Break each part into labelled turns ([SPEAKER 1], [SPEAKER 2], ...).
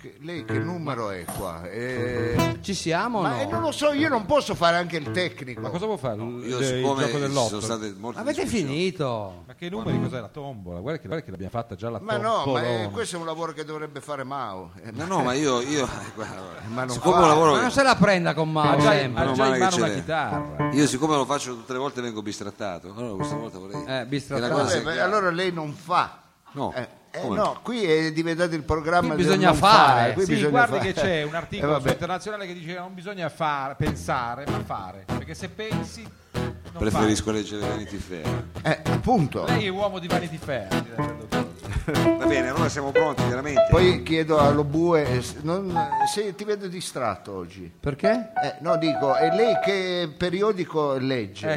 [SPEAKER 1] Che- Lei
[SPEAKER 2] Eh.
[SPEAKER 1] che numero è qua? Eh,
[SPEAKER 3] Ci siamo o
[SPEAKER 1] ma eh,
[SPEAKER 3] no?
[SPEAKER 1] non lo so, io non posso fare anche
[SPEAKER 2] Mm.
[SPEAKER 1] il
[SPEAKER 4] Ma
[SPEAKER 1] tecnico.
[SPEAKER 4] cosa vuol fare? il,
[SPEAKER 2] Io
[SPEAKER 4] il
[SPEAKER 2] siccome
[SPEAKER 4] gioco
[SPEAKER 2] ci
[SPEAKER 4] dell'otto.
[SPEAKER 2] sono state molte
[SPEAKER 3] Avete
[SPEAKER 2] discussioni-
[SPEAKER 3] finito?
[SPEAKER 4] Ma che numeri cos'è la tombola? Guarda che, guarda che l'abbiamo fatta già la
[SPEAKER 1] Ma
[SPEAKER 4] tombola.
[SPEAKER 1] no, ma eh, questo è un lavoro che dovrebbe fare Mao. Eh,
[SPEAKER 2] No, no, ma io, io eh, guarda,
[SPEAKER 1] Ma non
[SPEAKER 2] siccome
[SPEAKER 1] fa-
[SPEAKER 2] un lavoro Eh,
[SPEAKER 3] Ma non se la prenda con
[SPEAKER 4] ha
[SPEAKER 3] Mauro
[SPEAKER 4] già,
[SPEAKER 3] sempre.
[SPEAKER 4] ha
[SPEAKER 2] Meno
[SPEAKER 4] già in
[SPEAKER 2] male che
[SPEAKER 4] mano
[SPEAKER 2] ce
[SPEAKER 4] una
[SPEAKER 2] l'è.
[SPEAKER 4] chitarra.
[SPEAKER 2] io siccome lo faccio tutte le volte vengo bistrattato. Allora questa volta vorrei
[SPEAKER 3] Eh, bistrattato.
[SPEAKER 2] che la cosa
[SPEAKER 1] vabbè,
[SPEAKER 2] sia
[SPEAKER 1] beh,
[SPEAKER 2] chiara.
[SPEAKER 1] allora lei non fa.
[SPEAKER 2] No,
[SPEAKER 1] Eh, eh,
[SPEAKER 2] come?
[SPEAKER 1] no, qui è diventato il programma
[SPEAKER 3] Qui
[SPEAKER 1] del
[SPEAKER 3] bisogna
[SPEAKER 1] non
[SPEAKER 3] fare.
[SPEAKER 1] Qui
[SPEAKER 4] Sì,
[SPEAKER 1] bisogna
[SPEAKER 4] guardi
[SPEAKER 1] fare.
[SPEAKER 4] che c'è un
[SPEAKER 1] Eh,
[SPEAKER 4] articolo
[SPEAKER 1] vabbè.
[SPEAKER 4] su internazionale che dice che non bisogna far- pensare, ma fare. Perché se pensi, non
[SPEAKER 2] preferisco leggere Vanity Fair.
[SPEAKER 1] Eh, appunto.
[SPEAKER 4] fai. Lei è uomo di Vanity Fair. direbbe il dottore.
[SPEAKER 2] Va bene, allora siamo pronti veramente.
[SPEAKER 1] Poi chiedo allo Bue, eh, s- non- se ti vedo distratto oggi.
[SPEAKER 3] Perché?
[SPEAKER 1] Eh, no, dico, è lei che periodico legge?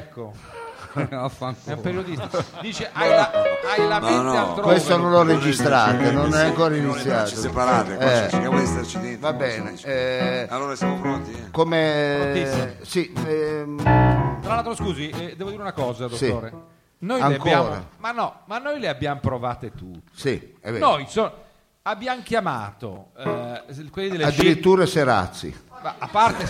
[SPEAKER 4] Ecco, è un
[SPEAKER 3] Vaffanculo.
[SPEAKER 4] periodista. Dice hai la, hai la
[SPEAKER 2] No,
[SPEAKER 4] mente
[SPEAKER 2] no.
[SPEAKER 4] altrove.
[SPEAKER 1] Questo non lo registrate,
[SPEAKER 2] Sì,
[SPEAKER 1] non è
[SPEAKER 2] sì,
[SPEAKER 1] ancora
[SPEAKER 2] non le tracce
[SPEAKER 1] iniziato.
[SPEAKER 2] separate, qua
[SPEAKER 1] Eh.
[SPEAKER 2] ci- cerchiamo di starci dentro.
[SPEAKER 1] Va
[SPEAKER 2] non so
[SPEAKER 1] bene.
[SPEAKER 2] dici.
[SPEAKER 1] eh,
[SPEAKER 2] Allora siamo pronti? eh?
[SPEAKER 1] come...
[SPEAKER 4] Prontissimi.
[SPEAKER 1] Eh, Sì, ehm,
[SPEAKER 4] Tra l'altro, scusi, eh, devo dire una cosa,
[SPEAKER 1] Sì.
[SPEAKER 4] dottore. Noi le
[SPEAKER 1] Ancora?
[SPEAKER 4] abbiamo, ma no, ma noi le abbiamo provate tutte.
[SPEAKER 1] sì, è vero.
[SPEAKER 4] Noi so- abbiamo chiamato eh, quelli delle
[SPEAKER 1] Addirittura Serazzi.
[SPEAKER 4] sci- ma a parte,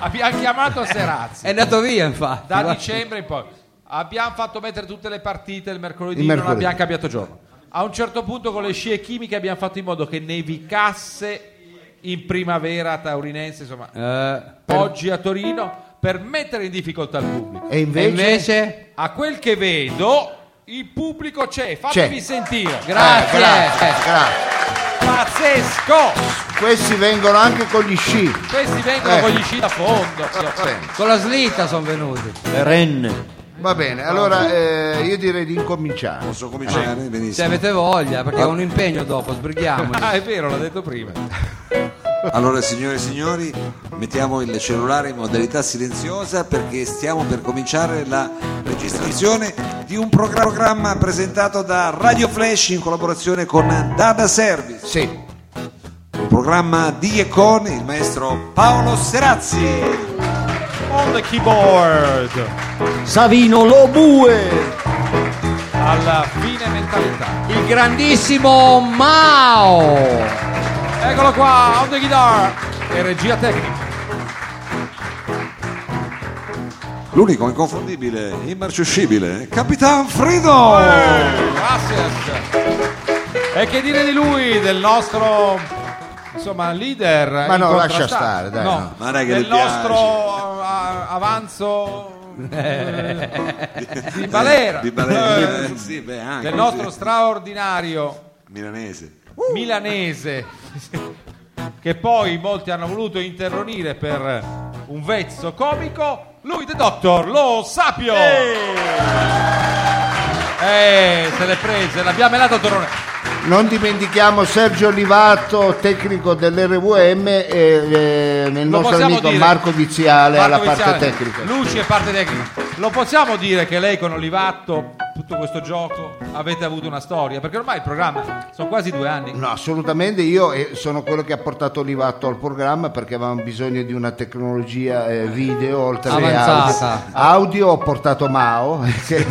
[SPEAKER 4] abbiamo chiamato Serazzi
[SPEAKER 3] È andato via, infatti.
[SPEAKER 4] da
[SPEAKER 3] Guarda.
[SPEAKER 4] dicembre in poi. Abbiamo fatto mettere tutte le partite il mercoledì,
[SPEAKER 1] Il
[SPEAKER 4] non
[SPEAKER 1] mercoledì.
[SPEAKER 4] abbiamo cambiato giorno. A un certo punto con le scie chimiche abbiamo fatto in modo che nevicasse in primavera taurinense, insomma,
[SPEAKER 3] Eh,
[SPEAKER 4] oggi a Torino per mettere in difficoltà il pubblico.
[SPEAKER 1] E
[SPEAKER 3] e
[SPEAKER 1] invece...
[SPEAKER 3] invece?
[SPEAKER 4] A quel che vedo, il pubblico c'è, fatemi
[SPEAKER 1] C'è.
[SPEAKER 4] sentire. Gra-
[SPEAKER 3] Grazie.
[SPEAKER 1] Eh, grazie, grazie.
[SPEAKER 4] Pazzesco!
[SPEAKER 1] Questi vengono anche con gli sci.
[SPEAKER 4] Questi vengono
[SPEAKER 1] Eh.
[SPEAKER 4] con gli sci da fondo.
[SPEAKER 1] Bene,
[SPEAKER 3] Con la slitta sono venuti.
[SPEAKER 1] Va bene, allora eh, io direi di incominciare.
[SPEAKER 2] Posso cominciare?
[SPEAKER 3] Se
[SPEAKER 2] Benissimo.
[SPEAKER 3] avete voglia, perché ho un impegno dopo, sbrighiamoci.
[SPEAKER 4] Ah, è vero, l'ha detto prima.
[SPEAKER 2] Allora, signore e signori, mettiamo il cellulare in modalità silenziosa perché stiamo per cominciare la registrazione di un programma presentato da Radio Flash in collaborazione con Dada Service,
[SPEAKER 1] Sì.
[SPEAKER 2] un programma di e con il maestro Paolo Serazzi.
[SPEAKER 4] On the keyboard.
[SPEAKER 5] Savino Lobue,
[SPEAKER 4] Alla fine mentalità.
[SPEAKER 3] Il grandissimo Mao.
[SPEAKER 4] Eccolo qua, on the guitar. E regia tecnica.
[SPEAKER 2] L'unico inconfondibile, immarciuscibile, Capitan Frido!
[SPEAKER 4] Gracias. Eh, E che dire di lui, del nostro insomma leader
[SPEAKER 1] Ma no,
[SPEAKER 4] incontrastato.
[SPEAKER 1] lascia stare, dai,
[SPEAKER 4] No,
[SPEAKER 1] no.
[SPEAKER 2] Ma non è che
[SPEAKER 4] del
[SPEAKER 2] le piace.
[SPEAKER 4] nostro ah, avanzo eh, di Valera
[SPEAKER 2] Di Balera,
[SPEAKER 4] Eh,
[SPEAKER 2] eh, sì, beh,
[SPEAKER 1] Ah,
[SPEAKER 2] anche,
[SPEAKER 4] del nostro
[SPEAKER 2] sì.
[SPEAKER 4] straordinario
[SPEAKER 2] milanese.
[SPEAKER 4] milanese che poi molti hanno voluto interronire per un vezzo comico lui The Doctor lo sapio eh, se l'è prese l'abbiamo melato a torrone
[SPEAKER 1] Non dimentichiamo Sergio Olivato, tecnico dell'RVM, e eh, il
[SPEAKER 4] Lo
[SPEAKER 1] nostro
[SPEAKER 4] possiamo
[SPEAKER 1] amico
[SPEAKER 4] dire.
[SPEAKER 1] Marco Viziale
[SPEAKER 4] Marco
[SPEAKER 1] alla parte
[SPEAKER 4] Viziale,
[SPEAKER 1] tecnica.
[SPEAKER 4] Luci e parte tecnica lo possiamo dire che lei con Olivatto tutto questo gioco avete avuto una storia perché ormai il programma sono quasi due anni
[SPEAKER 1] No, assolutamente io eh, sono quello che ha portato Olivato al programma perché avevamo bisogno di una tecnologia eh, video oltre che audio.
[SPEAKER 3] Avanzata.
[SPEAKER 1] audio. Ho portato Mao che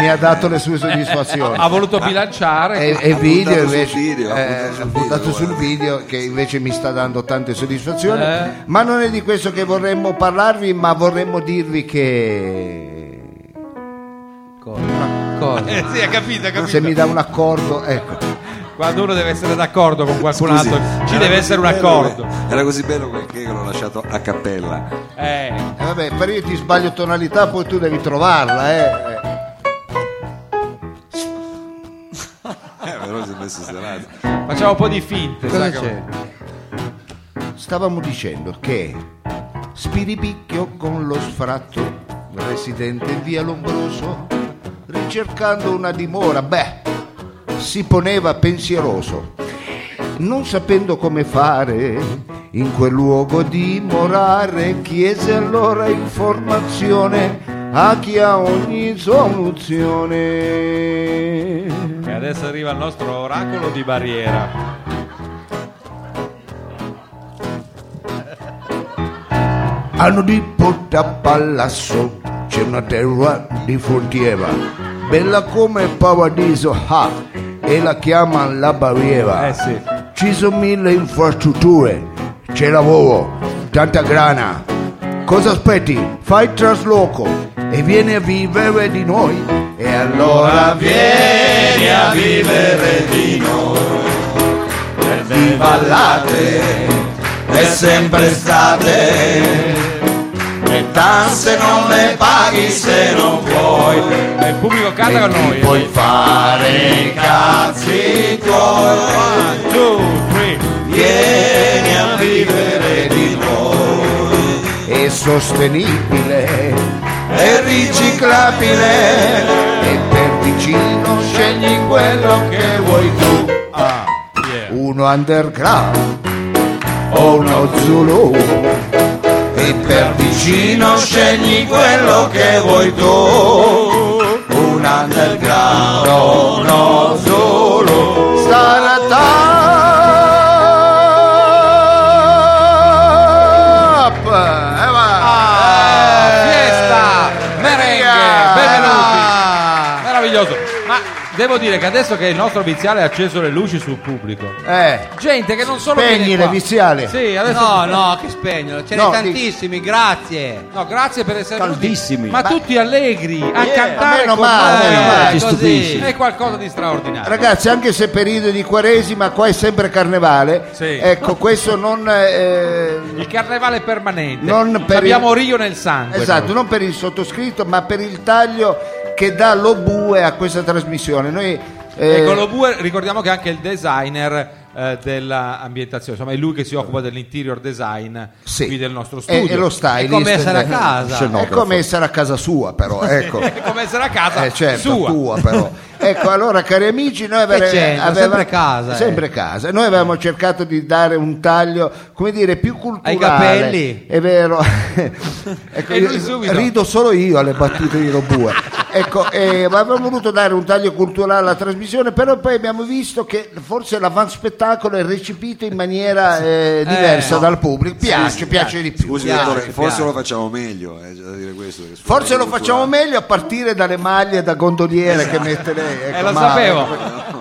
[SPEAKER 1] mi ha dato le sue soddisfazioni.
[SPEAKER 4] ha voluto bilanciare
[SPEAKER 1] E, e
[SPEAKER 2] puntato
[SPEAKER 1] video
[SPEAKER 2] sul
[SPEAKER 1] invece
[SPEAKER 2] video, ha
[SPEAKER 1] eh,
[SPEAKER 2] puntato sul
[SPEAKER 1] ha puntato
[SPEAKER 2] video,
[SPEAKER 1] sul
[SPEAKER 2] guarda.
[SPEAKER 1] video che invece mi sta dando tante soddisfazioni
[SPEAKER 3] Eh.
[SPEAKER 1] ma non è di questo che vorremmo parlarvi ma vorremmo dirvi che
[SPEAKER 3] Cosa? Cosa? Eh.
[SPEAKER 4] Eh, sì, ha capito, ha capito.
[SPEAKER 1] se mi dà un accordo ecco
[SPEAKER 4] Quando uno deve essere d'accordo con qualcun
[SPEAKER 2] Scusi,
[SPEAKER 4] altro, ci
[SPEAKER 2] era
[SPEAKER 4] deve
[SPEAKER 2] così
[SPEAKER 4] essere un
[SPEAKER 2] bello
[SPEAKER 4] accordo.
[SPEAKER 2] che- Era così bello quel che l'ho lasciato a cappella.
[SPEAKER 4] Eh,
[SPEAKER 1] Eh, vabbè però io ti sbaglio tonalità poi tu devi trovarla eh. Eh.
[SPEAKER 2] Eh, però si è messo stelato.
[SPEAKER 4] facciamo un po' di finte.
[SPEAKER 3] Cosa
[SPEAKER 4] sai
[SPEAKER 3] c'è?
[SPEAKER 1] Stavamo dicendo che Spiripicchio con lo sfratto, residente in via Lombroso, ricercando una dimora, beh, si poneva pensieroso, non sapendo come fare in quel luogo dimorare, chiese allora informazione a chi ha ogni soluzione.
[SPEAKER 4] che- E adesso arriva il nostro oracolo di barriera.
[SPEAKER 1] Hanno di Porta Palazzo c'è una terra di frontiera, bella come il paradiso, ah, e la chiamano la barriera.
[SPEAKER 4] Eh sì.
[SPEAKER 1] Ci sono mille infrastrutture, c'è lavoro, tanta grana. Cosa aspetti? Fai il trasloco e vieni a vivere di noi. E allora
[SPEAKER 2] Vieni a vivere di noi, per vi ballate, è sempre estate, le tasse non le paghi se non vuoi,
[SPEAKER 4] E il pubblico canta con noi.
[SPEAKER 2] puoi fare i cazzi tuoi.
[SPEAKER 4] One, two, three.
[SPEAKER 2] Vieni a vivere di noi,
[SPEAKER 1] è sostenibile
[SPEAKER 2] è riciclabile,
[SPEAKER 1] e per vicino scegli quello che vuoi tu.
[SPEAKER 4] Ah, yeah.
[SPEAKER 1] Uno underground o uno zulu
[SPEAKER 2] e per vicino scegli quello che vuoi tu. Un underground, uno solo.
[SPEAKER 1] Saratap! E va!
[SPEAKER 4] Fiesta! Merengue!
[SPEAKER 1] Merengue! Ah!
[SPEAKER 4] Benvenuti! Meraviglioso. Ma devo dire che adesso che il nostro viziale ha acceso le luci sul pubblico,
[SPEAKER 1] Eh,
[SPEAKER 3] Gente che non solo
[SPEAKER 1] spegni
[SPEAKER 3] viene
[SPEAKER 1] le
[SPEAKER 3] qua.
[SPEAKER 1] viziali.
[SPEAKER 4] Sì, adesso
[SPEAKER 3] No, no, che spegno, ce ne
[SPEAKER 1] No,
[SPEAKER 3] tantissimi, grazie.
[SPEAKER 4] No, grazie per essere venuti.
[SPEAKER 5] Caldissimi.
[SPEAKER 4] Ma tutti allegri a cantare
[SPEAKER 1] meno
[SPEAKER 4] con
[SPEAKER 1] male,
[SPEAKER 4] noi.
[SPEAKER 1] meno male.
[SPEAKER 5] Ci
[SPEAKER 3] così.
[SPEAKER 5] stupisci.
[SPEAKER 4] È qualcosa di straordinario.
[SPEAKER 1] Ragazzi, anche se è periodo di quaresima, qua è sempre carnevale.
[SPEAKER 4] Sì.
[SPEAKER 1] Ecco, questo non. eh,
[SPEAKER 4] Il carnevale permanente.
[SPEAKER 1] Non per
[SPEAKER 4] Abbiamo
[SPEAKER 1] il-
[SPEAKER 4] Rio nel sangue.
[SPEAKER 1] esatto, non per il sottoscritto, ma per il taglio che dà lo bue a questa trasmissione. Noi. eh,
[SPEAKER 3] Ecco,
[SPEAKER 4] E con lo Bue ricordiamo che è anche il designer eh, dell'ambientazione, insomma è lui che si occupa dell'interior design
[SPEAKER 1] sì.
[SPEAKER 4] qui del nostro
[SPEAKER 1] E-
[SPEAKER 4] studio.
[SPEAKER 1] E, lo stylist.
[SPEAKER 3] È come essere a
[SPEAKER 1] eh,
[SPEAKER 3] casa.
[SPEAKER 1] È come essere a casa sua, però. Ecco.
[SPEAKER 4] È come essere a casa
[SPEAKER 1] Eh, certo,
[SPEAKER 4] sua.
[SPEAKER 1] tua però. Ecco, allora cari amici, noi avere-
[SPEAKER 3] c'entra?
[SPEAKER 1] aveva-
[SPEAKER 3] Sempre casa, eh.
[SPEAKER 1] sempre casa. Noi avevamo cercato di dare un taglio, come dire, più culturale.
[SPEAKER 3] Ai capelli?
[SPEAKER 1] È vero. ecco,
[SPEAKER 4] E lui
[SPEAKER 1] io-
[SPEAKER 4] subito.
[SPEAKER 1] rido solo io alle battute di Robue. ecco, eh, ma avevamo voluto dare un taglio culturale alla trasmissione, però poi abbiamo visto che forse l'avanspettacolo è recepito in maniera eh, diversa dal pubblico. Piace, piace di più.
[SPEAKER 2] Scusi,
[SPEAKER 1] Piace.
[SPEAKER 2] dottore,
[SPEAKER 3] piace.
[SPEAKER 2] forse lo facciamo meglio, eh, c'è da dire questo. perché
[SPEAKER 1] Forse lo
[SPEAKER 2] scusa,
[SPEAKER 1] facciamo
[SPEAKER 2] culturale.
[SPEAKER 1] meglio a partire dalle maglie da gondoliere
[SPEAKER 2] Esatto.
[SPEAKER 1] che mette lei. Ecco,
[SPEAKER 4] Eh, lo
[SPEAKER 1] ma-
[SPEAKER 4] sapevo.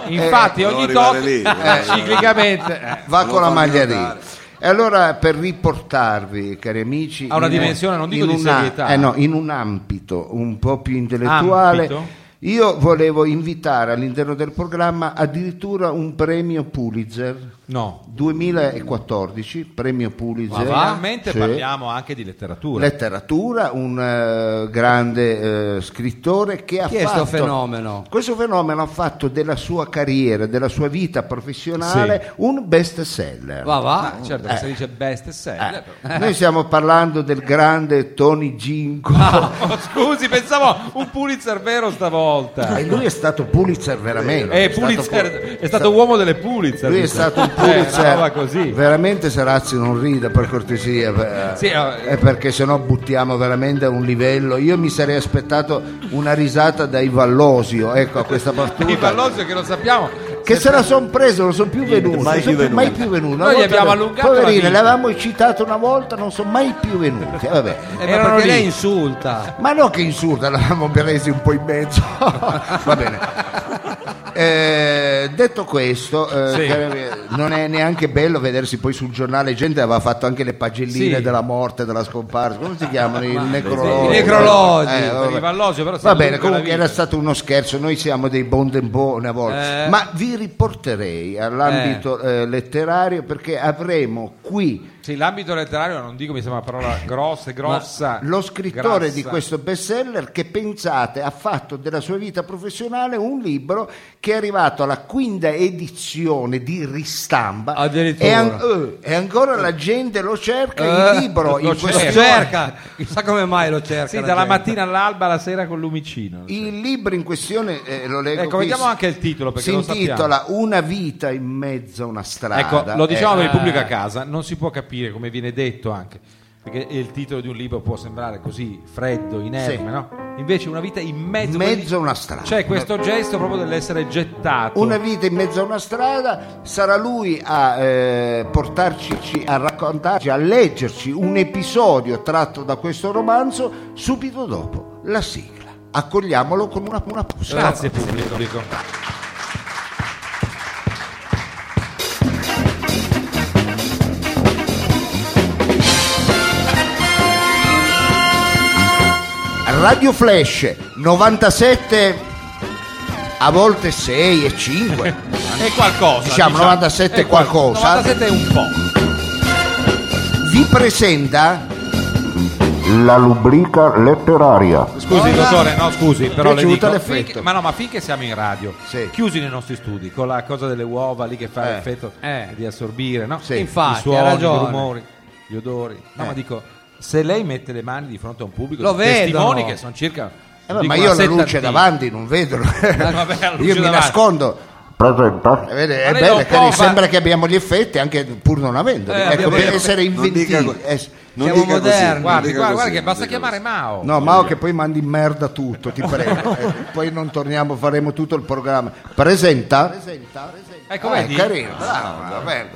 [SPEAKER 4] Infatti
[SPEAKER 1] Eh,
[SPEAKER 4] ogni
[SPEAKER 2] volevo
[SPEAKER 4] tot
[SPEAKER 2] arrivare lì,
[SPEAKER 4] eh,
[SPEAKER 2] eh.
[SPEAKER 4] ciclicamente eh,
[SPEAKER 1] Va
[SPEAKER 2] Volevo
[SPEAKER 1] con la
[SPEAKER 2] farmi
[SPEAKER 1] maglia lì.
[SPEAKER 2] notare.
[SPEAKER 1] E allora per riportarvi, cari amici,
[SPEAKER 4] A una
[SPEAKER 1] in-
[SPEAKER 4] dimensione, non dico
[SPEAKER 1] in
[SPEAKER 4] di
[SPEAKER 1] una-
[SPEAKER 4] serietà.
[SPEAKER 1] eh no, in un ambito un po' più intellettuale.
[SPEAKER 4] Ambito?
[SPEAKER 1] Io volevo invitare all'interno del programma addirittura un premio Pulitzer
[SPEAKER 4] no.
[SPEAKER 1] 2014, premio
[SPEAKER 4] Ma
[SPEAKER 1] Pulitzer.
[SPEAKER 4] finalmente
[SPEAKER 1] Sì.
[SPEAKER 4] parliamo anche di letteratura.
[SPEAKER 1] letteratura, un eh, grande eh, scrittore che ha
[SPEAKER 3] Chi è sto
[SPEAKER 1] fatto
[SPEAKER 3] fenomeno?
[SPEAKER 1] questo fenomeno ha fatto della sua carriera, della sua vita professionale un best seller.
[SPEAKER 3] Va va.
[SPEAKER 4] Ah, certo, che si dice best Eh. seller. però.
[SPEAKER 1] eh. Noi stiamo parlando del grande Tony Ginko
[SPEAKER 4] Oh, scusi, pensavo un Pulitzer vero stavolta.
[SPEAKER 1] e lui è stato Pulitzer veramente.
[SPEAKER 4] Eh,
[SPEAKER 1] È stato
[SPEAKER 4] Pulitzer,
[SPEAKER 1] Pul-
[SPEAKER 4] è stato uomo delle Pulitzer.
[SPEAKER 1] Lui è
[SPEAKER 4] dice.
[SPEAKER 1] stato un
[SPEAKER 4] Eh, una
[SPEAKER 1] Pulitzer.
[SPEAKER 4] roba così.
[SPEAKER 1] Veramente Serazzi non rida per cortesia. per-
[SPEAKER 4] Sì, eh.
[SPEAKER 1] eh, perché sennò buttiamo veramente a un livello. Io mi sarei aspettato una risata dai Vallosio, ecco, a questa battuta.
[SPEAKER 4] Il Vallosio che lo sappiamo.
[SPEAKER 1] che se la son presa, non sono più venuti,
[SPEAKER 5] mai
[SPEAKER 1] non son
[SPEAKER 5] più
[SPEAKER 1] più- mai
[SPEAKER 5] venuti.
[SPEAKER 1] più venuti. Una
[SPEAKER 4] Noi gli
[SPEAKER 1] volta
[SPEAKER 4] abbiamo
[SPEAKER 1] le-
[SPEAKER 4] allungato la
[SPEAKER 1] Poverine,
[SPEAKER 4] vita.
[SPEAKER 1] le avevamo citata una volta, non sono mai più venuti. Eh, vabbè.
[SPEAKER 3] Eh, ma
[SPEAKER 4] Erano
[SPEAKER 3] perché
[SPEAKER 4] lì.
[SPEAKER 3] lei insulta?
[SPEAKER 1] Ma no che insulta, l'avevamo presi un po' in mezzo. Va bene. Eh, detto questo, eh,
[SPEAKER 4] Sì.
[SPEAKER 1] cari- non è neanche bello vedersi poi sul giornale. Gente aveva fatto anche le pagelline
[SPEAKER 4] Sì.
[SPEAKER 1] della morte, della scomparsa. Come si chiamano? I necrologi.
[SPEAKER 3] I necrologi.
[SPEAKER 1] Eh, vabbè.
[SPEAKER 4] Per i Vallosio, però, si
[SPEAKER 1] Va bene,
[SPEAKER 4] allunga
[SPEAKER 1] comunque
[SPEAKER 4] la
[SPEAKER 1] era
[SPEAKER 4] vita.
[SPEAKER 1] stato uno scherzo, noi siamo dei bon tempo una volta.
[SPEAKER 3] Eh.
[SPEAKER 1] Ma Ah, vi riporterei all'ambito eh, letterario perché avremo qui
[SPEAKER 4] Sì, l'ambito letterario non dico mi sembra una parola grossa, grossa.
[SPEAKER 1] lo scrittore
[SPEAKER 4] grassa.
[SPEAKER 1] di questo bestseller che pensate ha fatto della sua vita professionale un libro che è arrivato alla quinta edizione di ristampa
[SPEAKER 3] Addirittura.
[SPEAKER 1] e, an- eh, e ancora la gente lo cerca
[SPEAKER 3] Eh,
[SPEAKER 1] il libro
[SPEAKER 3] lo
[SPEAKER 1] in
[SPEAKER 3] cer-
[SPEAKER 1] questione.
[SPEAKER 3] cerca. Chissà come mai lo cerca.
[SPEAKER 4] Sì,
[SPEAKER 3] la
[SPEAKER 4] dalla
[SPEAKER 3] gente.
[SPEAKER 4] mattina all'alba alla sera con l'umicino.
[SPEAKER 1] il libro in questione eh, lo leggo
[SPEAKER 4] Ecco,
[SPEAKER 1] qui,
[SPEAKER 4] vediamo anche il titolo, perché
[SPEAKER 1] si
[SPEAKER 4] lo
[SPEAKER 1] intitola Una vita in mezzo a una strada
[SPEAKER 4] Ecco, lo diciamo
[SPEAKER 1] Ecco.
[SPEAKER 4] per il pubblico a casa, non si può capire come viene detto anche, perché il titolo di un libro può sembrare così freddo, inerme,
[SPEAKER 1] Sì.
[SPEAKER 4] no? Invece una vita in mezzo,
[SPEAKER 1] in mezzo a una strada
[SPEAKER 4] c'è questo gesto proprio dell'essere gettato.
[SPEAKER 1] Una vita in mezzo a una strada, sarà lui a eh, portarci, a raccontarci, a leggerci un episodio tratto da questo romanzo subito dopo la sigla. Accogliamolo con una, una posa.
[SPEAKER 4] Grazie pubblico.
[SPEAKER 1] Radio Flash 97 a volte 6 e 5
[SPEAKER 4] È qualcosa.
[SPEAKER 1] Diciamo, 97
[SPEAKER 4] è qual-
[SPEAKER 1] qualcosa.
[SPEAKER 4] 97 è un po'.
[SPEAKER 1] vi presenta
[SPEAKER 6] La rubrica letteraria.
[SPEAKER 4] Scusi, dottore, no, scusi, però le
[SPEAKER 1] piaciuto
[SPEAKER 4] dico.
[SPEAKER 1] l'effetto.
[SPEAKER 4] finché- ma no, ma finché siamo in radio,
[SPEAKER 1] Sì.
[SPEAKER 4] chiusi nei nostri studi, con la cosa delle uova lì che fa
[SPEAKER 1] Eh.
[SPEAKER 4] l'effetto
[SPEAKER 3] Eh.
[SPEAKER 4] di assorbire, no?
[SPEAKER 1] Sì.
[SPEAKER 3] Infatti,
[SPEAKER 4] I suoni,
[SPEAKER 3] ha
[SPEAKER 4] i
[SPEAKER 3] ragione.
[SPEAKER 4] rumori, gli odori. No,
[SPEAKER 1] Eh.
[SPEAKER 4] ma dico, se lei mette le mani di fronte a un pubblico,
[SPEAKER 3] Lo
[SPEAKER 4] di testimoni
[SPEAKER 3] vedono.
[SPEAKER 4] che sono circa.
[SPEAKER 1] Eh, ma
[SPEAKER 4] dico,
[SPEAKER 1] io ho
[SPEAKER 4] una
[SPEAKER 1] la luce
[SPEAKER 4] settantina.
[SPEAKER 1] davanti non vedo
[SPEAKER 4] vabbè, la luce
[SPEAKER 1] io mi
[SPEAKER 4] davanti.
[SPEAKER 1] nascondo
[SPEAKER 6] Presenta.
[SPEAKER 1] Eh, vede, è
[SPEAKER 4] Ma lei
[SPEAKER 1] bello
[SPEAKER 4] non
[SPEAKER 1] che
[SPEAKER 4] può
[SPEAKER 1] mi
[SPEAKER 4] fa-
[SPEAKER 1] sembra che abbiamo gli effetti anche pur non avendoli
[SPEAKER 4] Eh,
[SPEAKER 1] ecco,
[SPEAKER 4] abbiamo-
[SPEAKER 1] per essere
[SPEAKER 2] Non dica
[SPEAKER 1] inventivi
[SPEAKER 2] que-
[SPEAKER 1] eh,
[SPEAKER 2] non dica
[SPEAKER 3] Siamo
[SPEAKER 2] così,
[SPEAKER 3] moderni.
[SPEAKER 2] non
[SPEAKER 4] Guardi,
[SPEAKER 2] dica
[SPEAKER 4] guarda,
[SPEAKER 2] così,
[SPEAKER 4] guarda che
[SPEAKER 2] non
[SPEAKER 4] basta
[SPEAKER 2] dica
[SPEAKER 4] chiamare
[SPEAKER 2] così.
[SPEAKER 4] Mao.
[SPEAKER 1] No, Mao che poi mandi in merda tutto, ti prego. Eh, poi non torniamo, faremo tutto il programma. Presenta?
[SPEAKER 4] Ecco,
[SPEAKER 1] Ah, è
[SPEAKER 4] vedi?
[SPEAKER 1] carino, bravo, vabbè.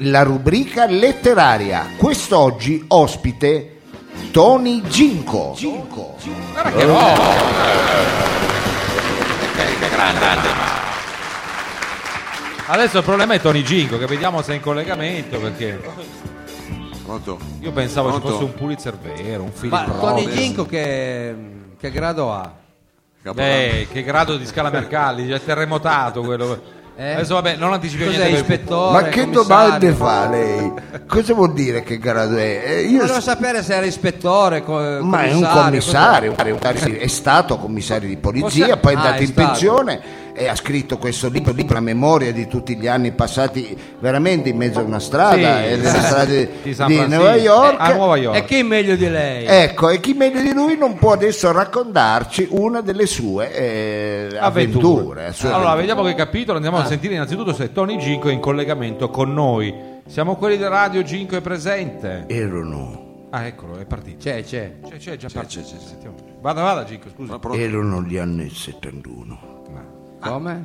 [SPEAKER 1] La rubrica letteraria. Quest'oggi ospite Tony Ginco. Ginco.
[SPEAKER 4] Guarda che roba. Eh, Adesso il problema è Tony Ginco, che vediamo se è in collegamento, perché
[SPEAKER 2] Pronto?
[SPEAKER 4] io pensavo ci
[SPEAKER 2] Pronto?
[SPEAKER 4] fosse un Pulitzer vero, un film
[SPEAKER 3] Ma Tony
[SPEAKER 2] Robes.
[SPEAKER 3] Ginko che, che grado ha?
[SPEAKER 2] Capodanno.
[SPEAKER 4] Eh, che grado di scala Mercalli, è terremotato quello.
[SPEAKER 3] Eh?
[SPEAKER 4] Adesso vabbè, non anticipiamo
[SPEAKER 3] Cos'è,
[SPEAKER 4] niente. per il
[SPEAKER 3] ispettore?
[SPEAKER 1] Cioè, Ma che
[SPEAKER 3] commissario?
[SPEAKER 1] domande fa lei? Cosa vuol dire che grado è? Eh, io
[SPEAKER 3] Volevo
[SPEAKER 1] s-
[SPEAKER 3] sapere se era ispettore. co-
[SPEAKER 1] ma è un
[SPEAKER 3] cos'è?
[SPEAKER 1] commissario, un commissario, è stato commissario di
[SPEAKER 3] Possiamo-
[SPEAKER 1] polizia, poi è
[SPEAKER 3] Ah,
[SPEAKER 1] andato
[SPEAKER 3] è
[SPEAKER 1] in
[SPEAKER 3] stato.
[SPEAKER 1] pensione e ha scritto questo libro, libro a memoria di tutti gli anni passati veramente in mezzo a una strada,
[SPEAKER 4] Sì,
[SPEAKER 1] e nelle
[SPEAKER 4] sì,
[SPEAKER 1] strade di,
[SPEAKER 4] di San Francisco.
[SPEAKER 1] New York.
[SPEAKER 4] A Nuova York.
[SPEAKER 3] E chi meglio di lei?
[SPEAKER 1] Ecco, e chi meglio di lui non può adesso raccontarci una delle sue eh, avventure. sue
[SPEAKER 4] Allora,
[SPEAKER 1] avventure.
[SPEAKER 4] vediamo che capitolo. Andiamo
[SPEAKER 3] Ah.
[SPEAKER 4] a sentire innanzitutto se Tony Ginco è in collegamento con noi. Siamo quelli di Radio Ginco è presente.
[SPEAKER 1] Erano,
[SPEAKER 4] Ah, eccolo, è partito.
[SPEAKER 3] C'è, c'è. Eh,
[SPEAKER 4] C'è, c'è, è già partito.
[SPEAKER 2] c'è, c'è, c'è.
[SPEAKER 4] Sentiamo. Vada, vada Ginco, scusa.
[SPEAKER 2] Ma pronto?
[SPEAKER 1] erano gli anni 71. Ah.
[SPEAKER 3] Come?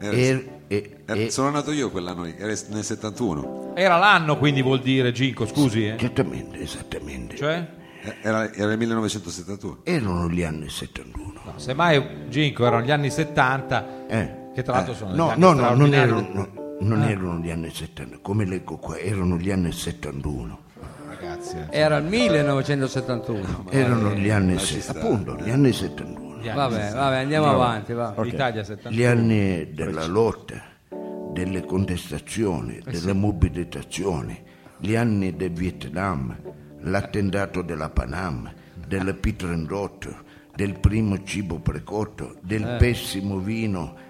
[SPEAKER 2] Era-
[SPEAKER 1] Er- e-
[SPEAKER 2] era-
[SPEAKER 1] e-
[SPEAKER 2] sono nato io quell'anno, lì, era nel 71.
[SPEAKER 4] Era l'anno, quindi vuol dire Ginco, scusi, eh.
[SPEAKER 1] esattamente, esattamente.
[SPEAKER 4] Cioè?
[SPEAKER 2] Eh, Era, era il 1971.
[SPEAKER 1] Erano gli anni 71.
[SPEAKER 4] No, semmai Ginco erano gli anni 70,
[SPEAKER 1] Eh.
[SPEAKER 4] che tra l'altro sono
[SPEAKER 1] No,
[SPEAKER 4] degli
[SPEAKER 1] no,
[SPEAKER 4] anni
[SPEAKER 1] no, non
[SPEAKER 4] straordinari.
[SPEAKER 1] erano, no, non erano gli anni 70, come leggo qua, erano gli anni 71.
[SPEAKER 3] Era il 1971.
[SPEAKER 1] Erano Eh,
[SPEAKER 4] eh,
[SPEAKER 1] gli anni 70, appunto, gli anni 71.
[SPEAKER 4] Gli anni-
[SPEAKER 3] Vabbè, vabbè, andiamo avanti. Va.
[SPEAKER 4] L'Italia 70.
[SPEAKER 1] Gli anni della lotta, delle
[SPEAKER 4] Eh,
[SPEAKER 1] contestazioni, delle mobilitazioni, gli anni del Vietnam, l'attentato della Panama, del pitrendotto, del primo cibo precotto, del
[SPEAKER 4] Eh.
[SPEAKER 1] pessimo vino,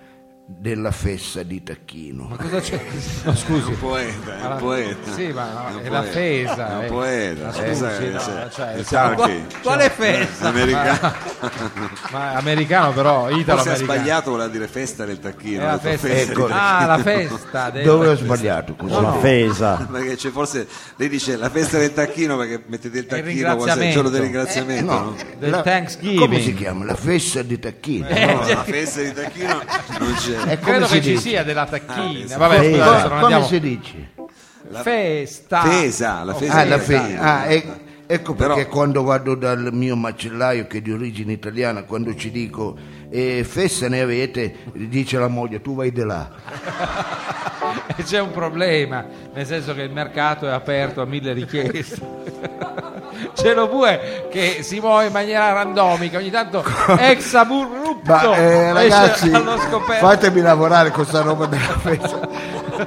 [SPEAKER 1] della fessa di tacchino.
[SPEAKER 4] Cosa c'è? No,
[SPEAKER 2] È un
[SPEAKER 4] scusi.
[SPEAKER 2] poeta, è un
[SPEAKER 4] Allora,
[SPEAKER 2] poeta.
[SPEAKER 4] sì, ma no,
[SPEAKER 2] È un
[SPEAKER 4] è la
[SPEAKER 2] poeta,
[SPEAKER 4] fesa,
[SPEAKER 2] È
[SPEAKER 4] eh.
[SPEAKER 2] un poeta. Scusa,
[SPEAKER 4] scusi, no,
[SPEAKER 2] cioè,
[SPEAKER 4] cioè,
[SPEAKER 2] il
[SPEAKER 4] siamo-
[SPEAKER 2] Tarchi,
[SPEAKER 3] Qua- quale festa?
[SPEAKER 2] Americano.
[SPEAKER 4] Ma è americano però,
[SPEAKER 2] eh, Forse ha
[SPEAKER 4] italo-americano.
[SPEAKER 2] sbagliato, voleva dire festa del tacchino.
[SPEAKER 4] È la
[SPEAKER 2] ha detto
[SPEAKER 4] festa.
[SPEAKER 2] festa
[SPEAKER 1] Ecco.
[SPEAKER 2] del
[SPEAKER 4] Ah, la festa. del-
[SPEAKER 1] Dove ho sbagliato? Scusa.
[SPEAKER 5] La fesa.
[SPEAKER 2] Perché c'è forse lei dice la festa del tacchino perché mettete il tacchino quando è il
[SPEAKER 4] ringraziamento. Eh,
[SPEAKER 2] giorno del ringraziamento. no? Eh,
[SPEAKER 4] Del
[SPEAKER 1] Eh, La-
[SPEAKER 4] Thanksgiving. Eh,
[SPEAKER 1] Come si chiama? La fessa di tacchino. no?
[SPEAKER 2] No, la festa del tacchino non c'è.
[SPEAKER 1] È Eh, come
[SPEAKER 4] Credo
[SPEAKER 1] si
[SPEAKER 4] che ci
[SPEAKER 1] dice?
[SPEAKER 4] sia della tacchina.
[SPEAKER 2] Ah,
[SPEAKER 4] Vabbè,
[SPEAKER 1] Eh,
[SPEAKER 4] scusa,
[SPEAKER 1] come-
[SPEAKER 4] adesso non
[SPEAKER 1] come
[SPEAKER 4] andiamo.
[SPEAKER 1] si dice?
[SPEAKER 4] Festa.
[SPEAKER 2] Fesa, la festa
[SPEAKER 1] Ah,
[SPEAKER 2] del
[SPEAKER 1] la
[SPEAKER 2] tacchino.
[SPEAKER 1] fine. Ah, e- ecco
[SPEAKER 2] Però-
[SPEAKER 1] perché quando vado dal mio macellaio che è di origine italiana, quando ci dico eh, festa ne avete, dice la moglie, tu vai di là.
[SPEAKER 4] E C'è un problema, nel senso che il mercato è aperto a mille richieste. C'è lo bue che si muove in maniera randomica, ogni tanto ex aburrupto
[SPEAKER 1] Ma eh,
[SPEAKER 4] esce
[SPEAKER 1] ragazzi,
[SPEAKER 4] allo scoperto.
[SPEAKER 1] fatemi lavorare con sta roba della festa.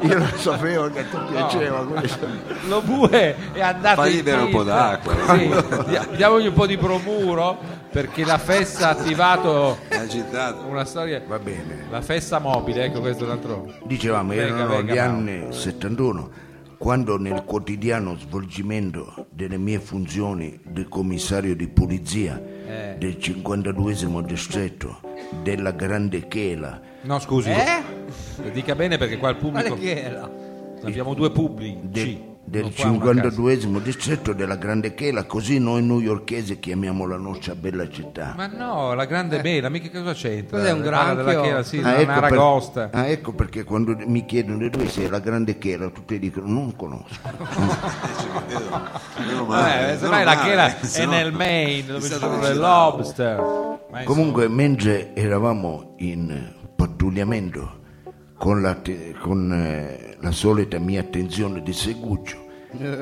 [SPEAKER 1] Io lo sapevo che a te piaceva questo.
[SPEAKER 4] Lo bue è andato
[SPEAKER 2] Fagli
[SPEAKER 4] in
[SPEAKER 2] bere un
[SPEAKER 4] pista.
[SPEAKER 2] po' d'acqua.
[SPEAKER 4] Sì, dia- diamogli un po' di bromuro perché la festa ha attivato
[SPEAKER 2] È agitato.
[SPEAKER 4] una storia.
[SPEAKER 1] Va bene.
[SPEAKER 4] La festa mobile, ecco questo è un altro.
[SPEAKER 1] Dicevamo,
[SPEAKER 4] Venga,
[SPEAKER 1] erano
[SPEAKER 4] venga,
[SPEAKER 1] gli
[SPEAKER 4] Mauro.
[SPEAKER 1] anni 71, quando nel quotidiano svolgimento delle mie funzioni di commissario di pulizia
[SPEAKER 4] Eh.
[SPEAKER 1] del 52 distretto della Grande Chela,
[SPEAKER 4] No, scusi. Eh? Dica bene perché qua il pubblico.
[SPEAKER 3] Quale che era?
[SPEAKER 4] Abbiamo due pubblici.
[SPEAKER 1] de- del
[SPEAKER 4] non qua, ma a casa.
[SPEAKER 1] 52 distretto della Grande Chela, così noi newyorchesi chiamiamo la nostra bella città.
[SPEAKER 4] Ma no, la grande bela, mica cosa c'entra?
[SPEAKER 3] Cos'è, un
[SPEAKER 4] Parla della
[SPEAKER 3] granchio?
[SPEAKER 4] Chela, sì,
[SPEAKER 1] Ah,
[SPEAKER 4] una
[SPEAKER 1] per-
[SPEAKER 4] ragosta.
[SPEAKER 1] ah, ecco perché quando mi chiedono di dove sei la grande chela, tutti dicono non conosco.
[SPEAKER 2] Meno male,
[SPEAKER 4] Eh,
[SPEAKER 2] meno
[SPEAKER 4] semmai la
[SPEAKER 2] male,
[SPEAKER 4] Chela
[SPEAKER 2] se
[SPEAKER 4] è
[SPEAKER 2] no-
[SPEAKER 4] nel Maine, dove
[SPEAKER 2] Chissà
[SPEAKER 4] ci sono
[SPEAKER 2] dove
[SPEAKER 4] le
[SPEAKER 2] ci-
[SPEAKER 4] lobster. Ma
[SPEAKER 1] Comunque, mentre eravamo in pattugliamento con la, te- con, eh, la solita mia attenzione di seguccio,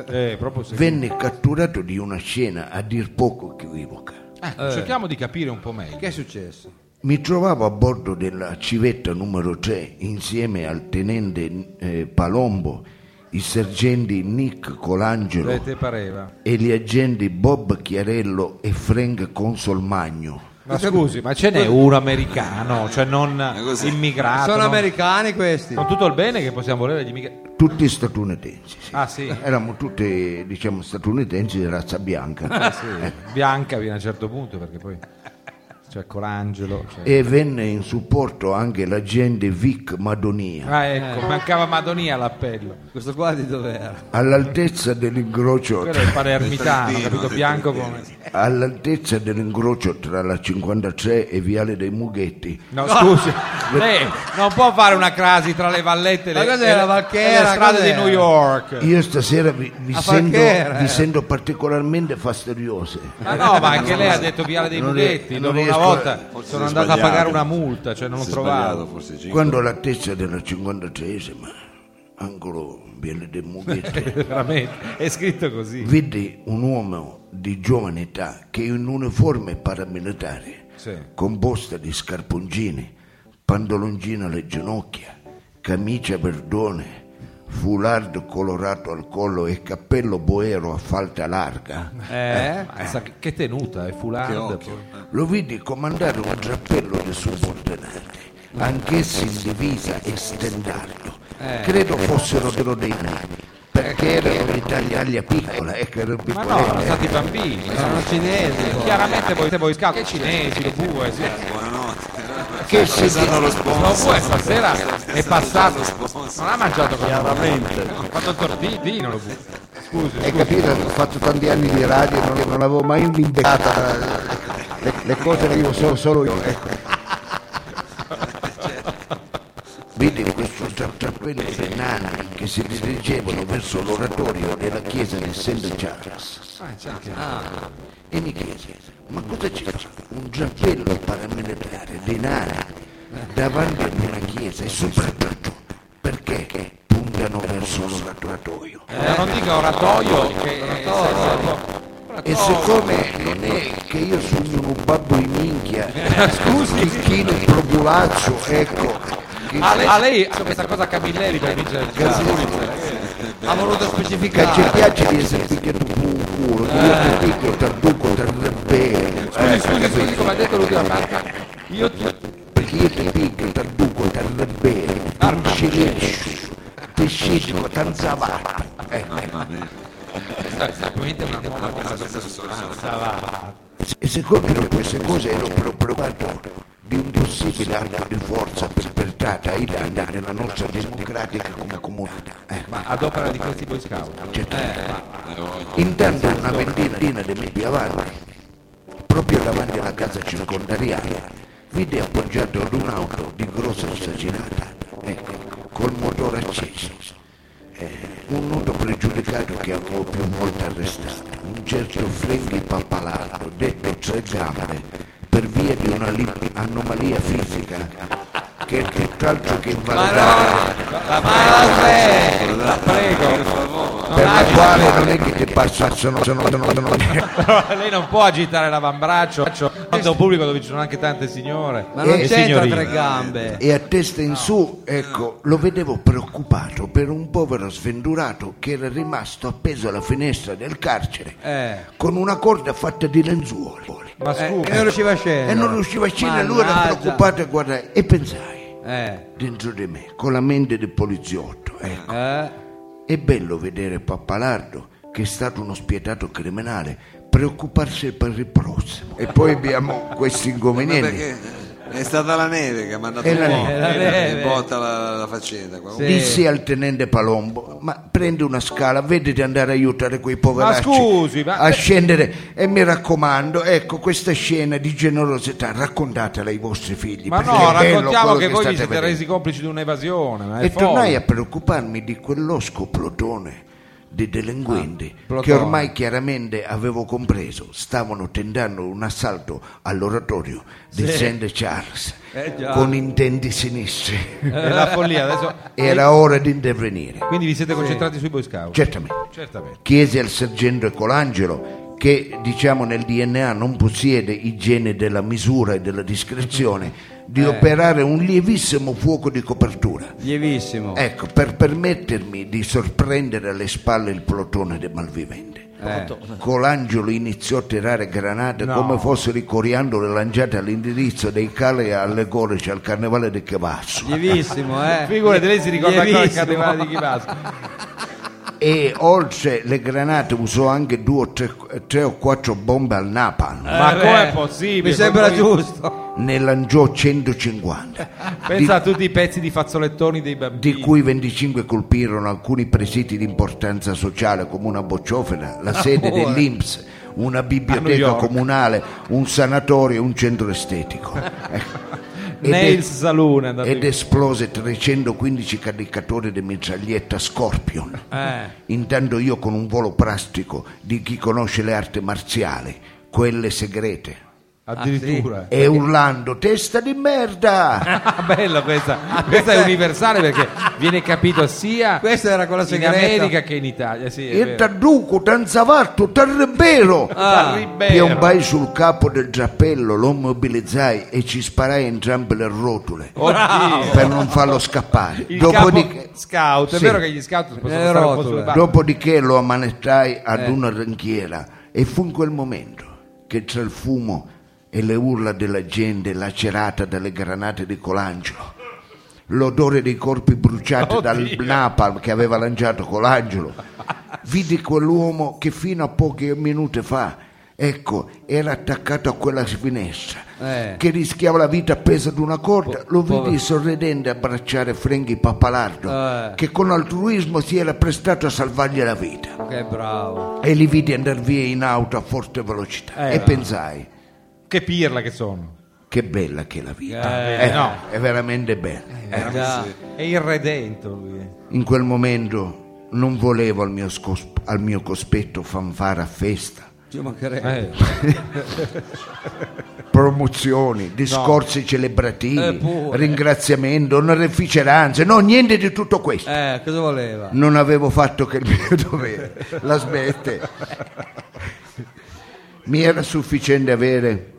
[SPEAKER 4] Eh, proprio se-
[SPEAKER 1] venne catturato di una scena a dir poco equivoca.
[SPEAKER 4] Ecco, Cerchiamo di capire un po' meglio.
[SPEAKER 3] Eh. Che è successo?
[SPEAKER 1] Mi trovavo a bordo della civetta numero 3 insieme al tenente eh, Palombo, i sergenti Nick Colangelo
[SPEAKER 4] Eh, te pareva?
[SPEAKER 1] e gli agenti Bob Chiarello e Frank Consolmagno.
[SPEAKER 4] Ma
[SPEAKER 3] Certo.
[SPEAKER 4] scusi, ma ce n'è uno americano, cioè non
[SPEAKER 2] così.
[SPEAKER 4] immigrato.
[SPEAKER 3] Sono
[SPEAKER 4] non-
[SPEAKER 3] americani questi.
[SPEAKER 4] Con tutto il bene che possiamo volere agli immigrati.
[SPEAKER 1] Tutti statunitensi. sì.
[SPEAKER 4] Ah sì,
[SPEAKER 1] Eravamo tutti, diciamo, statunitensi di razza bianca.
[SPEAKER 4] Ah, Bianca viene a un certo punto perché poi c'è Colangelo. cioè-
[SPEAKER 1] e venne in supporto anche l'agente Vic Madonia.
[SPEAKER 4] Ah ecco, mancava Madonia all'appello.
[SPEAKER 3] Questo qua di dov'era?
[SPEAKER 1] All'altezza dell'incrocio
[SPEAKER 4] Quello è il palermitano,
[SPEAKER 2] Del Trentino,
[SPEAKER 4] capito?
[SPEAKER 2] del
[SPEAKER 4] Bianco
[SPEAKER 2] Trentino.
[SPEAKER 4] come...
[SPEAKER 1] All'altezza dell'incrocio tra la 53 e Viale dei Mughetti,
[SPEAKER 4] No, scusi, lei non può fare una crasi tra le vallette e le,
[SPEAKER 3] Ma cos'è,
[SPEAKER 4] e le-
[SPEAKER 3] la Valchera,
[SPEAKER 4] e le strade di
[SPEAKER 3] cos'è?
[SPEAKER 4] New York.
[SPEAKER 1] io stasera vi, vi
[SPEAKER 3] A
[SPEAKER 1] sento,
[SPEAKER 3] Falchera,
[SPEAKER 1] vi
[SPEAKER 3] eh.
[SPEAKER 1] sento particolarmente fastidiose.
[SPEAKER 4] Ma no, ma anche lei ha detto Viale dei
[SPEAKER 1] Non ries-
[SPEAKER 4] Mughetti.
[SPEAKER 1] non
[SPEAKER 4] dove Una
[SPEAKER 1] riesco-
[SPEAKER 4] volta
[SPEAKER 2] forse
[SPEAKER 4] sono
[SPEAKER 2] si è
[SPEAKER 4] andato a
[SPEAKER 2] sbagliato.
[SPEAKER 4] pagare una multa, cioè non lo
[SPEAKER 2] Si è sbagliato,
[SPEAKER 4] trovavo.
[SPEAKER 2] forse cinque.
[SPEAKER 1] Quando all'altezza della 53esima, angolo Viale dei Mughetti,
[SPEAKER 4] Veramente, è scritto così.
[SPEAKER 1] vidi un uomo di giovane età che in uniforme paramilitare,
[SPEAKER 4] Sì.
[SPEAKER 1] composta di scarponcini, pantaloncino alle ginocchia, camicia verdone, foulard colorato al collo e cappello boero a falda larga,
[SPEAKER 4] Eh, mazza, che- che tenuta, è
[SPEAKER 2] Che
[SPEAKER 4] fulano.
[SPEAKER 2] occhio.
[SPEAKER 1] lo vidi comandare un drappello dei subordinati, anch'essi in divisa e stendardo.
[SPEAKER 4] Eh.
[SPEAKER 1] Credo fossero grodini, perché erano l'Italia piccola, ecco, erano
[SPEAKER 4] Ma no, erano
[SPEAKER 1] piccolette.
[SPEAKER 4] stati bambini.
[SPEAKER 3] Sono cinesi. qua.
[SPEAKER 4] Chiaramente voi, voi scappa cinesi, lo bue, sì.
[SPEAKER 2] Buonanotte.
[SPEAKER 1] Che si-
[SPEAKER 2] Pensando allo
[SPEAKER 4] Lo
[SPEAKER 2] sponsor.
[SPEAKER 4] bue stasera è passato. Non ha mangiato cosa.
[SPEAKER 5] Chiaramente.
[SPEAKER 4] Ha fatto il tortillino lo bue. Scusi,
[SPEAKER 1] Hai
[SPEAKER 4] scusi.
[SPEAKER 1] capito? Ho fatto tanti anni di radio, non, non avevo mai imbeccata le, le cose che io so solo io. Ecco. Vedi questo trappello di nani che si dirigevano verso l'oratorio della chiesa di St.
[SPEAKER 4] Ah,
[SPEAKER 1] Charles. Ah, E mi chiese, ma cosa c'è un trappello paramilitare di nani davanti ad una chiesa e soprattutto perché puntano verso l'oratorio?
[SPEAKER 4] Eh, non dica oratoio che
[SPEAKER 1] E siccome non è che io sono un babbo in minchia,
[SPEAKER 4] Eh,
[SPEAKER 1] chicchino in propulazzo, ecco, che
[SPEAKER 4] a lei, a lei questa cosa a Camilleri per vincere il
[SPEAKER 3] Ha voluto specificare.
[SPEAKER 1] caccia piace di essere picchiato con un culo, che io ti picchio tra buco, tra bene,
[SPEAKER 4] Scusi, scusi, scusi, come ha detto l'ultima parte. Io ti...
[SPEAKER 1] perché io ti picchio tra buco, tra bene, non ci riesci, ti scisco, tanzava.
[SPEAKER 4] Veramente una nuova cosa.
[SPEAKER 1] E siccome io queste cose ero preoccupato di un possibile atto di forza perpetrata ai danni della nostra democratica come comunità. eh.
[SPEAKER 4] Ma ad opera di questi boy scout. Eh,
[SPEAKER 1] Certo. Intanto una ventina di metri avanti, proprio davanti alla casa circondariale, vide appoggiato ad un'auto di grossa esagerata, ecco, col motore acceso, eh, un noto pregiudicato che avevo più volte arrestato, un certo Frenghi Pappalardo, detto tre gambe, per via di una li- anomalia fisica, che, che tutt'altro che invalidava,
[SPEAKER 4] La prego.
[SPEAKER 1] per la quale non è che ti passa, sono, sono, sono, sono,
[SPEAKER 4] Eh. Lei non può agitare l'avambraccio. Quando un pubblico dove ci sono anche tante signore.
[SPEAKER 3] Ma non
[SPEAKER 1] Eh,
[SPEAKER 3] c'entra
[SPEAKER 4] signorina.
[SPEAKER 3] tre gambe.
[SPEAKER 1] e a testa in su, ecco, lo vedevo preoccupato per un povero sventurato che era rimasto appeso alla finestra del carcere
[SPEAKER 3] Eh.
[SPEAKER 1] con una corda fatta di lenzuoli
[SPEAKER 4] Ma
[SPEAKER 3] Eh,
[SPEAKER 4] scusi.
[SPEAKER 3] che non riusciva a scendere.
[SPEAKER 1] e non riusciva a scendere, lui era
[SPEAKER 3] Mannaggia.
[SPEAKER 1] preoccupato e guardai e pensai
[SPEAKER 3] Eh.
[SPEAKER 1] dentro di me, con la mente del poliziotto, ecco.
[SPEAKER 3] Eh.
[SPEAKER 1] È bello vedere Pappalardo, che è stato uno spietato criminale, preoccuparsi per il prossimo. Eh, E poi abbiamo questi
[SPEAKER 2] Ma
[SPEAKER 1] inconvenienti.
[SPEAKER 2] perché è stata la neve che mi ha dato
[SPEAKER 1] È
[SPEAKER 2] un
[SPEAKER 1] la
[SPEAKER 2] po'
[SPEAKER 1] neve,
[SPEAKER 3] è la neve.
[SPEAKER 2] in botta la, la faccenda. qua.
[SPEAKER 3] Sì.
[SPEAKER 1] Dissi al tenente Palombo, ma prendi una scala, vedi di andare a aiutare quei poveracci
[SPEAKER 4] Ma scusi, ma-
[SPEAKER 1] a scendere e mi raccomando, ecco questa scena di generosità, raccontatela ai vostri figli.
[SPEAKER 4] Ma
[SPEAKER 1] perché
[SPEAKER 4] no,
[SPEAKER 1] è bello
[SPEAKER 4] raccontiamo
[SPEAKER 1] quello
[SPEAKER 4] che voi vi
[SPEAKER 1] state
[SPEAKER 4] siete
[SPEAKER 1] vedendo.
[SPEAKER 4] resi complici di un'evasione. Ma è
[SPEAKER 1] E tornai
[SPEAKER 4] folle.
[SPEAKER 1] a preoccuparmi di quell'osco plotone di delinquenti
[SPEAKER 4] Ah,
[SPEAKER 3] Plotone.
[SPEAKER 1] che ormai chiaramente avevo compreso stavano tentando un assalto all'oratorio di St. Charles
[SPEAKER 3] Eh, già.
[SPEAKER 1] con intenti sinistri.
[SPEAKER 4] Eh,
[SPEAKER 3] È la follia. Adesso...
[SPEAKER 1] Era ora di intervenire.
[SPEAKER 4] Quindi vi siete concentrati sui Boy Scout?
[SPEAKER 1] Certamente.
[SPEAKER 4] Certamente.
[SPEAKER 1] Chiese al sergente Colangelo che diciamo nel DNA non possiede i geni della misura e della discrezione
[SPEAKER 4] Eh.
[SPEAKER 1] di operare un lievissimo fuoco di copertura.
[SPEAKER 3] Lievissimo.
[SPEAKER 1] Ecco, per permettermi di sorprendere alle spalle il plotone dei malviventi.
[SPEAKER 4] Eh.
[SPEAKER 1] Colangelo iniziò a tirare granate come fossero i coriandoli lanciate all'indirizzo dei cali allegorici al carnevale di Chiavasso.
[SPEAKER 3] Lievissimo, eh.
[SPEAKER 4] Figurati, lei si ricorda ancora il
[SPEAKER 3] Lievissimo.
[SPEAKER 4] carnevale di Chivas.
[SPEAKER 1] e oltre le granate usò anche due o tre, tre o quattro bombe al napalm
[SPEAKER 4] Ma
[SPEAKER 3] Eh,
[SPEAKER 4] com'è
[SPEAKER 3] beh,
[SPEAKER 4] possibile?
[SPEAKER 3] Mi sembra
[SPEAKER 4] Con voi-
[SPEAKER 3] giusto.
[SPEAKER 1] ne lanciò 150
[SPEAKER 4] Pensa a tutti i pezzi di fazzolettoni dei bambini.
[SPEAKER 1] di cui 25 colpirono alcuni presidi di importanza sociale come una bocciofera, la sede
[SPEAKER 3] Amore.
[SPEAKER 1] dell'Inps, una
[SPEAKER 4] Ah, boh, eh. A New
[SPEAKER 1] biblioteca
[SPEAKER 4] York.
[SPEAKER 1] comunale, un sanatorio e un centro estetico. Ecco. Ed è-
[SPEAKER 4] Nails Saloon è andato
[SPEAKER 1] ed
[SPEAKER 4] in-
[SPEAKER 1] esplose 315 caricatori di mitraglietta Scorpion.
[SPEAKER 4] Eh.
[SPEAKER 1] Intanto io con un volo plastico di chi conosce le arti marziali, quelle segrete,
[SPEAKER 4] Addirittura.
[SPEAKER 1] e urlando testa di merda!
[SPEAKER 4] Ah, bello questa. Questa è universale perché viene capito sia
[SPEAKER 3] Questa era quella
[SPEAKER 4] in
[SPEAKER 3] segreta.
[SPEAKER 4] America che in Italia. Sì, è
[SPEAKER 1] Il
[SPEAKER 4] vero.
[SPEAKER 1] tarduco, tanzavatto, tarrebero!
[SPEAKER 4] Ah, Ribera.
[SPEAKER 1] Piombai sul capo del drappello, lo mobilizzai e ci sparai entrambe le rotule
[SPEAKER 4] Oddio.
[SPEAKER 1] per non farlo scappare.
[SPEAKER 4] Il
[SPEAKER 1] Dopodiché,
[SPEAKER 4] capo scout, è
[SPEAKER 1] Sì.
[SPEAKER 4] vero che gli scout possono
[SPEAKER 3] Le
[SPEAKER 4] stare un po'
[SPEAKER 3] rotule.
[SPEAKER 4] sulle palle.
[SPEAKER 1] dopodiché lo ammanettai ad
[SPEAKER 3] Eh.
[SPEAKER 1] una ranchiera e fu in quel momento che tra il fumo e le urla della gente lacerata dalle granate di Colangelo, l'odore dei corpi bruciati dal napalm che aveva lanciato Colangelo, vidi quell'uomo che fino a poche minuti fa, ecco, era attaccato a quella finestra.
[SPEAKER 3] Eh.
[SPEAKER 1] Che rischiava la vita appesa ad una corda, lo vidi
[SPEAKER 3] povero.
[SPEAKER 1] sorridente abbracciare Frenghi Papalardo,
[SPEAKER 3] Eh.
[SPEAKER 1] che con altruismo si era prestato a salvargli la vita.
[SPEAKER 3] Che bravo.
[SPEAKER 1] E li vidi andare via in auto a forte velocità.
[SPEAKER 4] Eh,
[SPEAKER 1] e
[SPEAKER 4] va.
[SPEAKER 1] pensai,
[SPEAKER 4] Che pirla che sono.
[SPEAKER 1] che bella che è la vita.
[SPEAKER 4] Eh,
[SPEAKER 1] Eh,
[SPEAKER 4] no. Eh,
[SPEAKER 1] È veramente bella.
[SPEAKER 2] Eh,
[SPEAKER 3] Già.
[SPEAKER 4] È irredento lui.
[SPEAKER 1] In quel momento non volevo al mio, scos- al mio cospetto fanfara a festa,
[SPEAKER 3] Ci mancherebbe.
[SPEAKER 4] Eh.
[SPEAKER 1] Eh. promozioni, discorsi celebrativi,
[SPEAKER 3] Eh, pure.
[SPEAKER 1] ringraziamento, onoreficeranze, no, niente di tutto questo.
[SPEAKER 3] Eh, cosa voleva?
[SPEAKER 1] Non avevo fatto che il mio dovere, la smette. Mi era sufficiente avere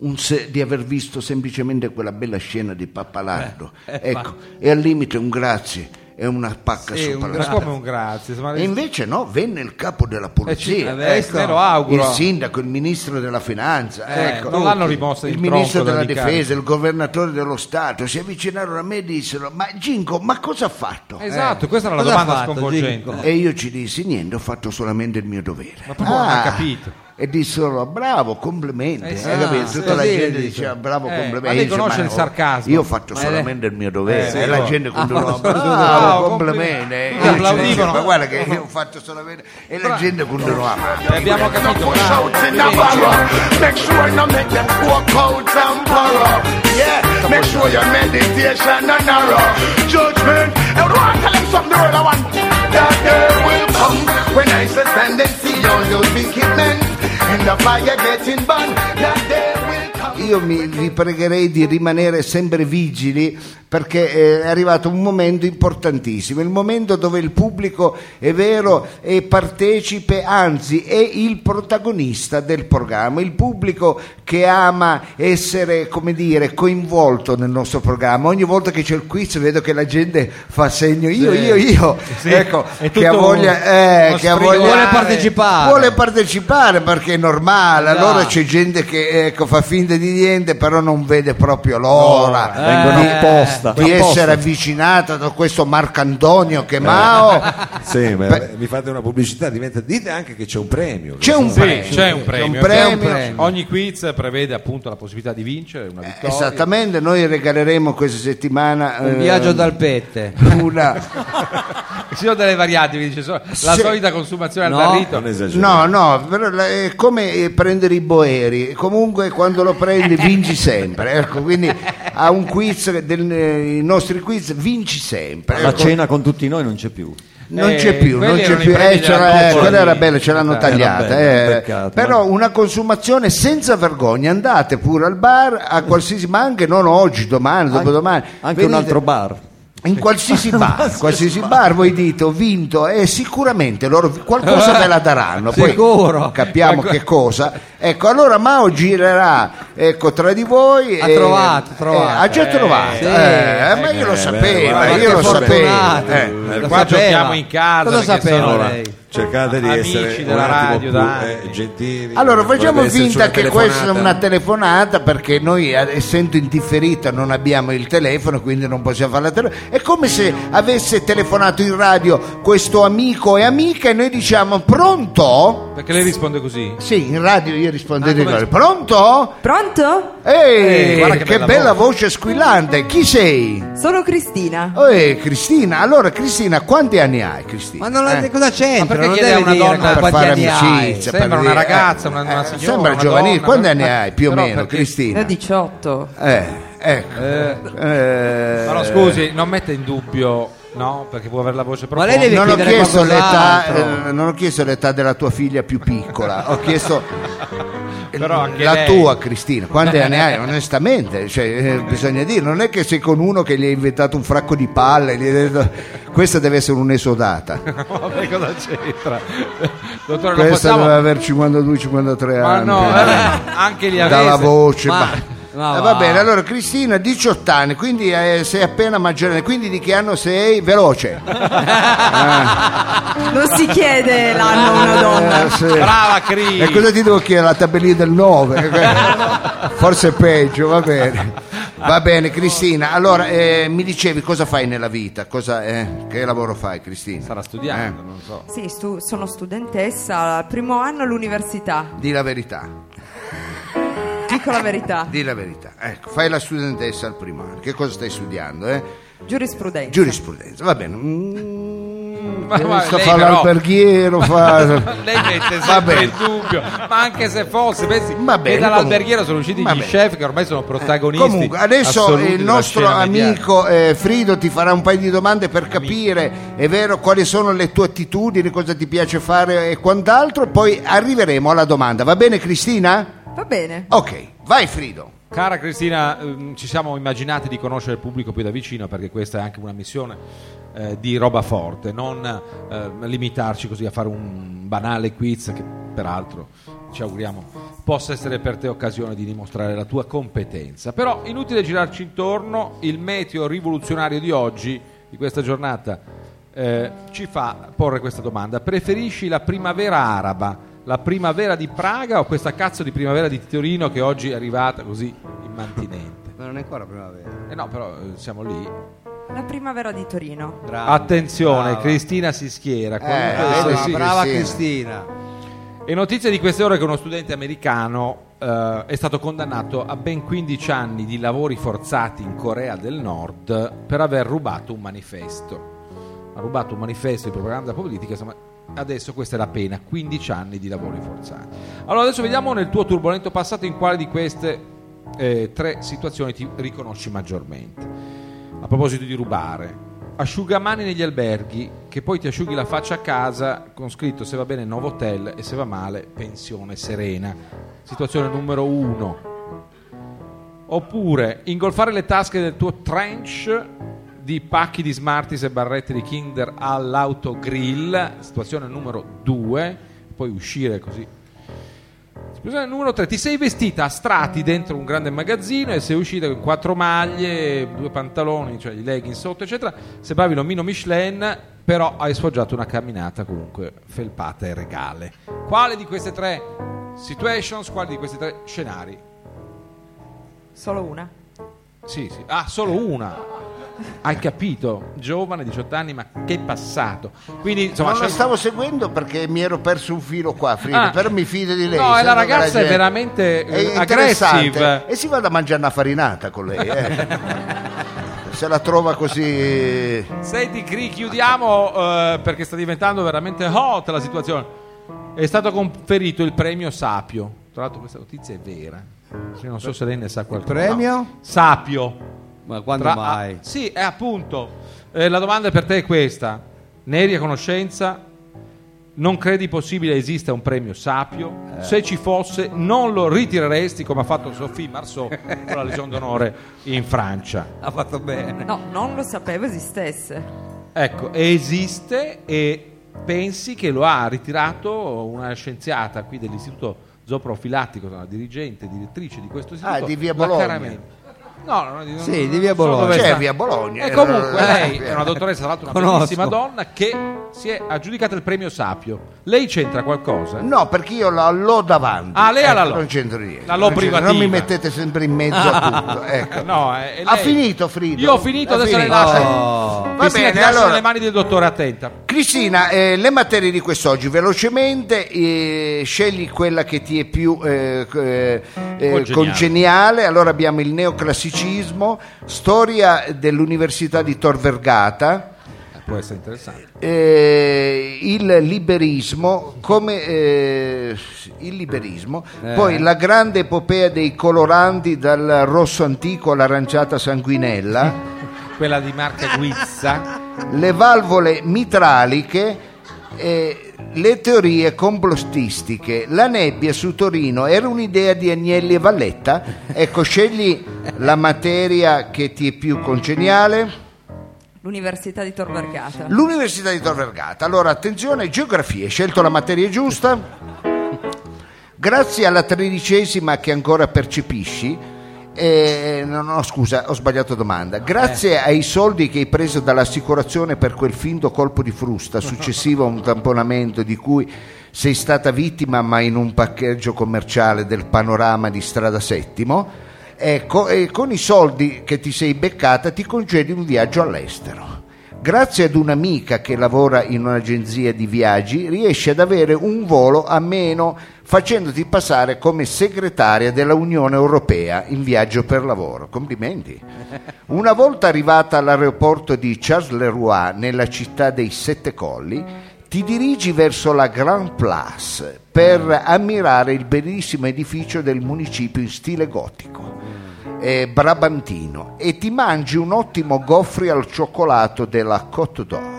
[SPEAKER 1] un se- di aver visto semplicemente quella bella scena di Pappalardo. ecco, e al limite un grazie e una pacca
[SPEAKER 3] Sì,
[SPEAKER 1] sopra
[SPEAKER 3] un
[SPEAKER 1] la
[SPEAKER 4] Ma
[SPEAKER 3] grazie.
[SPEAKER 4] come un grazie? insomma,
[SPEAKER 1] E invece no, venne il capo della
[SPEAKER 4] eh, ci-
[SPEAKER 1] polizia,
[SPEAKER 4] eh,
[SPEAKER 3] ecco.
[SPEAKER 4] te lo auguro.
[SPEAKER 1] il sindaco, il ministro della finanza,
[SPEAKER 4] Eh,
[SPEAKER 1] ecco,
[SPEAKER 4] non l'hanno rimossa
[SPEAKER 1] il
[SPEAKER 4] il
[SPEAKER 1] ministro
[SPEAKER 4] tronco
[SPEAKER 1] della
[SPEAKER 4] dalla ricarica.
[SPEAKER 1] difesa, il governatore dello Stato. Si avvicinarono a me e dissero: Ma Ginco, ma cosa ha fatto? Eh,
[SPEAKER 4] Esatto, questa era la
[SPEAKER 3] Cosa
[SPEAKER 4] domanda
[SPEAKER 3] ha fatto,
[SPEAKER 4] sconvolgente.
[SPEAKER 3] Ginco?
[SPEAKER 1] E io ci dissi niente, ho fatto solamente il mio dovere.
[SPEAKER 4] Ma proprio non ha capito.
[SPEAKER 1] E dissero bravo, complimenti.
[SPEAKER 4] Eh sì,
[SPEAKER 1] Hai capito?
[SPEAKER 3] sì,
[SPEAKER 1] Tutta la
[SPEAKER 3] sì,
[SPEAKER 1] gente
[SPEAKER 3] dice.
[SPEAKER 1] diceva bravo,
[SPEAKER 4] Eh,
[SPEAKER 1] complimenti.
[SPEAKER 4] ma lei
[SPEAKER 1] Io dice,
[SPEAKER 4] conosce il
[SPEAKER 1] no,
[SPEAKER 4] sarcasmo.
[SPEAKER 1] Io ho fatto
[SPEAKER 3] Ma
[SPEAKER 1] solamente il mio dovere.
[SPEAKER 4] Eh, sì,
[SPEAKER 1] e la
[SPEAKER 4] no.
[SPEAKER 1] gente continuava bravo,
[SPEAKER 4] bravo,
[SPEAKER 1] complimenti. E
[SPEAKER 4] complimenti.
[SPEAKER 1] io ci
[SPEAKER 4] Applaudivano.
[SPEAKER 1] dicevo, Ma guarda che io ho fatto solamente... E la gente continuava.
[SPEAKER 4] E abbiamo capito. bravo.
[SPEAKER 7] in the borough. Make sure you make them walk out and borrow. Yeah, make sure your meditation and narrow. Judgment, everyone tell him something real. I want that girl will come when I suspend and see all those wicked men in the fire getting burned. That day will come.
[SPEAKER 1] Io mi- vi pregherei di rimanere sempre vigili perché eh, è arrivato un momento importantissimo, il momento dove il pubblico è vero e partecipe, anzi è il protagonista del programma, il pubblico che ama essere, come dire, coinvolto nel nostro programma. Ogni volta che c'è il quiz vedo che la gente fa segno io, io, io, ecco,
[SPEAKER 4] è
[SPEAKER 1] che ha
[SPEAKER 4] tutto
[SPEAKER 1] voglia, eh,
[SPEAKER 4] uno
[SPEAKER 1] che ha
[SPEAKER 4] sfrigolare.
[SPEAKER 1] voglia-
[SPEAKER 3] Vuole partecipare.
[SPEAKER 1] Vuole partecipare perché è normale,
[SPEAKER 3] Esatto.
[SPEAKER 1] allora c'è gente che ecco, fa finta di niente, però non vede proprio l'ora.
[SPEAKER 5] No, eh. vengono apposta.
[SPEAKER 1] Di
[SPEAKER 5] Apposta.
[SPEAKER 1] essere avvicinata da questo Marcantonio che Mao.
[SPEAKER 5] Eh.
[SPEAKER 2] Sì, ma
[SPEAKER 1] Beh.
[SPEAKER 2] mi fate una pubblicità, diventa... dite anche che c'è un premio.
[SPEAKER 1] C'è un
[SPEAKER 4] Sì,
[SPEAKER 1] premio.
[SPEAKER 4] c'è un premio.
[SPEAKER 1] premio.
[SPEAKER 4] c'è un premio. Ogni quiz prevede appunto la possibilità di vincere una vittoria.
[SPEAKER 1] Esattamente, noi regaleremo questa settimana
[SPEAKER 3] Un
[SPEAKER 1] eh,
[SPEAKER 3] viaggio dal pete.
[SPEAKER 1] una-
[SPEAKER 4] Ci sono delle varianti, mi dice so- la
[SPEAKER 1] Sì.
[SPEAKER 4] solita consumazione
[SPEAKER 3] No.
[SPEAKER 4] al barrito.
[SPEAKER 2] Non esagerare.
[SPEAKER 1] No, no, però la- è come eh, prendere i boeri, comunque quando lo prendi vinci sempre, ecco, quindi a un quiz, del- eh, i nostri quiz vinci sempre.
[SPEAKER 5] La
[SPEAKER 1] ecco.
[SPEAKER 5] cena con tutti noi non c'è più.
[SPEAKER 1] Non
[SPEAKER 4] Eh,
[SPEAKER 1] c'è più, non
[SPEAKER 4] quelli
[SPEAKER 1] c'è
[SPEAKER 4] erano i
[SPEAKER 1] più.
[SPEAKER 4] premi
[SPEAKER 1] Eh,
[SPEAKER 4] della
[SPEAKER 1] c'era- eh,
[SPEAKER 4] Coppa
[SPEAKER 1] quella
[SPEAKER 4] lì.
[SPEAKER 1] era bella, ce l'hanno
[SPEAKER 2] Era
[SPEAKER 1] tagliata.
[SPEAKER 2] bella,
[SPEAKER 1] eh.
[SPEAKER 2] peccato,
[SPEAKER 1] Però una consumazione senza vergogna. Andate pure al bar, a qualsiasi, ma anche non oggi, domani, dopodomani.
[SPEAKER 5] Anche un
[SPEAKER 1] Venite-
[SPEAKER 5] altro bar.
[SPEAKER 1] in qualsiasi bar, qualsiasi bar voi dite ho vinto e sicuramente loro qualcosa ve la daranno, poi
[SPEAKER 3] Sicuro.
[SPEAKER 1] capiamo che cosa. Ecco, allora Mao girerà ecco, tra di voi
[SPEAKER 3] Ha
[SPEAKER 1] e-
[SPEAKER 3] trovato, trovato.
[SPEAKER 1] eh, ha già
[SPEAKER 4] Eh,
[SPEAKER 1] trovato.
[SPEAKER 3] sì.
[SPEAKER 1] eh, ma io
[SPEAKER 2] Eh,
[SPEAKER 1] lo sapevo,
[SPEAKER 2] guarda,
[SPEAKER 1] Cioè, io lo
[SPEAKER 2] che
[SPEAKER 1] sapevo.
[SPEAKER 3] fortunato.
[SPEAKER 1] eh.
[SPEAKER 4] Eh,
[SPEAKER 3] Lo
[SPEAKER 4] qua
[SPEAKER 3] sapeva.
[SPEAKER 4] giochiamo in casa,
[SPEAKER 3] Cosa
[SPEAKER 4] che
[SPEAKER 3] sapeva
[SPEAKER 4] sono-
[SPEAKER 3] lei?
[SPEAKER 2] cercate di
[SPEAKER 4] Amici
[SPEAKER 2] essere
[SPEAKER 4] della
[SPEAKER 2] un attimo
[SPEAKER 4] radio
[SPEAKER 2] più,
[SPEAKER 4] da
[SPEAKER 2] eh,
[SPEAKER 4] anni.
[SPEAKER 2] gentili.
[SPEAKER 1] Allora facciamo
[SPEAKER 2] Dovrebbe esserci
[SPEAKER 1] finta
[SPEAKER 2] una
[SPEAKER 1] che questa è
[SPEAKER 2] telefonata.
[SPEAKER 1] una telefonata perché noi eh, essendo in differita non abbiamo il telefono quindi non possiamo fare la telefonata. È come se avesse telefonato in radio questo amico e amica e noi diciamo pronto?
[SPEAKER 4] Perché lei risponde così?
[SPEAKER 1] Sì, in radio io risponderei
[SPEAKER 4] Ah, come-
[SPEAKER 1] così. Pronto?
[SPEAKER 8] Pronto?
[SPEAKER 1] Ehi,
[SPEAKER 4] Eh,
[SPEAKER 1] guarda
[SPEAKER 4] guarda
[SPEAKER 1] che,
[SPEAKER 4] che
[SPEAKER 1] bella,
[SPEAKER 4] bella
[SPEAKER 1] voce squillante, chi sei?
[SPEAKER 8] Sono Cristina.
[SPEAKER 1] Ehi Cristina, allora Cristina quanti anni hai Cristina?
[SPEAKER 3] Ma non la,
[SPEAKER 1] Eh?
[SPEAKER 3] cosa c'entra?
[SPEAKER 4] Ma perché
[SPEAKER 3] non
[SPEAKER 4] chiede
[SPEAKER 3] deve
[SPEAKER 4] a una
[SPEAKER 3] dire
[SPEAKER 4] donna
[SPEAKER 3] quanti
[SPEAKER 1] per fare
[SPEAKER 3] anni hai.
[SPEAKER 1] amicizia.
[SPEAKER 4] Sembra
[SPEAKER 1] per
[SPEAKER 4] una
[SPEAKER 1] dire-
[SPEAKER 4] ragazza, una, una
[SPEAKER 1] eh,
[SPEAKER 4] signora.
[SPEAKER 1] sembra
[SPEAKER 4] una
[SPEAKER 1] giovanile,
[SPEAKER 4] donna,
[SPEAKER 1] quanti
[SPEAKER 4] no?
[SPEAKER 1] anni hai più o
[SPEAKER 4] Però
[SPEAKER 1] meno
[SPEAKER 4] perché-
[SPEAKER 1] Cristina?
[SPEAKER 8] Ne ho 18.
[SPEAKER 1] Eh, ecco. Eh,
[SPEAKER 4] Però scusi, non mette in dubbio, no? Perché può avere la voce
[SPEAKER 3] Ma
[SPEAKER 4] proprio.
[SPEAKER 3] lei deve
[SPEAKER 1] non ho,
[SPEAKER 3] chiedere
[SPEAKER 1] chiesto
[SPEAKER 3] qualcos'altro.
[SPEAKER 1] l'età, eh, non ho chiesto l'età della tua figlia più piccola, ho chiesto
[SPEAKER 4] Però anche
[SPEAKER 1] la
[SPEAKER 4] lei.
[SPEAKER 1] tua Cristina, quanti anni hai? Onestamente, cioè, eh, bisogna dire, non è che sei con uno che gli hai inventato un fracco di palle, gli hai detto questa deve essere un'esodata,
[SPEAKER 4] Vabbè, cosa c'entra? Dottore, non
[SPEAKER 1] questa
[SPEAKER 4] possiamo...
[SPEAKER 1] deve aver 52-53
[SPEAKER 4] Ma
[SPEAKER 1] anni.
[SPEAKER 4] no, eh, anche gli avesi.
[SPEAKER 1] dalla voce.
[SPEAKER 3] Ma-
[SPEAKER 1] ma-
[SPEAKER 3] ma
[SPEAKER 1] Eh, va
[SPEAKER 3] va.
[SPEAKER 1] bene, allora Cristina 18 anni, quindi eh, sei appena maggiorenne, quindi di che anno sei? Veloce. Eh.
[SPEAKER 8] Non si chiede l'anno a Eh, una donna.
[SPEAKER 1] Eh, sì.
[SPEAKER 4] Brava Cris.
[SPEAKER 1] E Eh, cosa ti devo chiedere? La tabellina del 9? Forse è peggio, va bene. Va bene Cristina, allora eh, mi dicevi cosa fai nella vita? Cosa, eh, che lavoro fai Cristina? Eh?
[SPEAKER 4] Sarà studiando, non so.
[SPEAKER 8] Sì, stu- sono studentessa al primo anno all'università.
[SPEAKER 1] Di la verità,
[SPEAKER 8] Dico la verità.
[SPEAKER 1] di la verità. Ecco, fai la studentessa al primo anno, che cosa stai studiando? Eh?
[SPEAKER 8] Giurisprudenza.
[SPEAKER 1] Giurisprudenza, va bene. Mm,
[SPEAKER 4] Ma- ma
[SPEAKER 1] questo
[SPEAKER 4] lei
[SPEAKER 1] fa
[SPEAKER 4] però-
[SPEAKER 1] l'alberghiero, fa...
[SPEAKER 4] Lei mette
[SPEAKER 1] Va
[SPEAKER 4] sempre
[SPEAKER 1] bene.
[SPEAKER 4] in dubbio, ma anche se fosse, pensi
[SPEAKER 1] Ah, Va bene,
[SPEAKER 4] che dall'alberghiero sono usciti
[SPEAKER 1] va
[SPEAKER 4] gli
[SPEAKER 1] bene. Eh,
[SPEAKER 4] chef che ormai sono protagonisti.
[SPEAKER 1] Comunque, adesso
[SPEAKER 4] assoluti
[SPEAKER 1] il
[SPEAKER 4] della
[SPEAKER 1] nostro
[SPEAKER 4] scena mediatica.
[SPEAKER 1] amico eh, Frido ti farà un paio di domande per capire, è vero, quali sono le tue attitudini, cosa ti piace fare e quant'altro. Poi arriveremo alla domanda. Va bene, Cristina?
[SPEAKER 8] Va bene.
[SPEAKER 1] Ok, vai, Frido.
[SPEAKER 4] Cara Cristina, ehm, ci siamo immaginati di conoscere il pubblico più da vicino perché questa è anche una missione eh, di roba forte, non eh, limitarci così a fare un banale quiz che peraltro ci auguriamo possa essere per te occasione di dimostrare la tua competenza. Però inutile girarci intorno, il meteo rivoluzionario di oggi, di questa giornata, eh, ci fa porre questa domanda. Preferisci la primavera araba? la primavera di Praga o questa cazzo di primavera di Torino che oggi è arrivata così immantinente?
[SPEAKER 3] Ma non è ancora primavera.
[SPEAKER 4] Eh no, però eh, siamo lì.
[SPEAKER 8] La primavera di Torino.
[SPEAKER 3] Brava.
[SPEAKER 4] Ah. Attenzione,
[SPEAKER 3] Brava.
[SPEAKER 4] Cristina si schiera. qualunque essa
[SPEAKER 1] eh,
[SPEAKER 3] Brava,
[SPEAKER 1] sì, sì,
[SPEAKER 4] sia.
[SPEAKER 3] brava
[SPEAKER 1] sì.
[SPEAKER 3] Cristina.
[SPEAKER 4] È notizia di queste ore che uno studente americano eh, è stato condannato a ben 15 anni di lavori forzati in Corea del Nord per aver rubato un manifesto. Ha rubato un manifesto di propaganda politica, insomma, adesso questa è la pena, 15 anni di lavori forzati. Allora adesso vediamo nel tuo turbolento passato in quale di queste eh, tre situazioni ti riconosci maggiormente. A proposito di rubare, asciugamani negli alberghi, che poi ti asciughi la faccia a casa con scritto se va bene Novotel e se va male pensione serena. Situazione numero uno. Oppure ingolfare le tasche del tuo trench di pacchi di Smarties e barrette di Kinder all'autogrill, situazione numero due, poi uscire così Scusa, numero 3, ti sei vestita a strati dentro un grande magazzino e sei uscita con quattro maglie, due pantaloni, cioè i leggings sotto, eccetera. Sembravi l'omino Michelin, però hai sfoggiato una camminata comunque felpata e regale. Quale di queste tre situations, quale di questi tre scenari?
[SPEAKER 8] Solo una.
[SPEAKER 4] Sì, sì. Ah, solo una. Hai capito? Giovane, 18 anni, ma che passato. Quindi, insomma,
[SPEAKER 1] non la
[SPEAKER 4] scegli-
[SPEAKER 1] stavo seguendo perché mi ero perso un filo qua, Frido,
[SPEAKER 4] Ah.
[SPEAKER 1] però mi fido di lei.
[SPEAKER 4] No,
[SPEAKER 1] sembra
[SPEAKER 4] la ragazza
[SPEAKER 1] che la
[SPEAKER 4] è veramente,
[SPEAKER 1] è
[SPEAKER 4] eh,
[SPEAKER 1] interessante.
[SPEAKER 4] aggressive.
[SPEAKER 1] E si vada a mangiare una farinata con lei. eh. Se la trova così...
[SPEAKER 4] Senti, Cri, chiudiamo eh, perché sta diventando veramente hot la situazione. È stato conferito il premio Sapio. Tra l'altro, questa notizia è vera. Io non so se lei ne sa qualcosa.
[SPEAKER 3] premio?
[SPEAKER 4] No. Sapio.
[SPEAKER 3] Ma quando
[SPEAKER 4] Tra- ah,
[SPEAKER 3] mai?
[SPEAKER 4] sì, è appunto. Eh, la domanda per te è questa. ne eri a conoscenza? Non credi possibile esista un premio Sapio?
[SPEAKER 3] Eh.
[SPEAKER 4] Se ci fosse, non lo ritireresti come ha fatto Sophie Marceau con la Legion d'onore in Francia.
[SPEAKER 3] Ha fatto bene.
[SPEAKER 8] No, non lo sapevo esistesse.
[SPEAKER 4] Ecco, esiste e pensi che lo ha ritirato una scienziata qui dell'istituto zooprofilattico, una dirigente, direttrice di questo istituto.
[SPEAKER 1] Ah, di via
[SPEAKER 4] la
[SPEAKER 1] Bologna.
[SPEAKER 4] Caramente. No, no, no,
[SPEAKER 3] Sì,
[SPEAKER 4] non
[SPEAKER 3] di
[SPEAKER 4] so dove
[SPEAKER 3] via Bologna.
[SPEAKER 1] Cioè,
[SPEAKER 4] sta.
[SPEAKER 1] via Bologna.
[SPEAKER 4] E comunque
[SPEAKER 1] Eh,
[SPEAKER 4] lei
[SPEAKER 1] eh,
[SPEAKER 4] è una dottoressa, tra l'altro una
[SPEAKER 3] Conosco.
[SPEAKER 4] bellissima donna che si è aggiudicata il premio Sapio. Lei c'entra qualcosa?
[SPEAKER 1] No, perché io la l'ho davanti.
[SPEAKER 4] Ah, lei ha la
[SPEAKER 1] Ecco,
[SPEAKER 4] lo.
[SPEAKER 1] Non c'entro niente.
[SPEAKER 4] La lo
[SPEAKER 1] Non c'entro-
[SPEAKER 4] privativa. Ah.
[SPEAKER 1] Non mi mettete sempre in mezzo a tutto. ecco.
[SPEAKER 4] No, eh, e
[SPEAKER 1] Ha
[SPEAKER 4] lei-
[SPEAKER 1] finito, Frido?
[SPEAKER 4] Io ho finito,
[SPEAKER 1] Ha
[SPEAKER 4] adesso le
[SPEAKER 1] finito.
[SPEAKER 4] lascio.
[SPEAKER 3] Oh.
[SPEAKER 1] Va
[SPEAKER 4] Cristina, ti
[SPEAKER 1] bene,
[SPEAKER 4] lascio
[SPEAKER 1] allora.
[SPEAKER 4] nelle mani del dottore, attenta.
[SPEAKER 1] Cristina, eh, le materie di quest'oggi, velocemente, eh, scegli quella che ti è più eh, eh, eh,
[SPEAKER 4] Congeniale.
[SPEAKER 1] congeniale. Allora abbiamo il neoclassicismo, storia dell'Università di Tor Vergata,
[SPEAKER 4] Eh, Può essere interessante.
[SPEAKER 1] eh, il liberismo, come, eh, il liberismo.
[SPEAKER 4] Eh,
[SPEAKER 1] poi la grande epopea dei coloranti dal rosso antico all'aranciata sanguinella,
[SPEAKER 4] Quella di Marca Guizza.
[SPEAKER 1] le valvole mitraliche. eh, le teorie complottistiche, la nebbia su Torino era un'idea di Agnelli e Valletta. Ecco, scegli la materia che ti è più congeniale.
[SPEAKER 8] L'università di Tor Vergata.
[SPEAKER 1] L'Università di Tor Vergata. Allora, attenzione, geografia, hai scelto la materia giusta? Grazie alla tredicesima che ancora percepisci, eh, no, no, scusa, ho sbagliato domanda. Grazie ai soldi che hai preso dall'assicurazione per quel finto colpo di frusta successivo a un tamponamento di cui sei stata vittima, ma in un parcheggio commerciale del panorama di Strada Settimo, ecco, e con i soldi che ti sei beccata ti concedi un viaggio all'estero. Grazie ad un'amica che lavora in un'agenzia di viaggi, riesci ad avere un volo a meno facendoti passare come segretaria della Unione Europea in viaggio per lavoro. Complimenti. Una volta arrivata all'aeroporto di Charleroi, nella città dei Sette Colli, ti dirigi verso la Grand Place per ammirare il bellissimo edificio del municipio in stile gotico eh, brabantino e ti mangi un ottimo goffri al cioccolato della Côte d'Or.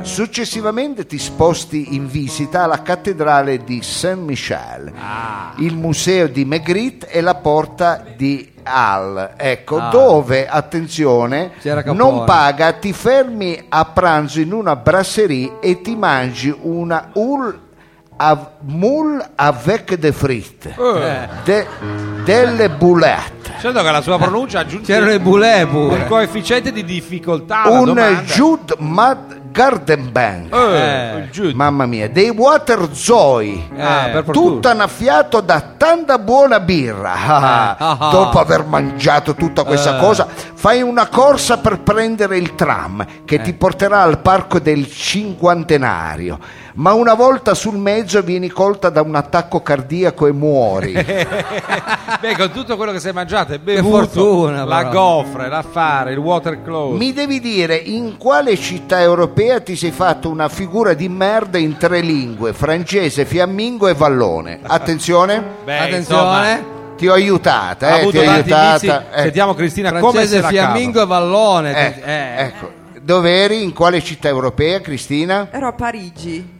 [SPEAKER 1] Successivamente ti sposti in visita alla cattedrale di Saint-Michel,
[SPEAKER 2] Ah,
[SPEAKER 1] il museo di Magritte e la porta di Al, ecco,
[SPEAKER 3] Ah.
[SPEAKER 1] dove, attenzione,
[SPEAKER 3] C'era Capone.
[SPEAKER 1] non paga, ti fermi a pranzo in una brasserie e ti mangi una ul- av- moule avec des frites,
[SPEAKER 3] Oh,
[SPEAKER 4] Eh.
[SPEAKER 1] de- delle boulettes.
[SPEAKER 4] Certo che la sua pronuncia aggiunge
[SPEAKER 3] C'erano le bulè
[SPEAKER 4] un
[SPEAKER 3] pure.
[SPEAKER 4] coefficiente di difficoltà alla
[SPEAKER 1] un
[SPEAKER 4] domanda.
[SPEAKER 1] Jude Mad Gardenbank.
[SPEAKER 4] Eh, il giudice.
[SPEAKER 1] Mamma mia, dei Water Zoe.
[SPEAKER 3] Ah, per fortuna.
[SPEAKER 1] Tutto annaffiato da tanta buona birra. Ah,
[SPEAKER 3] Ah, ah.
[SPEAKER 1] Dopo aver mangiato tutta questa
[SPEAKER 3] Eh.
[SPEAKER 1] cosa, fai una corsa per prendere il tram che
[SPEAKER 3] Eh.
[SPEAKER 1] ti porterà al parco del cinquantenario. Ma una volta sul mezzo vieni colta da un attacco cardiaco e muori.
[SPEAKER 4] Beh, con tutto quello che sei mangiato e bevuto,
[SPEAKER 3] fortuna,
[SPEAKER 4] la
[SPEAKER 3] però.
[SPEAKER 4] goffre, l'affare, il water close.
[SPEAKER 1] Mi devi dire in quale città europea ti sei fatto una figura di merda in tre lingue, francese, fiammingo e vallone. Attenzione,
[SPEAKER 4] Beh,
[SPEAKER 3] Attenzione.
[SPEAKER 4] insomma,
[SPEAKER 1] ti ho aiutata,
[SPEAKER 4] ha
[SPEAKER 1] eh, ti
[SPEAKER 4] avuto
[SPEAKER 1] ho
[SPEAKER 4] tanti
[SPEAKER 1] aiutata.
[SPEAKER 4] vizi.
[SPEAKER 1] eh.
[SPEAKER 4] Sentiamo Cristina come se
[SPEAKER 3] Francese,
[SPEAKER 4] la
[SPEAKER 3] fiammingo
[SPEAKER 4] cava.
[SPEAKER 3] e vallone.
[SPEAKER 1] Eh,
[SPEAKER 3] Eh, eh.
[SPEAKER 1] ecco. Dove eri? In quale città europea, Cristina?
[SPEAKER 8] Ero a Parigi.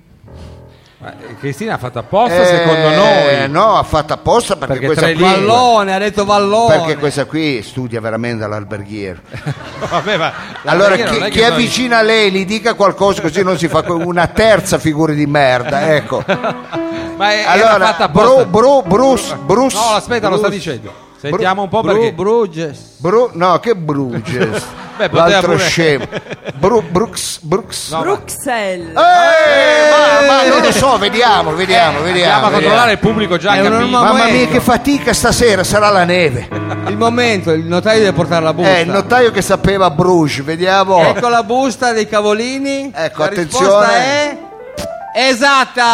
[SPEAKER 4] Ma, eh, Cristina ha fatto apposta
[SPEAKER 1] Eh,
[SPEAKER 4] secondo noi.
[SPEAKER 1] No, ha fatto apposta perché,
[SPEAKER 4] Perché
[SPEAKER 1] questa
[SPEAKER 4] tre
[SPEAKER 1] qui...
[SPEAKER 3] Vallone, ha detto vallone.
[SPEAKER 1] Perché questa qui studia veramente all'alberghiero.
[SPEAKER 4] Vabbè, ma la
[SPEAKER 1] Allora,
[SPEAKER 4] preghiera
[SPEAKER 1] chi,
[SPEAKER 4] non è
[SPEAKER 1] chi
[SPEAKER 4] che
[SPEAKER 1] è
[SPEAKER 4] noi-
[SPEAKER 1] vicino a lei gli dica qualcosa così non si fa que- una terza figura di merda, ecco.
[SPEAKER 4] Ma è, era fatta
[SPEAKER 1] Allora,
[SPEAKER 4] apposta.
[SPEAKER 1] Bru, Bru, Bruce, Bruce.
[SPEAKER 4] no, aspetta, lo sta
[SPEAKER 1] Bruce-
[SPEAKER 4] dicendo. Sentiamo un po'
[SPEAKER 3] Bru-
[SPEAKER 4] perché
[SPEAKER 3] Bruges.
[SPEAKER 1] Bru- no, che Bruges.
[SPEAKER 4] Beh, poteva
[SPEAKER 1] L'altro
[SPEAKER 4] pure-
[SPEAKER 1] scemo. Bru, Brooks, Brooks.
[SPEAKER 4] No,
[SPEAKER 8] Bruxelles.
[SPEAKER 1] Eh, ma, ma non lo so, vediamo, vediamo,
[SPEAKER 4] Eh, andiamo
[SPEAKER 1] vediamo.
[SPEAKER 4] a controllare il pubblico già
[SPEAKER 3] È un
[SPEAKER 1] vediamo.
[SPEAKER 4] capito.
[SPEAKER 3] normale-
[SPEAKER 1] Mamma mia,
[SPEAKER 3] momento.
[SPEAKER 1] che fatica stasera, sarà la neve.
[SPEAKER 3] Il momento, il notaio deve portare la busta.
[SPEAKER 1] Eh, il notaio che sapeva Bruges, vediamo.
[SPEAKER 3] Ecco la busta dei cavolini.
[SPEAKER 1] Ecco,
[SPEAKER 3] la risposta
[SPEAKER 1] attenzione.
[SPEAKER 3] è esatta.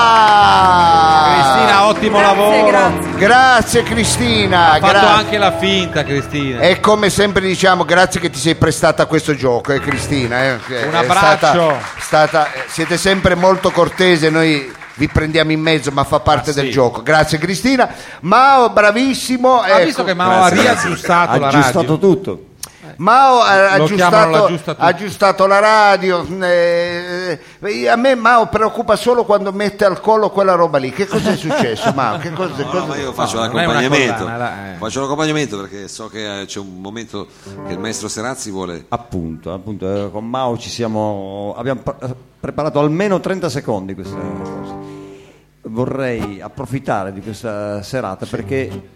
[SPEAKER 1] Brava!
[SPEAKER 4] Cristina, ottimo
[SPEAKER 8] Grazie,
[SPEAKER 4] lavoro.
[SPEAKER 8] grazie.
[SPEAKER 1] Grazie Cristina,
[SPEAKER 4] Ha fatto
[SPEAKER 1] grazie.
[SPEAKER 4] anche la finta, Cristina.
[SPEAKER 1] E come sempre diciamo, grazie che ti sei prestata a questo gioco, eh, Cristina. eh, che
[SPEAKER 4] Un
[SPEAKER 1] è
[SPEAKER 4] abbraccio.
[SPEAKER 1] stata- stata- eh, siete sempre molto cortese, noi vi prendiamo in mezzo, ma fa parte
[SPEAKER 4] Ah,
[SPEAKER 1] del
[SPEAKER 4] sì.
[SPEAKER 1] gioco. Grazie Cristina. Mao, bravissimo.
[SPEAKER 4] ha
[SPEAKER 1] ecco. Eh,
[SPEAKER 4] visto che Mao ha riaggiustato la radio.
[SPEAKER 5] aggiustato tutto.
[SPEAKER 1] Mao ha
[SPEAKER 4] Lo chiamano
[SPEAKER 1] aggiustato,
[SPEAKER 4] l'aggiusta tutto.
[SPEAKER 1] ha aggiustato la radio. eh, eh, a me Mao preoccupa solo quando mette al collo quella roba lì. Che cosa è successo, Mao? Che cosa,
[SPEAKER 2] No,
[SPEAKER 1] cosa-
[SPEAKER 2] no, ma io faccio
[SPEAKER 4] No, Ah, non è una
[SPEAKER 2] l'accompagnamento.
[SPEAKER 4] collana, là, eh.
[SPEAKER 2] Faccio l'accompagnamento perché so che eh, c'è un momento che il maestro Serazzi vuole.
[SPEAKER 5] Appunto, appunto, eh, con Mao ci siamo. Abbiamo pre- eh, preparato almeno 30 secondi questa cosa. Vorrei approfittare di questa serata perché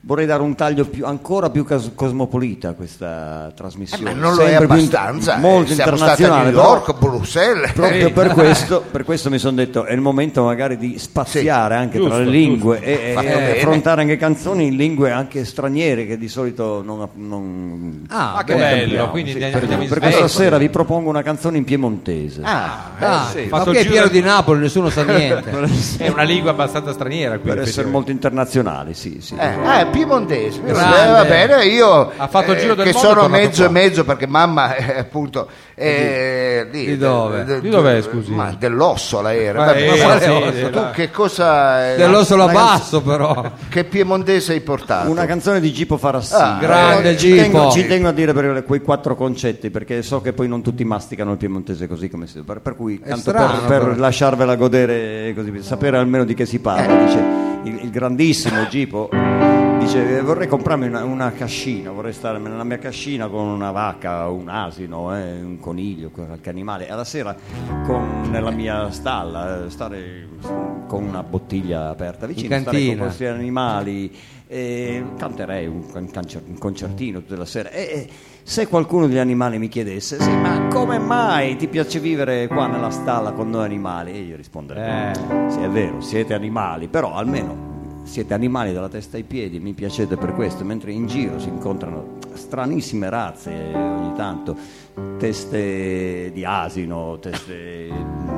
[SPEAKER 5] vorrei dare un taglio più- ancora più cas- cosmopolita a questa trasmissione.
[SPEAKER 1] Eh, Ma non lo è
[SPEAKER 5] Sempre più inter-
[SPEAKER 1] abbastanza. eh,
[SPEAKER 5] molto
[SPEAKER 1] Siamo stati a
[SPEAKER 5] internazionale.
[SPEAKER 1] New
[SPEAKER 5] però-
[SPEAKER 1] York, Bruxelles.
[SPEAKER 5] Proprio per questo, per questo mi sono detto è il momento magari di spaziare anche tra le
[SPEAKER 4] giusto,
[SPEAKER 5] lingue e,
[SPEAKER 1] Fatto
[SPEAKER 5] e
[SPEAKER 1] bene.
[SPEAKER 5] affrontare anche canzoni in lingue anche straniere che di solito non... non
[SPEAKER 3] Ah,
[SPEAKER 4] Ah, che
[SPEAKER 5] non
[SPEAKER 4] bello,
[SPEAKER 5] abbiamo,
[SPEAKER 4] quindi
[SPEAKER 5] sì.
[SPEAKER 4] andiamo in
[SPEAKER 5] per, per
[SPEAKER 4] Svezia.
[SPEAKER 5] questa sera vi propongo una canzone in piemontese.
[SPEAKER 1] Ah,
[SPEAKER 3] Ah,
[SPEAKER 1] eh, sì.
[SPEAKER 3] ma
[SPEAKER 4] Fatto
[SPEAKER 3] perché è
[SPEAKER 4] giro-
[SPEAKER 3] Piero di Napoli, nessuno sa niente.
[SPEAKER 5] Per, essere-
[SPEAKER 4] È una lingua abbastanza straniera qui.
[SPEAKER 5] per essere molto internazionali, sì, sì.
[SPEAKER 1] Eh, ah, è piemontese,
[SPEAKER 3] Grande.
[SPEAKER 1] Eh, va bene, io eh,
[SPEAKER 4] Ha fatto il giro del
[SPEAKER 1] che
[SPEAKER 4] mondo e
[SPEAKER 1] sono
[SPEAKER 4] tornato qua.
[SPEAKER 1] mezzo e mezzo perché mamma eh, appunto eh, lì,
[SPEAKER 3] Di dove?
[SPEAKER 1] de-
[SPEAKER 4] Di dov'è, scusi?
[SPEAKER 1] Ma dell'ossola era.
[SPEAKER 4] Ma
[SPEAKER 1] Vabbè,
[SPEAKER 4] eh,
[SPEAKER 1] ma quale
[SPEAKER 4] sì,
[SPEAKER 1] ossola?
[SPEAKER 4] sì, là.
[SPEAKER 1] tu che cosa eh,
[SPEAKER 3] Dell'osso la
[SPEAKER 5] Ragazzi-
[SPEAKER 3] basso però.
[SPEAKER 1] che piemontese hai portato?
[SPEAKER 5] Una canzone di Gipo Farassino.
[SPEAKER 1] Ah,
[SPEAKER 3] grande
[SPEAKER 5] ci eh, tengo,
[SPEAKER 3] Gipo.
[SPEAKER 5] ci tengo a dire per quei quattro concetti perché so che poi non tutti masticano il piemontese così come si per, per cui tanto
[SPEAKER 3] strano,
[SPEAKER 5] per, per
[SPEAKER 3] però.
[SPEAKER 5] lasciarvela godere e così per sapere almeno di che si
[SPEAKER 3] Eh.
[SPEAKER 5] parla. Dice il, il grandissimo Gipo dice eh, vorrei comprarmi una, una cascina, vorrei stare nella mia cascina con una vacca, un asino, eh, un coniglio, qualche animale. E alla sera con- nella mia stalla eh, stare con una bottiglia aperta vicino, stare con
[SPEAKER 3] cantina.
[SPEAKER 5] questi animali e canterei un, can- cancer- un concertino tutta la sera e, e se qualcuno degli animali mi chiedesse "Sì, ma come mai ti piace vivere qua nella stalla con noi animali e io risponderei sì è vero siete animali però almeno siete animali dalla testa ai piedi mi piacete per questo mentre in giro si incontrano stranissime razze eh, ogni tanto teste di asino teste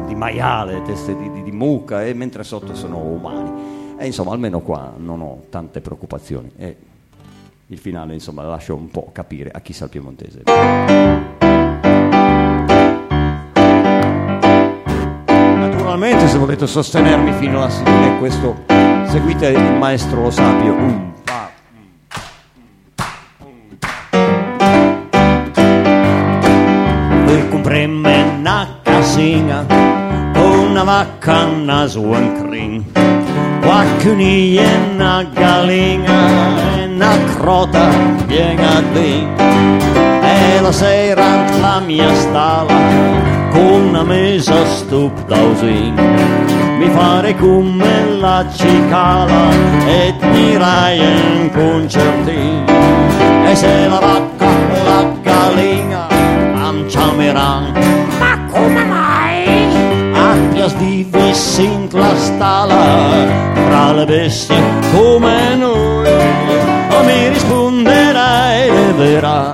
[SPEAKER 5] di maiale teste di, di- di mucca e mentre sotto sono umani e insomma, almeno qua non ho tante preoccupazioni. E il finale, insomma, lascio un po' capire a chi sa il piemontese. Naturalmente, se volete sostenermi fino alla fine, questo seguite il maestro Lo Sapio. Mm. Un pa- Vuoi comprarmi una casina con una vacca, una suancrin, qua coniglia e una galina e una crota piena di. E la sera la mia stalla con una mesa stupida così. Mi fare come la cicala e tirai in concertino. E se la vacca o la galina amciamerà Ma come mai? Acchias di in la stalla Tra le bestie come noi O mi risponderai e verrà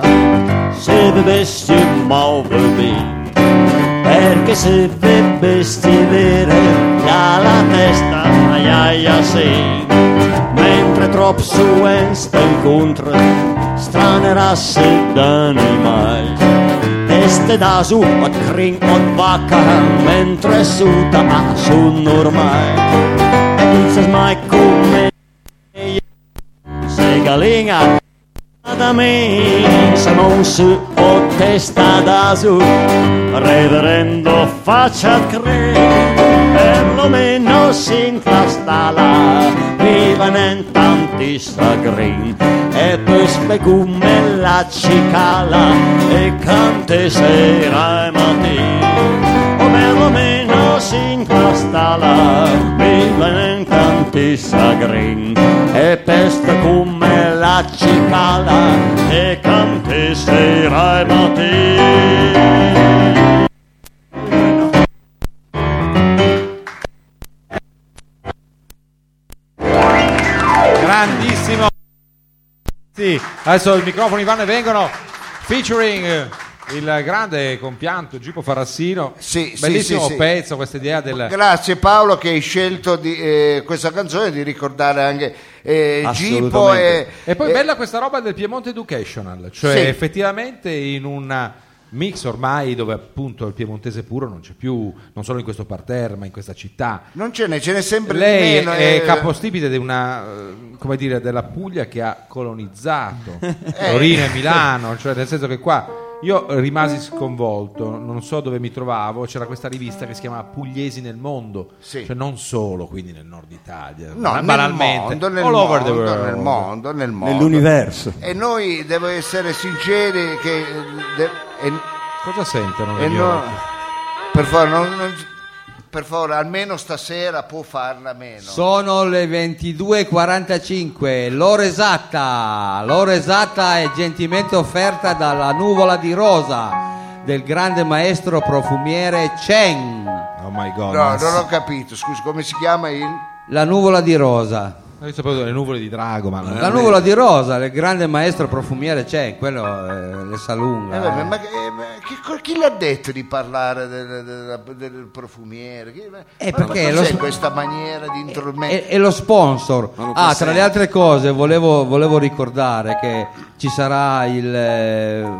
[SPEAKER 5] Se bevessi muovermi Perché se bevessi bere Dalla testa ai ai ai, sì mentre troppo su sta incontra strane rasse d'animali teste da su od crin od vacca mentre su da a su normali e non si mai come se galinha da me se non su o testa da su reverendo faccia cre perlomeno sin stalla vivono in tanti sagrin e poi spegume la cicala e cante sera e mattina o perlomeno sin stalla vivono in tanti sagrin e peste come la cicala e cante sera e mattina
[SPEAKER 4] Grandissimo. Sì, adesso i microfoni vanno e vengono. Featuring eh, il grande compianto Gipo Farassino.
[SPEAKER 1] Sì, sì,
[SPEAKER 4] Bellissimo
[SPEAKER 1] sì, sì.
[SPEAKER 4] pezzo, questa idea del...
[SPEAKER 1] Grazie Paolo che hai scelto di, eh, questa canzone di ricordare anche eh, Gipo
[SPEAKER 5] Assolutamente.
[SPEAKER 1] e,
[SPEAKER 4] E poi
[SPEAKER 1] e-
[SPEAKER 4] bella questa roba del Piemonte Educational, cioè
[SPEAKER 1] Sì.
[SPEAKER 4] effettivamente in una mix ormai dove appunto il piemontese puro non c'è più, non solo in questo parterre, ma in questa città.
[SPEAKER 1] eh, Non ce n'è, ce n'è sempre di
[SPEAKER 4] Lei
[SPEAKER 1] meno.
[SPEAKER 4] è,
[SPEAKER 1] eh.
[SPEAKER 4] capostipite di una, eh, come dire, della Puglia che ha colonizzato
[SPEAKER 1] Eh.
[SPEAKER 4] Torino e Milano, cioè nel senso che qua io rimasi sconvolto, non so dove mi trovavo, c'era questa rivista che si chiamava Pugliesi nel mondo,
[SPEAKER 1] Sì.
[SPEAKER 4] cioè non solo quindi nel nord Italia,
[SPEAKER 1] No,
[SPEAKER 4] ma
[SPEAKER 1] nel
[SPEAKER 4] banalmente,
[SPEAKER 1] mondo, nel
[SPEAKER 4] all over the
[SPEAKER 1] mondo,
[SPEAKER 4] world.
[SPEAKER 1] nel mondo, nel mondo.
[SPEAKER 5] nell'universo.
[SPEAKER 1] E noi devo essere sinceri che... eh, de- e-
[SPEAKER 4] Cosa sentono?
[SPEAKER 1] E
[SPEAKER 4] le mie
[SPEAKER 1] Eh, no,
[SPEAKER 4] orecchie?
[SPEAKER 1] per favore, non- non- per favore, almeno stasera può farla meno.
[SPEAKER 3] Sono le 22.45, l'ora esatta. L'ora esatta è gentilmente offerta dalla nuvola di rosa del grande maestro profumiere Chen.
[SPEAKER 4] Oh my god.
[SPEAKER 1] no,
[SPEAKER 4] ma-
[SPEAKER 1] non ho capito. Scusi, come si chiama il. eh,
[SPEAKER 3] La nuvola di rosa.
[SPEAKER 4] Io sapevo delle nuvole di drago, ma
[SPEAKER 3] Eh, La nuvola di rosa del grande maestro profumiere Chen, quello eh, le sa
[SPEAKER 1] Eh, vabbè,
[SPEAKER 3] lunga. eh.
[SPEAKER 1] ma che- eh, ma che co- chi l'ha detto di parlare del, del- del profumiere? Chi- ma-
[SPEAKER 3] Eh,
[SPEAKER 1] ma
[SPEAKER 3] perché
[SPEAKER 1] cos'è
[SPEAKER 3] lo-
[SPEAKER 1] questa maniera di intromettere?
[SPEAKER 3] E, e eh, lo sponsor.
[SPEAKER 2] Ma lo
[SPEAKER 3] Ah,
[SPEAKER 2] possiamo.
[SPEAKER 3] tra le altre cose, volevo, volevo ricordare che ci sarà il. eh,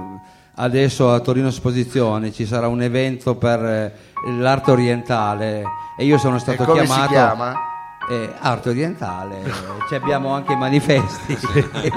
[SPEAKER 3] adesso a Torino Esposizione ci sarà un evento per eh, l'arte orientale e io sono stato
[SPEAKER 1] E come si
[SPEAKER 3] chiamato.
[SPEAKER 1] chiama?
[SPEAKER 3] Eh, arte orientale, eh, ci abbiamo anche i manifesti.
[SPEAKER 2] È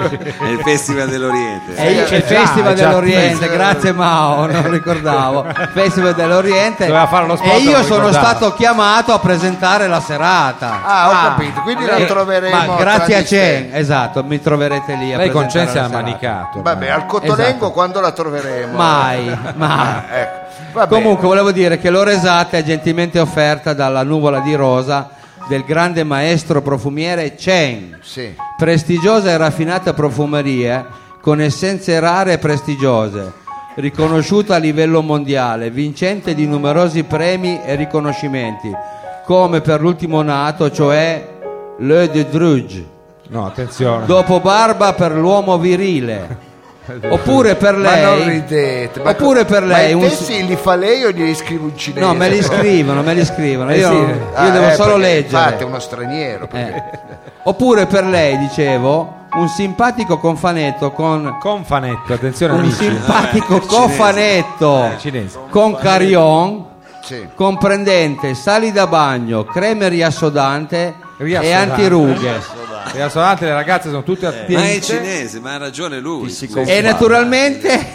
[SPEAKER 2] il Festival dell'Oriente.
[SPEAKER 3] E io-
[SPEAKER 4] c'è
[SPEAKER 3] il
[SPEAKER 4] già,
[SPEAKER 3] Festival
[SPEAKER 4] è Eh, già-
[SPEAKER 3] dell'Oriente, grazie Mao, non ricordavo. Festival dell'Oriente.
[SPEAKER 4] Doveva fare lo spot,
[SPEAKER 3] e
[SPEAKER 4] non
[SPEAKER 3] io sono
[SPEAKER 4] ricordava.
[SPEAKER 3] stato chiamato a presentare la serata.
[SPEAKER 1] Ah, ho
[SPEAKER 4] Ah,
[SPEAKER 1] capito, quindi
[SPEAKER 3] Eh,
[SPEAKER 1] la troveremo.
[SPEAKER 3] ma grazie
[SPEAKER 1] tra
[SPEAKER 3] a
[SPEAKER 1] di sé.
[SPEAKER 3] Chen, esatto, mi troverete lì a
[SPEAKER 4] Lei con
[SPEAKER 3] presentare
[SPEAKER 4] Censi
[SPEAKER 3] la
[SPEAKER 4] ha
[SPEAKER 3] serata.
[SPEAKER 4] manicato.
[SPEAKER 1] Vabbè, al Cottolengo quando la troveremo?
[SPEAKER 3] Esatto. Mai, mai.
[SPEAKER 1] Ah, ecco. Va bene.
[SPEAKER 3] Comunque volevo dire che l'ora esatta è gentilmente offerta dalla nuvola di rosa del grande maestro profumiere Chen.
[SPEAKER 1] Sì.
[SPEAKER 3] Prestigiosa e raffinata profumeria con essenze rare e prestigiose, riconosciuta a livello mondiale, vincente di numerosi premi e riconoscimenti, come per l'ultimo nato, cioè Le de Druge.
[SPEAKER 4] No, attenzione.
[SPEAKER 3] dopo barba per l'uomo virile oppure per
[SPEAKER 1] Ma non
[SPEAKER 3] lei
[SPEAKER 1] ridete. ma-
[SPEAKER 3] oppure per
[SPEAKER 1] ma
[SPEAKER 3] lei
[SPEAKER 1] i
[SPEAKER 3] un-
[SPEAKER 1] testi li fa lei o glieli scrive un cinese?
[SPEAKER 3] no me li scrivono me li scrivono
[SPEAKER 4] Eh
[SPEAKER 3] io,
[SPEAKER 4] sì.
[SPEAKER 3] io
[SPEAKER 1] Ah,
[SPEAKER 3] devo
[SPEAKER 1] eh,
[SPEAKER 3] solo
[SPEAKER 1] perché
[SPEAKER 3] leggere
[SPEAKER 1] Fate uno straniero. perché-
[SPEAKER 3] Eh. oppure per lei dicevo un simpatico confanetto con
[SPEAKER 4] Confanetto, attenzione
[SPEAKER 3] un
[SPEAKER 4] amici.
[SPEAKER 3] simpatico
[SPEAKER 4] Eh, cinese.
[SPEAKER 3] cofanetto con carion
[SPEAKER 1] Sì.
[SPEAKER 3] comprendente sali da bagno creme riassodante, e
[SPEAKER 4] Riassodante.
[SPEAKER 3] antirughe
[SPEAKER 4] Le assonate le ragazze sono tutte
[SPEAKER 2] Ma è
[SPEAKER 4] attente.
[SPEAKER 2] cinese, ma ha ragione lui.
[SPEAKER 5] Chi si
[SPEAKER 2] scusa.
[SPEAKER 5] confonde?
[SPEAKER 3] E naturalmente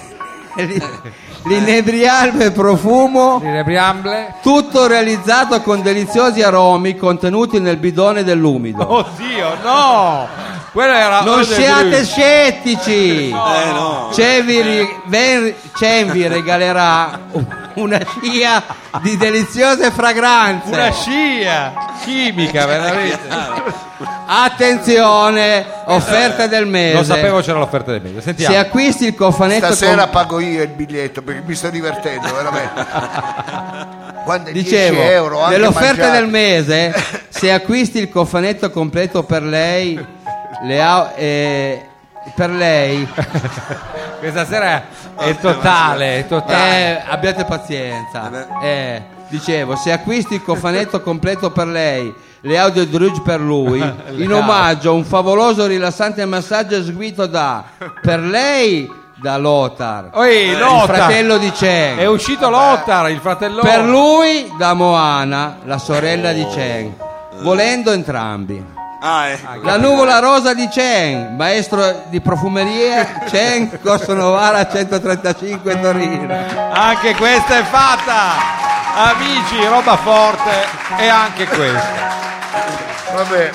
[SPEAKER 3] l'inebriarme e profumo,
[SPEAKER 4] Le preamble.
[SPEAKER 3] tutto realizzato con deliziosi aromi contenuti nel bidone dell'umido.
[SPEAKER 4] Oh, Oddio, no! Quello era
[SPEAKER 3] Non
[SPEAKER 4] Ode
[SPEAKER 3] siate
[SPEAKER 4] Bruce.
[SPEAKER 3] scettici!
[SPEAKER 2] Eh, no.
[SPEAKER 3] Cevi ri- ven- Cem vi regalerà una scia di deliziose
[SPEAKER 4] una
[SPEAKER 3] fragranze.
[SPEAKER 4] scia
[SPEAKER 2] Eh,
[SPEAKER 4] chimica, veramente.
[SPEAKER 3] Attenzione, offerta del mese.
[SPEAKER 4] Lo sapevo c'era l'offerta del meglio. Sentiamo.
[SPEAKER 3] Se acquisti il cofanetto
[SPEAKER 1] Stasera
[SPEAKER 3] con-
[SPEAKER 1] pago io il biglietto perché mi sto divertendo veramente. Quando è 10 euro,
[SPEAKER 3] Dicevo,
[SPEAKER 1] anche
[SPEAKER 3] nell'offerta
[SPEAKER 1] mangiate.
[SPEAKER 3] del mese, se acquisti il cofanetto completo per lei, le au- eh, per lei,
[SPEAKER 4] Questa sera è totale, è totale.
[SPEAKER 3] eh, abbiate pazienza. Eh, dicevo, se acquisti il cofanetto completo per lei, le audio Drudge per lui, in omaggio un favoloso rilassante massaggio eseguito da, per lei, da Lothar,
[SPEAKER 4] Oi,
[SPEAKER 3] il
[SPEAKER 4] Lothar.
[SPEAKER 3] fratello di Chen.
[SPEAKER 4] È uscito Lothar, il fratello.
[SPEAKER 3] Per lui da Moana, la sorella di Chen, volendo entrambi.
[SPEAKER 2] Ah, eh.
[SPEAKER 3] La nuvola rosa di Chen, maestro di profumeria, Chen, Corso Novara 135 Torino.
[SPEAKER 4] Anche questa è fatta. Amici, roba forte e anche questa.
[SPEAKER 1] Vabbè.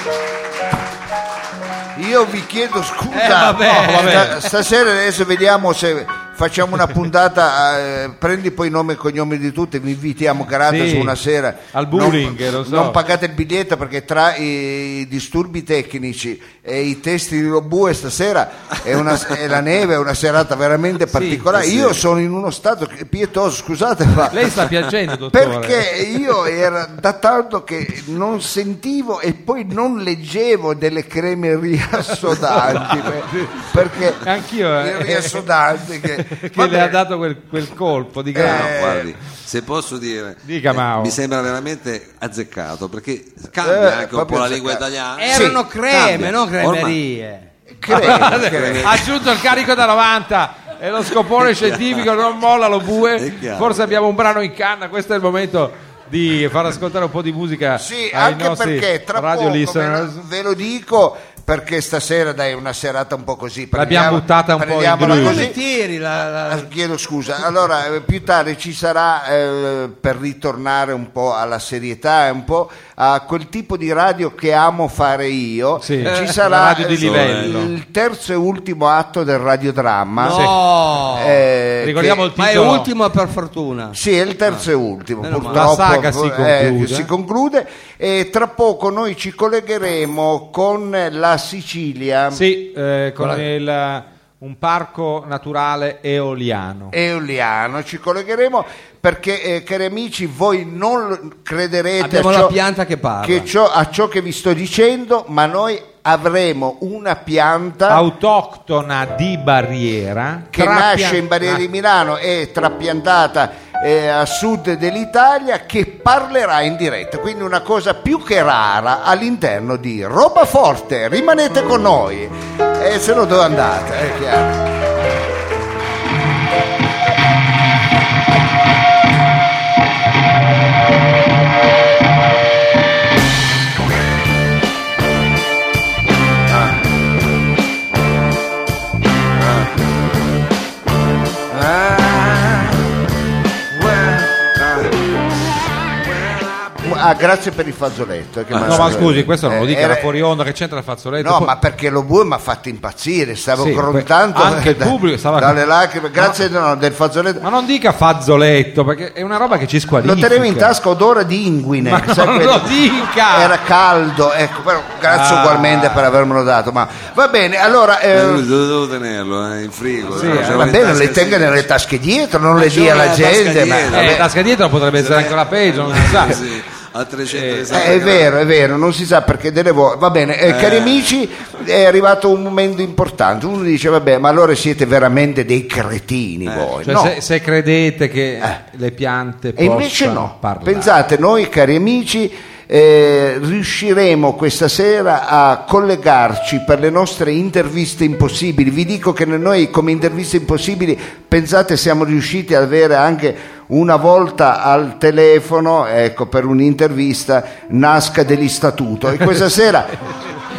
[SPEAKER 1] Io vi chiedo scusa.
[SPEAKER 4] Eh, vabbè,
[SPEAKER 1] No,
[SPEAKER 4] vabbè.
[SPEAKER 1] sta- stasera adesso vediamo se facciamo una puntata. eh, prendi poi nome e cognome di tutti. Vi invitiamo gratis
[SPEAKER 4] Sì,
[SPEAKER 1] una sera.
[SPEAKER 4] al bowling, lo so.
[SPEAKER 1] non pagate il biglietto perché tra i disturbi tecnici e i testi di Robue stasera è una, e la neve è una serata veramente particolare. Io sono in uno stato che- pietoso, scusate, ma.
[SPEAKER 4] Lei sta piangendo, dottore.
[SPEAKER 1] Perché io era da tanto che non sentivo e poi non leggevo delle creme riassodanti. per- perché
[SPEAKER 4] Anch'io, eh.
[SPEAKER 1] il riassodante che,
[SPEAKER 4] Che
[SPEAKER 1] vabbè,
[SPEAKER 4] le ha dato quel, quel colpo di grano.
[SPEAKER 1] Eh,
[SPEAKER 2] No, guardi, se posso dire, eh,
[SPEAKER 4] Dica, Mao.
[SPEAKER 2] mi sembra veramente azzeccato perché cambia
[SPEAKER 1] Eh,
[SPEAKER 2] anche un po'
[SPEAKER 1] proprio
[SPEAKER 2] la lingua
[SPEAKER 1] azzeccato.
[SPEAKER 4] Ah,
[SPEAKER 2] italiana.
[SPEAKER 3] Erano creme,
[SPEAKER 2] cambia.
[SPEAKER 3] non
[SPEAKER 2] Ormai-
[SPEAKER 3] cremerie.
[SPEAKER 1] creme, creme.
[SPEAKER 4] Ha aggiunto il carico da 90 e lo scopone scientifico non molla lo bue.
[SPEAKER 2] È chiaro.
[SPEAKER 4] Forse abbiamo un brano in canna, questo è il momento di far ascoltare un po' di musica
[SPEAKER 1] Sì,
[SPEAKER 4] ai
[SPEAKER 1] anche
[SPEAKER 4] nostri
[SPEAKER 1] perché tra
[SPEAKER 4] radio
[SPEAKER 1] poco ve
[SPEAKER 4] listeners.
[SPEAKER 1] lo, ve lo dico perché stasera dai è una serata un po' così.
[SPEAKER 4] L'abbiamo
[SPEAKER 1] prendiamo-
[SPEAKER 4] buttata un po' in
[SPEAKER 1] prendiamola
[SPEAKER 4] gru.
[SPEAKER 1] così.
[SPEAKER 3] tiri la, la-
[SPEAKER 1] Ah, Chiedo scusa, allora eh, più tardi ci sarà eh, per ritornare un po' alla serietà e un po' a quel tipo di radio che amo fare io.
[SPEAKER 4] Sì,
[SPEAKER 1] Ci
[SPEAKER 4] la
[SPEAKER 1] sarà
[SPEAKER 4] radio di
[SPEAKER 1] eh,
[SPEAKER 4] livello.
[SPEAKER 1] il terzo e ultimo atto del radiodramma.
[SPEAKER 3] No!
[SPEAKER 1] Eh,
[SPEAKER 4] Ricordiamo
[SPEAKER 1] che-
[SPEAKER 4] il
[SPEAKER 3] Ma è
[SPEAKER 4] titolo.
[SPEAKER 3] ultimo per fortuna.
[SPEAKER 1] sì, è il terzo e ultimo.
[SPEAKER 3] Meno male.
[SPEAKER 1] Purtroppo
[SPEAKER 4] Ah. La saga si
[SPEAKER 1] eh,
[SPEAKER 4] conclude.
[SPEAKER 1] si conclude e tra poco noi ci collegheremo con la Sicilia
[SPEAKER 4] Sì, eh, con
[SPEAKER 3] Guarda.
[SPEAKER 4] il- un parco naturale eoliano.
[SPEAKER 1] eoliano. Ci collegheremo perché, eh, cari amici, voi non crederete
[SPEAKER 3] Ah, Abbiamo
[SPEAKER 1] a
[SPEAKER 3] la
[SPEAKER 1] ciò,
[SPEAKER 3] pianta che parla.
[SPEAKER 1] che ciò- a ciò che vi sto dicendo, ma noi avremo una pianta
[SPEAKER 4] Autoctona di barriera
[SPEAKER 1] che
[SPEAKER 4] tra
[SPEAKER 1] nasce
[SPEAKER 4] pian-
[SPEAKER 1] in Barriere di Milano e trapiantata eh, a sud dell'Italia che parlerà in diretta, quindi una cosa più che rara all'interno di Roba Forte, rimanete con noi e se no dove andate, Eh, è chiaro. ah. Ah, grazie per il fazzoletto. eh, che
[SPEAKER 4] Ah,
[SPEAKER 1] m'ha-
[SPEAKER 4] No, ma scusi, questo non lo
[SPEAKER 1] Eh,
[SPEAKER 4] dica,
[SPEAKER 1] era-
[SPEAKER 4] era fuori onda che c'entra il fazzoletto.
[SPEAKER 1] No,
[SPEAKER 4] Poi-
[SPEAKER 1] ma perché lo bue mi ha fatto impazzire, stavo
[SPEAKER 4] Sì,
[SPEAKER 1] crontando
[SPEAKER 4] poi anche il
[SPEAKER 1] da-
[SPEAKER 4] pubblico stava-
[SPEAKER 1] dalle lacrime, grazie no, del fazzoletto.
[SPEAKER 4] Ma non dica fazzoletto, perché è una roba che ci
[SPEAKER 1] Lo
[SPEAKER 4] squalifica.
[SPEAKER 1] tenevo in tasca odore di inguine,
[SPEAKER 4] Ma
[SPEAKER 1] sai
[SPEAKER 4] non
[SPEAKER 1] quello-
[SPEAKER 4] lo dica!
[SPEAKER 1] era caldo, ecco, però grazie
[SPEAKER 4] Ah.
[SPEAKER 1] ugualmente per avermelo dato. Ma va bene, allora eh,
[SPEAKER 2] Eh, lui Dovevo tenerlo eh, in frigo.
[SPEAKER 4] Sì,
[SPEAKER 2] no?
[SPEAKER 4] eh,
[SPEAKER 2] C'era
[SPEAKER 1] va
[SPEAKER 2] in
[SPEAKER 1] bene,
[SPEAKER 2] tasca,
[SPEAKER 1] le tenga
[SPEAKER 2] sì. Eh,
[SPEAKER 1] nelle tasche dietro, non le
[SPEAKER 2] Ma c'è
[SPEAKER 1] dia alla
[SPEAKER 2] una tasca
[SPEAKER 1] gente. Ma,
[SPEAKER 2] dietro.
[SPEAKER 4] Eh,
[SPEAKER 1] vabbè.
[SPEAKER 4] la tasca dietro potrebbe essere ancora peggio, non si sa.
[SPEAKER 2] Sì, a 360
[SPEAKER 1] Eh, è vero, è vero, non si sa perché delle volte. Va bene, eh, cari amici, è arrivato un momento importante. Uno dice, vabbè, ma allora siete veramente dei cretini
[SPEAKER 2] Eh,
[SPEAKER 1] voi.
[SPEAKER 4] Cioè,
[SPEAKER 1] no. Eh.
[SPEAKER 4] se, se credete che le piante
[SPEAKER 1] E
[SPEAKER 4] possano
[SPEAKER 1] invece no,
[SPEAKER 4] parlare.
[SPEAKER 1] pensate noi cari amici eh, riusciremo questa sera a collegarci per le nostre interviste impossibili. Vi dico che noi come interviste impossibili pensate siamo riusciti ad avere anche una volta al telefono, ecco, per un'intervista Nasca degli Statuto e questa sera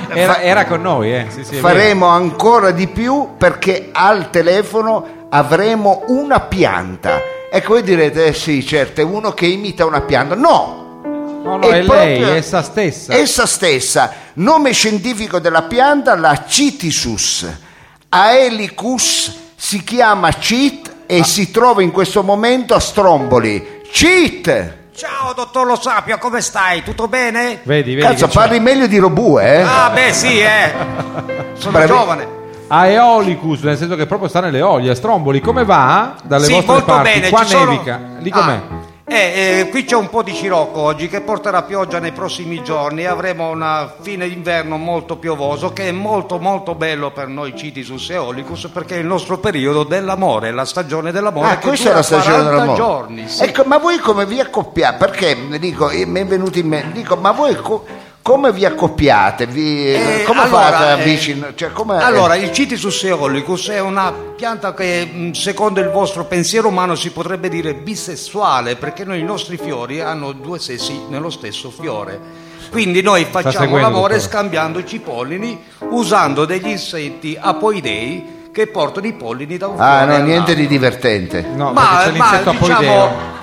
[SPEAKER 4] era,
[SPEAKER 1] fa-
[SPEAKER 4] era con noi, eh. sì, sì, è vero.
[SPEAKER 1] faremo ancora di più perché al telefono avremo una pianta. Ecco, voi direte, eh sì, certo, è uno che imita una pianta. No!
[SPEAKER 4] No, no, è lei, è essa stessa.
[SPEAKER 1] Essa stessa. Nome scientifico della pianta, la Citisus. Aelicus si chiama Cit e
[SPEAKER 4] Ah.
[SPEAKER 1] si trova in questo momento a Stromboli. Cit!
[SPEAKER 9] Ciao dottor Lo Sapio, come stai? Tutto bene?
[SPEAKER 4] Vedi, vedi.
[SPEAKER 1] Cazzo,
[SPEAKER 4] che c'è.
[SPEAKER 1] parli meglio di Robue, eh?
[SPEAKER 9] Ah, beh, sì, eh. Sono
[SPEAKER 1] Bravi-
[SPEAKER 9] giovane.
[SPEAKER 4] Aeolicus, nel senso che proprio sta nelle olie. Stromboli, come va? Dalle
[SPEAKER 9] sì,
[SPEAKER 4] vostre
[SPEAKER 9] molto
[SPEAKER 4] parti.
[SPEAKER 9] bene.
[SPEAKER 4] Qua
[SPEAKER 9] ci sono-
[SPEAKER 4] nevica. Lì
[SPEAKER 9] Ah,
[SPEAKER 4] com'è?
[SPEAKER 9] eh, eh, qui c'è un po' di scirocco oggi che porterà pioggia nei prossimi giorni. Avremo una fine d'inverno molto piovoso che è molto molto bello per noi Citisus Eolicus perché è il nostro periodo dell'amore, è la stagione dell'amore.
[SPEAKER 1] Ah,
[SPEAKER 9] che
[SPEAKER 1] questa è
[SPEAKER 9] dura
[SPEAKER 1] la stagione
[SPEAKER 9] 40
[SPEAKER 1] dell'amore.
[SPEAKER 9] giorni. sì.
[SPEAKER 1] Ecco, ma voi come vi accoppiate? Perché dico, eh, mi è venuto in mente, dico, ma voi co- come vi accoppiate? Vi-
[SPEAKER 9] Eh,
[SPEAKER 1] come
[SPEAKER 9] allora,
[SPEAKER 1] fate a
[SPEAKER 9] eh,
[SPEAKER 1] avvicinare? Cioè, come-
[SPEAKER 9] Allora,
[SPEAKER 1] eh,
[SPEAKER 9] il Citisus eolicus è una pianta che mh, secondo il vostro pensiero umano si potrebbe dire bisessuale, perché noi i nostri fiori hanno due sessi nello stesso fiore. Quindi noi facciamo
[SPEAKER 4] seguendo,
[SPEAKER 9] l'amore
[SPEAKER 4] dottore?
[SPEAKER 9] scambiandoci i pollini usando degli insetti apoidei che portano i pollini da un
[SPEAKER 1] ah,
[SPEAKER 9] fiore
[SPEAKER 1] no, niente
[SPEAKER 9] all'altro.
[SPEAKER 1] di divertente.
[SPEAKER 4] No, perché
[SPEAKER 9] ma, ma
[SPEAKER 4] c'è l'insetto
[SPEAKER 9] diciamo
[SPEAKER 4] apoideo.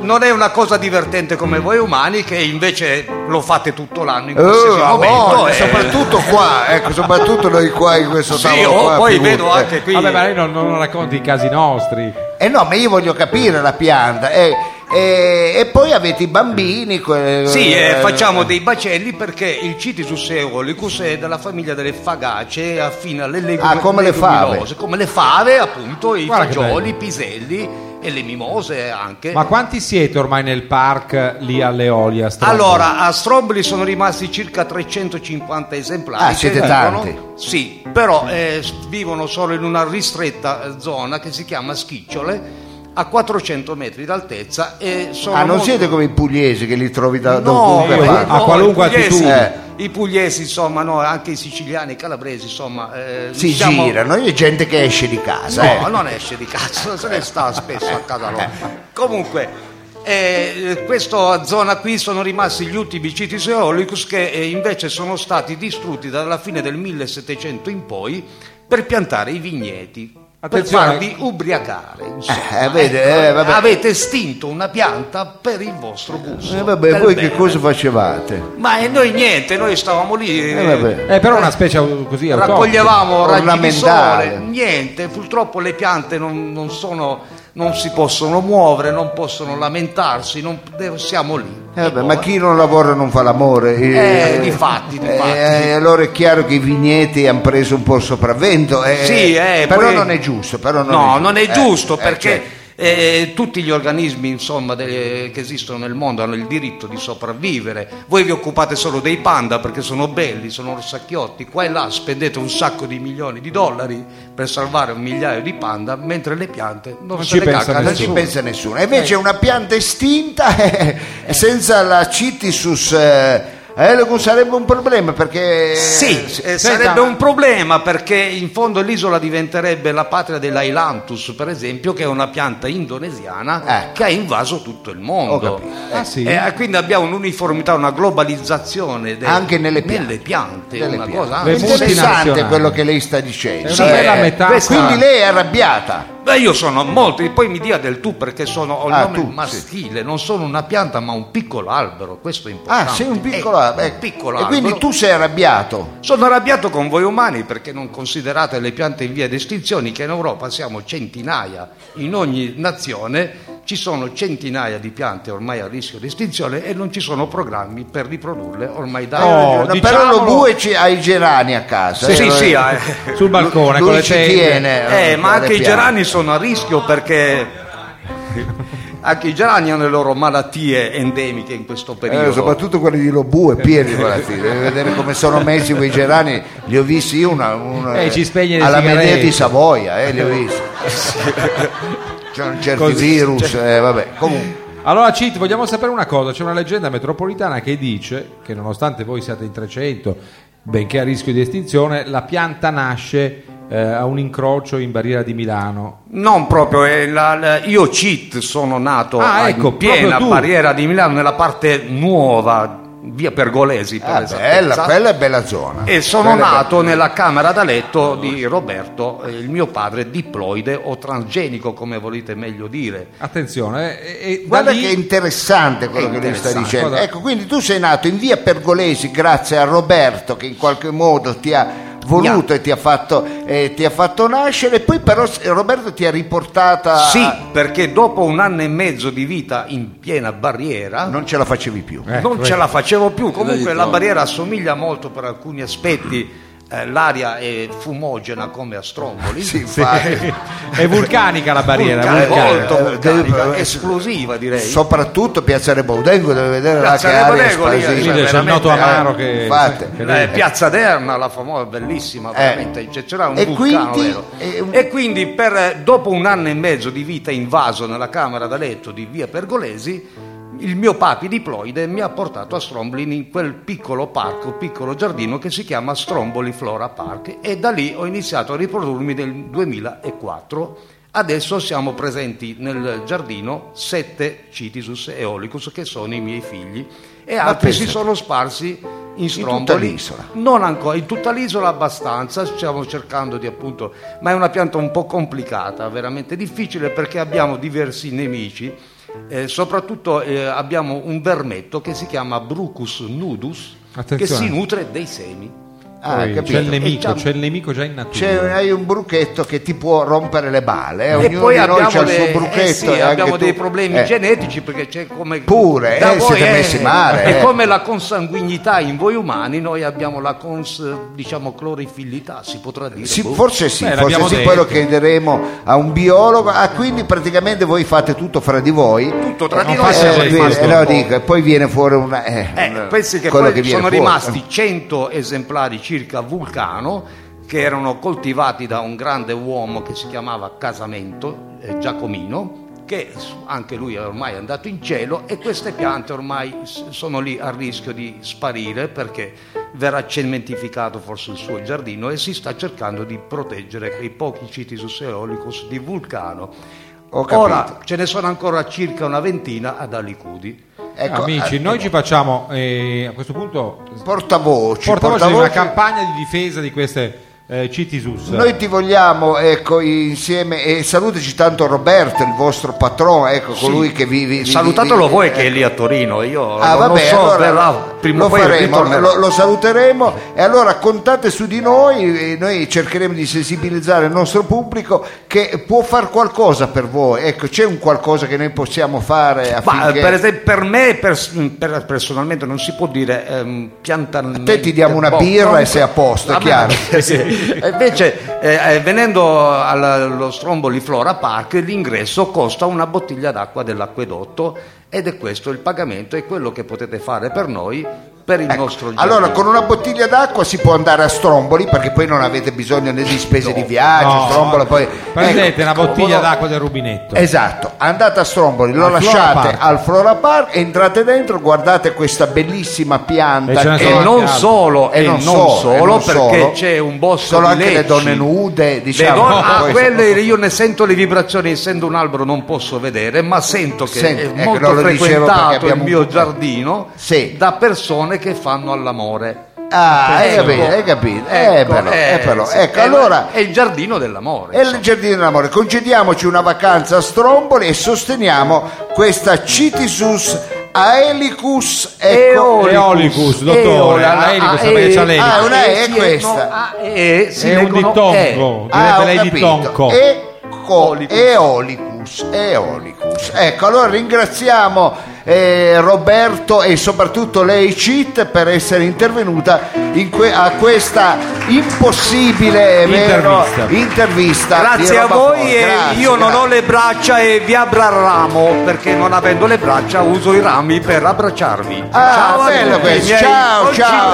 [SPEAKER 9] non è una cosa divertente come voi umani che invece lo fate tutto l'anno in
[SPEAKER 1] Eh,
[SPEAKER 4] Oh,
[SPEAKER 9] qualsiasi
[SPEAKER 1] ah,
[SPEAKER 9] momento. eh.
[SPEAKER 1] boh,
[SPEAKER 9] e-
[SPEAKER 1] soprattutto qua, ecco, soprattutto noi qua in questo
[SPEAKER 9] Sì,
[SPEAKER 1] tavolo
[SPEAKER 9] oh,
[SPEAKER 1] qua,
[SPEAKER 9] poi
[SPEAKER 1] figurati.
[SPEAKER 9] vedo anche qui.
[SPEAKER 4] Vabbè, ma lei non, non racconti i casi nostri.
[SPEAKER 1] Eh no, ma io voglio capire la pianta. eh, eh, e poi avete i bambini. que-
[SPEAKER 9] Sì, eh,
[SPEAKER 1] eh,
[SPEAKER 9] facciamo dei bacelli perché il Citisus eolicus è della famiglia delle fagacee, affina alle legumi-
[SPEAKER 1] Ah, come le
[SPEAKER 9] leguminose, come le fave, appunto, i
[SPEAKER 4] Guarda che
[SPEAKER 9] fagioli,
[SPEAKER 4] bello.
[SPEAKER 9] i piselli e le mimose anche.
[SPEAKER 4] Ma quanti siete ormai nel park lì alle olie? a Stromboli?
[SPEAKER 9] allora, a Stromboli sono rimasti circa 350 esemplari.
[SPEAKER 1] Ah,
[SPEAKER 9] che
[SPEAKER 1] siete
[SPEAKER 9] vivono-
[SPEAKER 1] tanti.
[SPEAKER 9] Sì, però eh, s- vivono solo in una ristretta eh, zona che si chiama Schicciole, a 400 metri d'altezza e sono
[SPEAKER 1] Ah, non
[SPEAKER 9] molto-
[SPEAKER 1] siete come i pugliesi che li trovi da
[SPEAKER 9] No,
[SPEAKER 1] dovunque
[SPEAKER 9] eh,
[SPEAKER 1] parti.
[SPEAKER 4] a qualunque
[SPEAKER 9] pugliesi.
[SPEAKER 4] altitudine.
[SPEAKER 1] Eh.
[SPEAKER 9] i pugliesi, insomma, no, anche i siciliani, i calabresi, insomma. eh,
[SPEAKER 1] Si
[SPEAKER 9] siamo-
[SPEAKER 1] girano, c'è gente che esce di casa. eh.
[SPEAKER 9] No, non esce di cazzo, se ne sta spesso a casa loro. Comunque, eh, questa zona qui sono rimasti gli ultimi Citis Eolicus che eh, invece sono stati distrutti dalla fine del 1700 in poi per piantare i vigneti.
[SPEAKER 4] Attenzione.
[SPEAKER 9] Per farvi ubriacare, insomma.
[SPEAKER 1] Eh, vede,
[SPEAKER 9] Ecco,
[SPEAKER 1] eh, vabbè.
[SPEAKER 9] avete estinto una pianta per il vostro gusto.
[SPEAKER 1] Eh, vabbè,
[SPEAKER 9] per
[SPEAKER 1] voi
[SPEAKER 9] bene.
[SPEAKER 1] che cosa facevate?
[SPEAKER 9] Ma eh, noi niente, noi stavamo lì. eh,
[SPEAKER 1] Eh, vabbè.
[SPEAKER 4] È però una specie au- così autoctona.
[SPEAKER 9] raccoglievamo raggi di
[SPEAKER 1] ornamentale.
[SPEAKER 9] sole, niente, purtroppo le piante non, non sono, non si possono muovere, non possono lamentarsi, non, eh, siamo lì.
[SPEAKER 1] Eh, vabbè, ma chi non lavora non fa l'amore.
[SPEAKER 9] Eh, difatti, difatti.
[SPEAKER 1] eh, allora è chiaro che i vigneti hanno preso un po' il sopravvento. eh,
[SPEAKER 9] Sì, eh,
[SPEAKER 1] però
[SPEAKER 9] poi-
[SPEAKER 1] non è giusto. Però non
[SPEAKER 9] No, non è
[SPEAKER 1] Eh,
[SPEAKER 9] giusto
[SPEAKER 1] eh,
[SPEAKER 9] perché
[SPEAKER 1] certo.
[SPEAKER 9] eh, tutti gli organismi insomma, de- che esistono nel mondo hanno il diritto di sopravvivere. Voi vi occupate solo dei panda perché sono belli, sono orsacchiotti. Qua e là spendete un sacco di milioni di dollari per salvare un migliaio di panda, mentre le Eh, piante non, se
[SPEAKER 4] Non ci
[SPEAKER 9] ne
[SPEAKER 4] pensa
[SPEAKER 9] cacca
[SPEAKER 1] non
[SPEAKER 4] nessuno.
[SPEAKER 1] ci pensa nessuno. E Invece è una pianta estinta eh, senza la Citisus eh, Elogus sarebbe un problema perché
[SPEAKER 9] Sì, eh,
[SPEAKER 1] eh,
[SPEAKER 9] sarebbe un problema perché in fondo l'isola diventerebbe la patria dell'Ailantus, per esempio, che è una pianta indonesiana
[SPEAKER 1] Eh.
[SPEAKER 9] che ha invaso tutto il
[SPEAKER 1] Ho
[SPEAKER 9] mondo.
[SPEAKER 1] capito.
[SPEAKER 4] Ah, sì?
[SPEAKER 9] Eh, quindi abbiamo un'uniformità, una globalizzazione del-
[SPEAKER 1] Anche nelle piante.
[SPEAKER 9] piante,
[SPEAKER 1] delle
[SPEAKER 9] una
[SPEAKER 1] piante.
[SPEAKER 9] cosa Eh,
[SPEAKER 1] È
[SPEAKER 4] Le
[SPEAKER 1] interessante
[SPEAKER 4] multinazionali.
[SPEAKER 1] quello che lei sta dicendo.
[SPEAKER 4] È una bella metà.
[SPEAKER 1] questa- Quindi lei è arrabbiata.
[SPEAKER 9] Beh, io sono molto, e poi mi dia del tu perché sono, ho il
[SPEAKER 1] Ah,
[SPEAKER 9] nome
[SPEAKER 1] tu,
[SPEAKER 9] maschile, non sono una pianta ma un piccolo albero, questo è importante.
[SPEAKER 1] Ah, sei un piccolo,
[SPEAKER 9] Eh,
[SPEAKER 1] albero,
[SPEAKER 9] un
[SPEAKER 1] ecco.
[SPEAKER 9] piccolo
[SPEAKER 1] E
[SPEAKER 9] albero.
[SPEAKER 1] quindi tu sei arrabbiato.
[SPEAKER 9] Sono arrabbiato con voi umani perché non considerate le piante in via di estinzione, che in Europa siamo centinaia, in ogni nazione ci sono centinaia di piante ormai a rischio di estinzione e non ci sono programmi per riprodurle ormai da
[SPEAKER 4] Oh,
[SPEAKER 1] No, però
[SPEAKER 4] diciamolo.
[SPEAKER 1] lo bue ci- ha i gerani a casa.
[SPEAKER 9] Sì,
[SPEAKER 1] eh,
[SPEAKER 9] sì,
[SPEAKER 1] lo-
[SPEAKER 9] sì,
[SPEAKER 1] lui
[SPEAKER 9] eh.
[SPEAKER 4] sul balcone con le
[SPEAKER 1] ci
[SPEAKER 4] tende.
[SPEAKER 1] tiene.
[SPEAKER 9] Eh,
[SPEAKER 1] eh,
[SPEAKER 9] ma
[SPEAKER 1] alle
[SPEAKER 9] anche i
[SPEAKER 1] piante.
[SPEAKER 9] gerani sono a rischio perché anche i gerani hanno le loro malattie endemiche in questo
[SPEAKER 1] Eh,
[SPEAKER 9] periodo.
[SPEAKER 1] soprattutto quelli di Lobue pieni di malattie devi vedere come sono messi quei gerani li ho visti io una, una-
[SPEAKER 4] Eh, ci spegne le
[SPEAKER 1] alla
[SPEAKER 4] sigarette.
[SPEAKER 1] Medea di Savoia eh, li ho visti c'è un certi
[SPEAKER 4] Così, cioè.
[SPEAKER 1] virus eh, vabbè comunque
[SPEAKER 4] Allora Cit, vogliamo sapere una cosa, c'è una leggenda metropolitana che dice che nonostante voi siate in 300, benché a rischio di estinzione, la pianta nasce eh, a un incrocio in barriera di Milano.
[SPEAKER 9] Non proprio, eh, la- la- io cheat sono nato
[SPEAKER 4] Ah,
[SPEAKER 9] a
[SPEAKER 4] ecco,
[SPEAKER 9] piena
[SPEAKER 4] proprio tu.
[SPEAKER 9] barriera di Milano nella parte nuova, via Pergolesi per
[SPEAKER 1] ah,
[SPEAKER 9] esattezza.
[SPEAKER 1] bella, quella è bella zona
[SPEAKER 9] E sono
[SPEAKER 1] Quella è bella.
[SPEAKER 9] nato nella camera da letto di Roberto, eh, il mio padre diploide o transgenico come volete meglio dire.
[SPEAKER 4] Attenzione, eh, e, e da
[SPEAKER 1] Guarda
[SPEAKER 4] lì
[SPEAKER 1] che interessante quello
[SPEAKER 9] È
[SPEAKER 1] che lui sta
[SPEAKER 9] interessante,
[SPEAKER 1] dicendo.
[SPEAKER 4] guarda.
[SPEAKER 1] Ecco, quindi tu sei nato in via Pergolesi grazie a Roberto che in qualche modo ti ha voluto e ti ha fatto, eh, ti ha fatto nascere, poi però s- Roberto ti ha riportata...
[SPEAKER 9] Sì, Ah, perché dopo un anno e mezzo di vita in piena barriera
[SPEAKER 1] Non ce la facevi più.
[SPEAKER 4] Eh,
[SPEAKER 9] non ce
[SPEAKER 4] vedi.
[SPEAKER 9] la facevo più.
[SPEAKER 2] dai,
[SPEAKER 9] Comunque la
[SPEAKER 2] torna.
[SPEAKER 9] barriera assomiglia molto per alcuni aspetti. eh, l'aria è fumogena come a stromboli.
[SPEAKER 1] Sì, infatti.
[SPEAKER 4] è vulcanica la barriera,
[SPEAKER 9] Vulcanica,
[SPEAKER 4] vulcanica.
[SPEAKER 9] eh, molto vulcanica,
[SPEAKER 1] Eh,
[SPEAKER 9] esplosiva direi.
[SPEAKER 1] Soprattutto Piazzale Baudengo deve vedere la che
[SPEAKER 9] Piazzale
[SPEAKER 1] aria
[SPEAKER 9] Baudengo, lì,
[SPEAKER 1] esplosiva.
[SPEAKER 9] eh, sì,
[SPEAKER 4] Quindi c'è il noto
[SPEAKER 9] veramente,
[SPEAKER 4] amaro
[SPEAKER 1] eh,
[SPEAKER 4] che...
[SPEAKER 1] infatti.
[SPEAKER 4] che
[SPEAKER 9] Eh,
[SPEAKER 4] deve-
[SPEAKER 9] Piazza Derna, la famosa, bellissima, veramente
[SPEAKER 1] Eh.
[SPEAKER 9] eccezionale, un
[SPEAKER 1] E
[SPEAKER 9] vulcano
[SPEAKER 1] quindi-
[SPEAKER 9] vero.
[SPEAKER 1] e un-
[SPEAKER 9] E quindi per, eh, dopo un anno e mezzo di vita invaso nella camera da letto di via Pergolesi, il mio papi diploide mi ha portato a Stromboli in quel piccolo parco, piccolo giardino che si chiama Stromboli Flora Park e da lì ho iniziato a riprodurmi nel 2004. Adesso siamo presenti nel giardino sette Citisus eolicus che sono i miei figli e altri si
[SPEAKER 1] pensa.
[SPEAKER 9] sono sparsi in Stromboli.
[SPEAKER 1] tutta l'isola.
[SPEAKER 9] Non ancora, in tutta l'isola abbastanza, stiamo cercando di appunto, ma è una pianta un po' complicata, veramente difficile perché abbiamo diversi nemici, eh, soprattutto eh, abbiamo un vermetto che si chiama Brucus nudus che
[SPEAKER 4] Attenzione.
[SPEAKER 9] si nutre dei semi.
[SPEAKER 1] Ah,
[SPEAKER 4] Poi
[SPEAKER 1] capito.
[SPEAKER 4] c'è il nemico,
[SPEAKER 9] E c'ha-
[SPEAKER 4] c'è il nemico già in natura.
[SPEAKER 1] C'è- hai un bruchetto che ti può rompere le balle. eh,
[SPEAKER 9] E
[SPEAKER 1] Ognuno
[SPEAKER 9] poi
[SPEAKER 1] di noi
[SPEAKER 9] abbiamo,
[SPEAKER 1] ha il
[SPEAKER 9] le-
[SPEAKER 1] suo
[SPEAKER 9] eh
[SPEAKER 1] bruchetto.
[SPEAKER 9] sì,
[SPEAKER 1] e anche
[SPEAKER 9] abbiamo dei
[SPEAKER 1] tu-
[SPEAKER 9] problemi
[SPEAKER 1] eh.
[SPEAKER 9] genetici perché c'è come...
[SPEAKER 1] Pure,
[SPEAKER 9] da
[SPEAKER 1] eh,
[SPEAKER 9] voi
[SPEAKER 1] siete
[SPEAKER 9] è-
[SPEAKER 1] messi male,
[SPEAKER 9] È
[SPEAKER 1] eh.
[SPEAKER 9] come la consanguinità in voi umani, noi abbiamo la cons, diciamo, clorifillità, si potrà dire.
[SPEAKER 1] Sì,
[SPEAKER 9] boh.
[SPEAKER 1] forse sì,
[SPEAKER 4] Beh,
[SPEAKER 1] forse
[SPEAKER 4] l'abbiamo
[SPEAKER 1] sì,
[SPEAKER 4] detto.
[SPEAKER 1] poi lo chiederemo a un biologo. Ah, quindi praticamente voi fate tutto fra di voi.
[SPEAKER 9] Tutto tra
[SPEAKER 1] Eh,
[SPEAKER 9] di
[SPEAKER 1] non
[SPEAKER 9] noi
[SPEAKER 1] fate-
[SPEAKER 9] siamo
[SPEAKER 1] eh,
[SPEAKER 9] rimasti
[SPEAKER 1] eh,
[SPEAKER 9] un
[SPEAKER 1] no,
[SPEAKER 9] po'.
[SPEAKER 1] dico, e poi viene fuori una. eh, una-
[SPEAKER 9] Eh, pensi che
[SPEAKER 1] quello
[SPEAKER 9] poi
[SPEAKER 1] che viene
[SPEAKER 9] sono
[SPEAKER 1] fuori.
[SPEAKER 9] rimasti 100 esemplari circa a vulcano che erano coltivati da un grande uomo che si chiamava Casamento eh, Giacomino che anche lui è ormai andato in cielo e queste piante ormai s- sono lì a rischio di sparire perché verrà cementificato forse il suo giardino e si sta cercando di proteggere quei pochi Citus eolicus di vulcano.
[SPEAKER 1] Ho capito.
[SPEAKER 9] Ora ce ne sono ancora circa una ventina ad Alicudi.
[SPEAKER 1] Ecco,
[SPEAKER 4] Amici,
[SPEAKER 1] eh,
[SPEAKER 4] noi ci facciamo eh, a questo punto
[SPEAKER 1] portavoci,
[SPEAKER 4] portavoce di una
[SPEAKER 1] portavoci.
[SPEAKER 4] campagna di difesa di queste eh, Citisus.
[SPEAKER 1] Noi ti vogliamo, ecco, insieme e salutaci tanto Roberto, il vostro patrono, ecco, colui che vi, vi- vi-
[SPEAKER 9] Salutatelo
[SPEAKER 1] vi- eh, ecco.
[SPEAKER 9] voi che è lì a Torino, io
[SPEAKER 1] Ah,
[SPEAKER 9] non
[SPEAKER 1] vabbè,
[SPEAKER 9] so,
[SPEAKER 1] allora
[SPEAKER 9] verrà prima
[SPEAKER 1] lo
[SPEAKER 9] o poi
[SPEAKER 1] faremo,
[SPEAKER 9] ritornerà.
[SPEAKER 1] lo, lo saluteremo e allora contate su di noi e noi cercheremo di sensibilizzare il nostro pubblico che può far qualcosa per voi. Ecco, c'è un qualcosa che noi possiamo fare
[SPEAKER 9] Ma
[SPEAKER 1] affinché
[SPEAKER 9] per, esempio, per me pers- per- personalmente non si può dire ehm, piantalmente
[SPEAKER 1] te ti diamo una
[SPEAKER 9] boh,
[SPEAKER 1] birra e
[SPEAKER 9] comunque-
[SPEAKER 1] sei a posto,
[SPEAKER 9] Ah,
[SPEAKER 1] è
[SPEAKER 9] beh,
[SPEAKER 1] chiaro.
[SPEAKER 9] sì. E Invece, eh, eh, venendo alla- allo Stromboli Flora Park, l'ingresso costa una bottiglia d'acqua dell'acquedotto ed è questo il pagamento, è quello che potete fare per noi, per il
[SPEAKER 1] Ecco,
[SPEAKER 9] nostro giro.
[SPEAKER 1] Allora, con una bottiglia d'acqua si può andare a Stromboli perché poi non avete bisogno né di spese di viaggio.
[SPEAKER 4] No,
[SPEAKER 1] Stromboli, poi
[SPEAKER 4] prendete
[SPEAKER 1] ecco,
[SPEAKER 4] una bottiglia
[SPEAKER 1] comodo.
[SPEAKER 4] d'acqua del rubinetto.
[SPEAKER 1] Esatto, andate a Stromboli, lo
[SPEAKER 4] Al Flora
[SPEAKER 1] lasciate
[SPEAKER 4] Park.
[SPEAKER 1] al Flora Park, entrate dentro, guardate questa bellissima pianta
[SPEAKER 4] E ce ne
[SPEAKER 9] e
[SPEAKER 4] sono
[SPEAKER 1] che
[SPEAKER 4] anche
[SPEAKER 9] non
[SPEAKER 4] altri.
[SPEAKER 9] solo,
[SPEAKER 1] E
[SPEAKER 9] e
[SPEAKER 1] non
[SPEAKER 9] non
[SPEAKER 1] solo,
[SPEAKER 9] solo,
[SPEAKER 1] e non
[SPEAKER 9] perché
[SPEAKER 1] solo.
[SPEAKER 9] c'è un bosco
[SPEAKER 1] sono
[SPEAKER 9] di
[SPEAKER 1] anche le
[SPEAKER 9] lecci.
[SPEAKER 1] donne nude, diciamo.
[SPEAKER 9] Le donne- ah,
[SPEAKER 1] Questo-
[SPEAKER 9] quelle io ne sento le vibrazioni, essendo un albero non posso vedere, ma sento che
[SPEAKER 1] Senti,
[SPEAKER 9] è
[SPEAKER 1] ecco,
[SPEAKER 9] molto
[SPEAKER 1] no, lo dicevo perché
[SPEAKER 9] frequentato il
[SPEAKER 1] abbiamo un
[SPEAKER 9] mio
[SPEAKER 1] po'-
[SPEAKER 9] giardino
[SPEAKER 1] Sì.
[SPEAKER 9] da persone che fanno all'amore.
[SPEAKER 1] Ah, hai
[SPEAKER 9] Penso-
[SPEAKER 1] capito, hai capito. Eh,
[SPEAKER 9] Ecco,
[SPEAKER 1] però, eh, però.
[SPEAKER 9] sì,
[SPEAKER 1] Ecco,
[SPEAKER 9] è-
[SPEAKER 1] allora-
[SPEAKER 9] è il giardino dell'amore.
[SPEAKER 1] E il giardino dell'amore, concediamoci una vacanza a Stromboli e sosteniamo questa Citisus aelicus ecco,
[SPEAKER 4] Eolicus, dottore, Ah, Aelicus, perché c'ha l'elico.
[SPEAKER 1] Ah, una E è questa.
[SPEAKER 9] E, si
[SPEAKER 4] è un
[SPEAKER 9] leggono E.
[SPEAKER 4] dittongo,
[SPEAKER 1] Ah,
[SPEAKER 4] direbbe
[SPEAKER 1] ho
[SPEAKER 4] lei
[SPEAKER 1] capito.
[SPEAKER 4] dittongo.
[SPEAKER 1] Eco- Eolicus. Eolicus. Ecco, allora ringraziamo eh, Roberto e soprattutto lei Cit per essere intervenuta in que- a questa impossibile è vero,
[SPEAKER 4] Intervista.
[SPEAKER 1] intervista di
[SPEAKER 9] Grazie a
[SPEAKER 1] roba
[SPEAKER 9] voi
[SPEAKER 1] fuori.
[SPEAKER 9] e
[SPEAKER 1] Grazie,
[SPEAKER 9] io non
[SPEAKER 1] grazie.
[SPEAKER 9] ho le braccia e vi abbrarramo perché non avendo le braccia uso i rami per abbracciarvi.
[SPEAKER 1] Ah,
[SPEAKER 9] ciao a
[SPEAKER 1] bello
[SPEAKER 9] tutti,
[SPEAKER 1] questo.
[SPEAKER 9] miei
[SPEAKER 1] Ciao, ciao,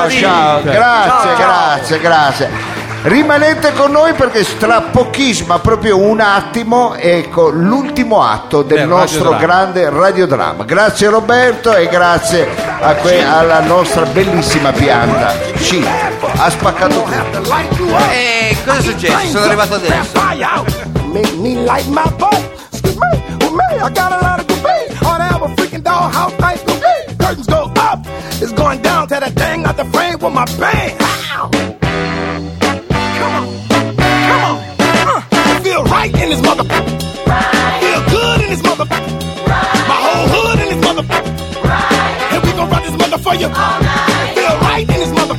[SPEAKER 9] concittadini.
[SPEAKER 1] ciao. Grazie,
[SPEAKER 9] Ciao.
[SPEAKER 1] grazie, grazie. Rimanete con noi perché tra pochissimo, ma proprio un attimo, ecco l'ultimo atto del
[SPEAKER 4] Del
[SPEAKER 1] nostro
[SPEAKER 4] radiodramma.
[SPEAKER 1] grande radiodramma. Grazie Roberto e grazie a que- alla nostra bellissima pianta. Sì, ha spaccato tutto.
[SPEAKER 3] E cosa è successo? Sono arrivato adesso.
[SPEAKER 7] Make me light my butt. Excuse me, with me, I got a lot of debate. All that have a freaking dollhouse night to be. Curtains go up, it's going down to that thing out the frame with my bang. Ow. Come on, come on. Uh, feel right in this mother. Feel good in this mother. My whole hood in this mother. And we gon' run this mother for you. Feel right in this mother.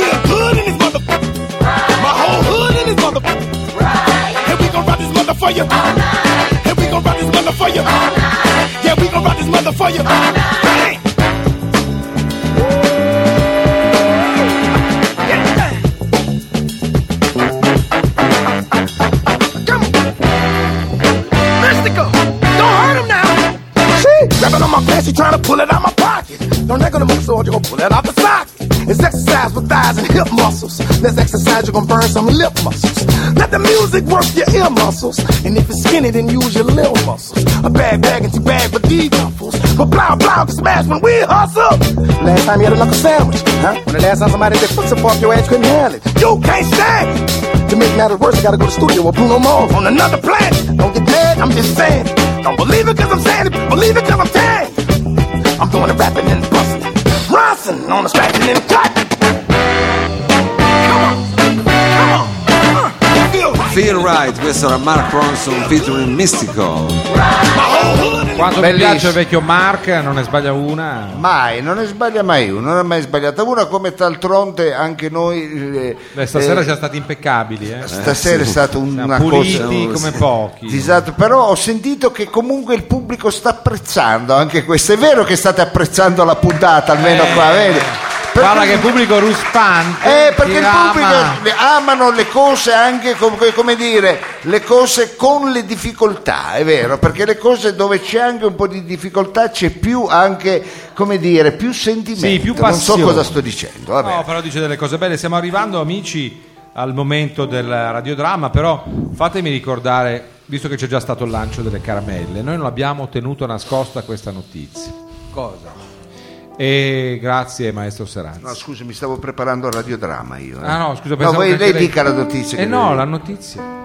[SPEAKER 7] Feel good in this mother. My whole hood in this mother. And we gon' run this mother for you. And we gon' run this mother for you. Yeah, we gon' run this mother for you. Bang! mystical. Don't hurt him now. She grabbing on my pants, she trying to pull it out my pocket. Don't nigga gonna move so you gonna pull it out the socket. It's exercise with thighs and hip muscles. Let's exercise, you're gonna burn some lip muscles. Let the music work your ear muscles. And if it's skinny, then use your lil muscles. A bag, bag, and two bag for these duffels. But blah, blah, can smash when we hustle. Last time you had a knuckle sandwich, huh? When the last time somebody did foot up off your ass couldn't handle it. You can't stand it. To make matters worse, I gotta go to the studio with Bruno Mars on another planet. Don't get mad, I'm just saying. Don't believe it cause I'm saying it, believe it cause I'm saying it. I'm doing the rapping and busting, rising on the scratching and cutting. Come on, come on, uh, feel right.
[SPEAKER 2] Feel Right, questo era Mark Ronson featuring Mystical.
[SPEAKER 7] My whole hood in
[SPEAKER 4] Quanto mi
[SPEAKER 1] Bellissimo.
[SPEAKER 4] piace il vecchio Mark, non ne sbaglia una.
[SPEAKER 1] Mai, non ne sbaglia mai uno, non è mai sbagliata una come d'altronde anche noi. eh,
[SPEAKER 4] Beh, stasera
[SPEAKER 1] eh,
[SPEAKER 4] siamo stati impeccabili, eh.
[SPEAKER 1] Stasera è stata
[SPEAKER 4] Siamo
[SPEAKER 1] una cosa
[SPEAKER 4] puliti come pochi.
[SPEAKER 1] Disatto, Esatto, però ho sentito che comunque il pubblico sta apprezzando anche questo. È vero che state apprezzando la puntata, almeno qua, vedi? Perché-
[SPEAKER 4] Eh. Guarda che il pubblico ruspante.
[SPEAKER 1] eh, perché
[SPEAKER 4] ti
[SPEAKER 1] il
[SPEAKER 4] ama.
[SPEAKER 1] pubblico le- amano le cose anche com- come, dire, le cose con le difficoltà, è vero, perché le cose dove c'è anche un po' di difficoltà c'è più anche, come dire, più sentimento.
[SPEAKER 4] Sì, più
[SPEAKER 1] non so
[SPEAKER 4] passione.
[SPEAKER 1] cosa sto dicendo, vabbè.
[SPEAKER 4] No, però dice delle cose belle. Stiamo arrivando, amici, al momento del radiodramma, però fatemi ricordare visto che c'è già stato il lancio delle caramelle, noi non abbiamo tenuto nascosta questa notizia.
[SPEAKER 3] Cosa?
[SPEAKER 4] E grazie maestro Seranzi.
[SPEAKER 1] No, scusi, mi stavo preparando al radiodramma io. eh.
[SPEAKER 4] Ah no, scusa,
[SPEAKER 1] No,
[SPEAKER 4] pensavo
[SPEAKER 1] voi,
[SPEAKER 4] che
[SPEAKER 1] lei
[SPEAKER 4] anche
[SPEAKER 1] dica la notizia.
[SPEAKER 4] Eh
[SPEAKER 1] che
[SPEAKER 4] no,
[SPEAKER 1] lei-
[SPEAKER 4] la notizia.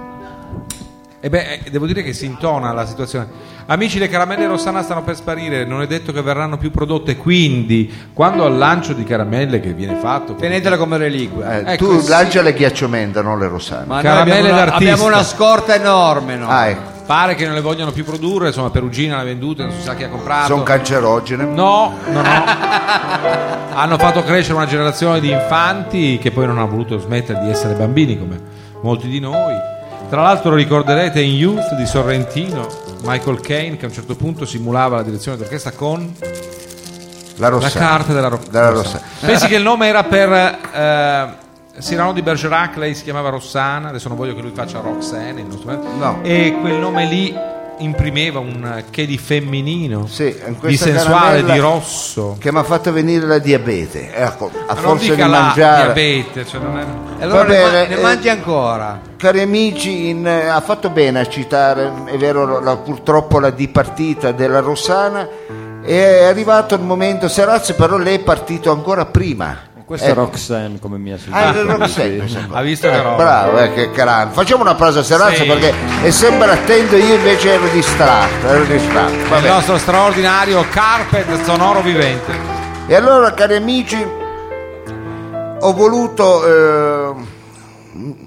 [SPEAKER 4] E beh, eh, devo dire che si intona la situazione. Amici, le caramelle Rossana stanno per sparire, non è detto che verranno più prodotte, quindi quando al lancio di caramelle che viene fatto...
[SPEAKER 3] Tenetela come reliquia.
[SPEAKER 1] Eh,
[SPEAKER 4] ecco,
[SPEAKER 1] tu
[SPEAKER 4] sì.
[SPEAKER 1] lancia le ghiacciomenda, non le rosane.
[SPEAKER 3] Ma noi
[SPEAKER 4] Caramelle
[SPEAKER 3] abbiamo una,
[SPEAKER 4] d'artista.
[SPEAKER 3] abbiamo una scorta enorme, no?
[SPEAKER 1] Ah, ecco,
[SPEAKER 4] Pare che non le vogliono più produrre, insomma Perugina l'ha venduta, non si sa chi ha comprato.
[SPEAKER 1] sono cancerogene.
[SPEAKER 4] No, no, no. Hanno fatto crescere una generazione di infanti che poi non hanno voluto smettere di essere bambini come molti di noi. Tra l'altro ricorderete in Youth di Sorrentino Michael Caine che a un certo punto simulava la direzione d'orchestra con
[SPEAKER 1] La
[SPEAKER 4] la
[SPEAKER 1] rossana.
[SPEAKER 4] carta della, ro-
[SPEAKER 1] Della
[SPEAKER 4] Rossana.
[SPEAKER 1] Rossana.
[SPEAKER 4] Pensi che il nome era per eh, Cyrano di Bergerac, lei si chiamava Rossana, adesso non voglio che lui faccia Roxane, il nostro-
[SPEAKER 1] No.
[SPEAKER 4] e quel nome lì imprimeva un che di femminino,
[SPEAKER 1] Sì, in
[SPEAKER 4] di
[SPEAKER 1] questa
[SPEAKER 4] sensuale,
[SPEAKER 1] caramella-
[SPEAKER 4] di rosso.
[SPEAKER 1] Che mi ha fatto venire la diabete. Ecco, a
[SPEAKER 4] Ma non
[SPEAKER 1] forza di
[SPEAKER 4] dica la
[SPEAKER 1] mangiare.
[SPEAKER 4] diabete, cioè non è-
[SPEAKER 3] E allora
[SPEAKER 1] Va
[SPEAKER 3] ne, ma-
[SPEAKER 1] bene,
[SPEAKER 3] ne
[SPEAKER 1] eh,
[SPEAKER 3] mangi ancora.
[SPEAKER 1] Cari amici, in- eh, ha fatto bene a citare, è vero, la- purtroppo la dipartita della Rossana. È arrivato il momento, Serazzi però lei è partito ancora prima. Ecco.
[SPEAKER 5] Questa è Roxanne come mia
[SPEAKER 1] Ah,
[SPEAKER 5] sorella.
[SPEAKER 1] era Roxanne,
[SPEAKER 4] Ha visto che
[SPEAKER 1] Eh,
[SPEAKER 4] roba.
[SPEAKER 1] Bravo, eh, che carano. Facciamo una pausa a Serazzi
[SPEAKER 4] Sì.
[SPEAKER 1] perché e sembra attento, io invece ero distratto, ero distratto. Va
[SPEAKER 4] il
[SPEAKER 1] bene.
[SPEAKER 4] nostro straordinario carpet sonoro vivente.
[SPEAKER 1] E allora, cari amici, ho voluto eh,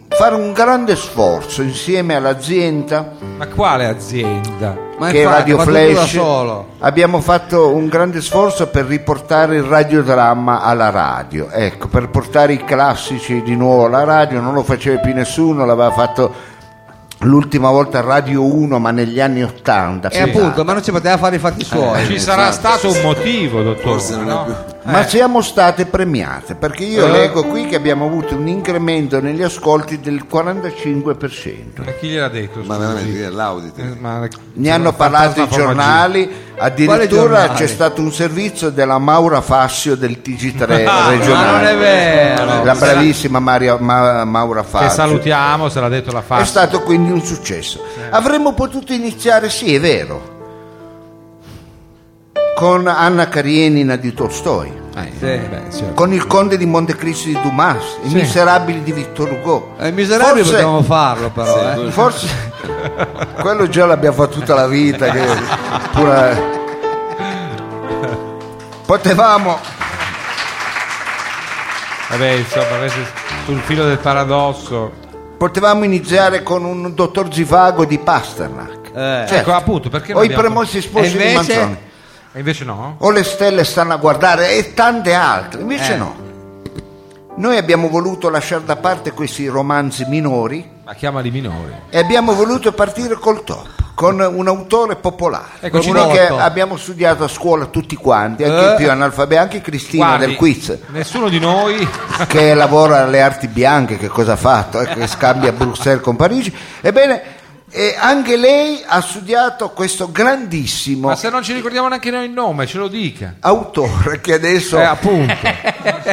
[SPEAKER 1] fare un grande sforzo insieme all'azienda
[SPEAKER 4] Ma quale azienda?
[SPEAKER 3] Ma
[SPEAKER 1] che è
[SPEAKER 3] infatti,
[SPEAKER 1] Radio
[SPEAKER 3] ma tu da
[SPEAKER 1] Flash.
[SPEAKER 3] solo.
[SPEAKER 1] Abbiamo fatto un grande sforzo per riportare il radiodramma alla radio, ecco, per portare i classici di nuovo alla radio, non lo faceva più nessuno, l'aveva fatto l'ultima volta Radio 1, ma negli anni 80.
[SPEAKER 3] E appunto, ma non si poteva fare i
[SPEAKER 1] Eh.
[SPEAKER 3] fatti suoi.
[SPEAKER 4] Ci sarà
[SPEAKER 1] Esatto.
[SPEAKER 4] stato un motivo,
[SPEAKER 2] Forse
[SPEAKER 4] dottore.
[SPEAKER 2] non
[SPEAKER 4] no? Eh,
[SPEAKER 2] è più.
[SPEAKER 1] Ma
[SPEAKER 3] Eh.
[SPEAKER 1] siamo state premiate perché io leggo qui che abbiamo avuto un incremento negli ascolti del 45%.
[SPEAKER 4] Ma chi gliel'ha detto?
[SPEAKER 2] Ma
[SPEAKER 4] scusi?
[SPEAKER 2] veramente è
[SPEAKER 4] Eh,
[SPEAKER 2] l'audite.
[SPEAKER 4] ma-
[SPEAKER 1] Ne hanno parlato i
[SPEAKER 4] fantasma
[SPEAKER 1] giornali, addirittura
[SPEAKER 3] Quali giornali?
[SPEAKER 1] c'è stato un servizio della Maura Fassio del TG3
[SPEAKER 3] Ah, Ma non è
[SPEAKER 1] regionale,
[SPEAKER 3] vero.
[SPEAKER 1] la bravissima Maria- Ma- Maura
[SPEAKER 4] Che
[SPEAKER 1] Fassio.
[SPEAKER 4] salutiamo, se l'ha detto la
[SPEAKER 1] È
[SPEAKER 4] faccia.
[SPEAKER 1] stato quindi un successo. Avremmo potuto iniziare, sì, è vero, con Anna Karenina di Tolstoi.
[SPEAKER 4] Eh, beh, sì.
[SPEAKER 1] con il conte di Montecristo di Dumas, i
[SPEAKER 4] Sì.
[SPEAKER 1] miserabili di Vittor Hugo.
[SPEAKER 3] Eh, miserabile
[SPEAKER 1] Forse-
[SPEAKER 3] potevamo farlo però, eh.
[SPEAKER 1] Forse quello già l'abbiamo fatto tutta la vita. che pure- Potevamo,
[SPEAKER 4] Vabbè, insomma, adesso sul filo del paradosso.
[SPEAKER 1] potevamo iniziare con un dottor Zivago di Pasternak.
[SPEAKER 3] Eh,
[SPEAKER 1] Certo.
[SPEAKER 4] Ecco, appunto, perché non
[SPEAKER 1] o i
[SPEAKER 4] abbiamo-
[SPEAKER 1] promossi
[SPEAKER 3] E
[SPEAKER 1] sposi
[SPEAKER 3] invece-
[SPEAKER 1] di Manzoni.
[SPEAKER 4] E invece no?
[SPEAKER 1] o le stelle stanno a guardare e tante altre, invece
[SPEAKER 3] Eh.
[SPEAKER 1] no. Noi abbiamo voluto lasciare da parte questi romanzi minori
[SPEAKER 4] Ma chiamali minori.
[SPEAKER 1] e abbiamo voluto partire col top con un autore popolare
[SPEAKER 4] Ecco, ci
[SPEAKER 1] uno
[SPEAKER 4] noto.
[SPEAKER 1] che abbiamo studiato a scuola tutti quanti anche
[SPEAKER 3] Eh.
[SPEAKER 1] il più analfabeta anche Cristina
[SPEAKER 4] Guardi,
[SPEAKER 1] del quiz
[SPEAKER 4] Nessuno di noi.
[SPEAKER 1] che lavora alle arti bianche che cosa ha fatto ecco, che scambia Bruxelles con Parigi ebbene eh, anche lei ha studiato questo grandissimo
[SPEAKER 4] Ma se non ci ricordiamo neanche noi il nome, ce lo dica.
[SPEAKER 1] autore che adesso
[SPEAKER 4] Eh, appunto.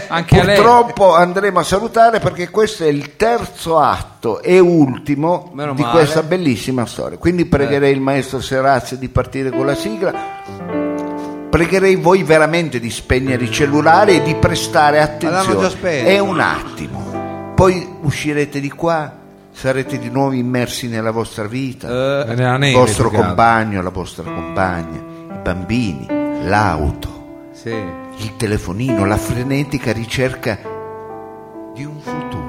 [SPEAKER 4] Anche a lei.
[SPEAKER 1] Purtroppo andremo a salutare perché questo è il terzo atto e ultimo
[SPEAKER 3] Meno
[SPEAKER 1] di
[SPEAKER 3] male.
[SPEAKER 1] questa bellissima storia. Quindi pregherei
[SPEAKER 4] Eh.
[SPEAKER 1] il maestro Serazzi di partire con la sigla. Pregherei voi veramente di spegnere i cellulari e di prestare
[SPEAKER 3] l'hanno già
[SPEAKER 1] attenzione.
[SPEAKER 3] spento.
[SPEAKER 1] È un attimo. Poi uscirete di qua, sarete di nuovo immersi nella vostra vita,
[SPEAKER 4] Eh, nella
[SPEAKER 1] il
[SPEAKER 4] neve,
[SPEAKER 1] vostro
[SPEAKER 4] più che altro.
[SPEAKER 1] compagno, la vostra compagna, i bambini, l'auto
[SPEAKER 3] Sì.
[SPEAKER 1] il telefonino, la frenetica ricerca di un futuro,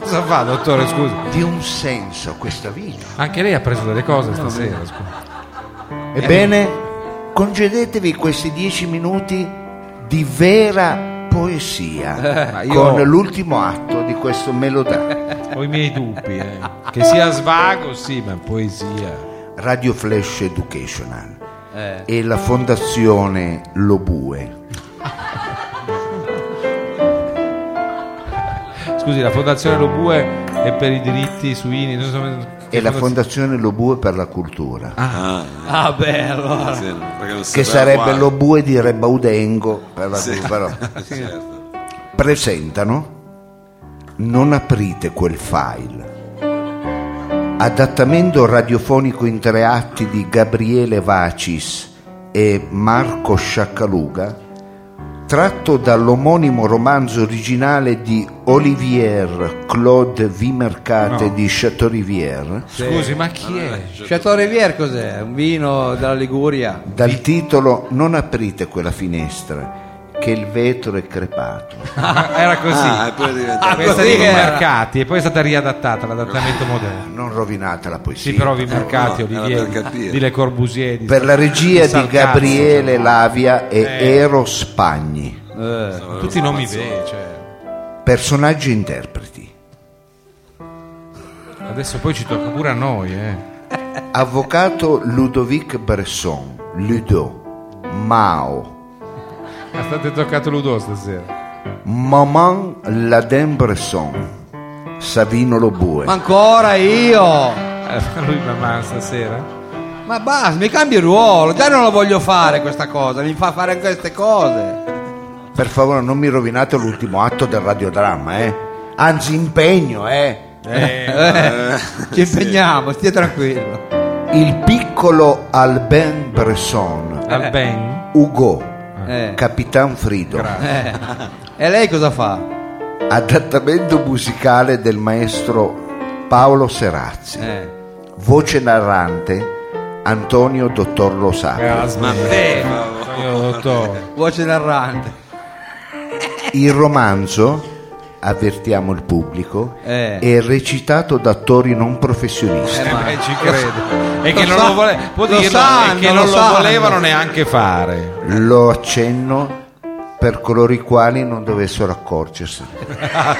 [SPEAKER 4] Cosa fa, dottore? Scusi.
[SPEAKER 1] di un senso a questa vita.
[SPEAKER 4] Anche lei ha preso delle cose stasera. scusi.
[SPEAKER 1] Ebbene, congedetevi questi dieci minuti di vera poesia
[SPEAKER 4] Eh, ma io-
[SPEAKER 1] con l'ultimo atto di questo melodramma.
[SPEAKER 4] Ho i miei dubbi. eh. Che sia svago, sì, ma poesia.
[SPEAKER 1] Radio Flash Educational
[SPEAKER 4] Eh.
[SPEAKER 1] e la fondazione Lobue.
[SPEAKER 4] Scusi, la Fondazione Lobue è per i diritti suini. non so-
[SPEAKER 1] E la fondazione Lobue per la cultura,
[SPEAKER 3] Ah beh, allora.
[SPEAKER 2] Sì, perché non
[SPEAKER 1] che
[SPEAKER 2] sapeva
[SPEAKER 1] sarebbe
[SPEAKER 2] quale.
[SPEAKER 1] Lobue di Rebaudengo per la cultura. però-
[SPEAKER 2] Certo.
[SPEAKER 1] presentano Non aprite quel file Adattamento radiofonico in tre atti di Gabriele Vacis e Marco Sciaccaluga, tratto dall'omonimo romanzo originale di Olivier Claude Vimercate di Chateaubriand,
[SPEAKER 4] Scusi, ma chi è?
[SPEAKER 3] Chateau Cioè, Rivière cos'è? Un vino dalla Liguria?
[SPEAKER 1] dal titolo Non aprite quella finestra, che il vetro è crepato.
[SPEAKER 4] Ah, era così.
[SPEAKER 2] Ah, è pure diventato.
[SPEAKER 4] Questa
[SPEAKER 3] così
[SPEAKER 4] di
[SPEAKER 3] era.
[SPEAKER 4] mercati e poi è stata riadattata all'adattamento moderno.
[SPEAKER 1] Ah, Non rovinate la poesia.
[SPEAKER 4] Sì, però vi mercati,
[SPEAKER 2] no, era
[SPEAKER 4] Olivier,
[SPEAKER 2] per capire.
[SPEAKER 4] di Le Corbusier. di-
[SPEAKER 1] Per la regia di
[SPEAKER 4] Sarcasmo,
[SPEAKER 1] Gabriele Lavia
[SPEAKER 4] Eh.
[SPEAKER 1] e Ero Spagni.
[SPEAKER 4] cioè, tutti i nomi veri. Cioè.
[SPEAKER 1] Personaggi e interpreti.
[SPEAKER 4] Adesso poi ci tocca pure a noi. Eh.
[SPEAKER 1] Avvocato Ludovic Bresson, Ludo, Mao,
[SPEAKER 4] Ma state toccato Ludo stasera.
[SPEAKER 1] Maman Laden Bresson, Savino Lobue,
[SPEAKER 3] Ma ancora io!
[SPEAKER 4] Eh, ma lui mamma stasera.
[SPEAKER 3] Ma basta, mi cambi ruolo, già non lo voglio fare questa cosa, mi fa fare queste cose.
[SPEAKER 1] per favore non mi rovinate l'ultimo atto del radiodramma, eh? Anzi impegno, eh?
[SPEAKER 3] Eh, ci impegniamo, stia tranquillo.
[SPEAKER 1] Il piccolo Albin Bresson,
[SPEAKER 4] Al Ben.
[SPEAKER 1] Ugo,
[SPEAKER 3] Eh.
[SPEAKER 1] Capitan Frido,
[SPEAKER 3] Eh. E lei cosa fa?
[SPEAKER 1] adattamento musicale del maestro Paolo Serazzi,
[SPEAKER 3] Eh.
[SPEAKER 1] voce narrante Antonio Dottor Lo Sapio.
[SPEAKER 2] Ma te, ma-
[SPEAKER 4] Signor dottore.
[SPEAKER 3] Eh. Voce narrante.
[SPEAKER 1] Il romanzo, avvertiamo il pubblico,
[SPEAKER 3] Eh.
[SPEAKER 1] è recitato da attori non professionisti.
[SPEAKER 3] Eh, ma-
[SPEAKER 4] Eh, ci credo. E
[SPEAKER 3] Lo
[SPEAKER 4] che non
[SPEAKER 3] sa-
[SPEAKER 4] lo, vole- può
[SPEAKER 3] lo
[SPEAKER 4] dirlo, e
[SPEAKER 3] sanno,
[SPEAKER 4] che
[SPEAKER 3] lo
[SPEAKER 4] non lo
[SPEAKER 3] sanno.
[SPEAKER 4] volevano neanche fare.
[SPEAKER 1] Lo accenno per coloro i quali non dovessero accorgersene.
[SPEAKER 4] Ah,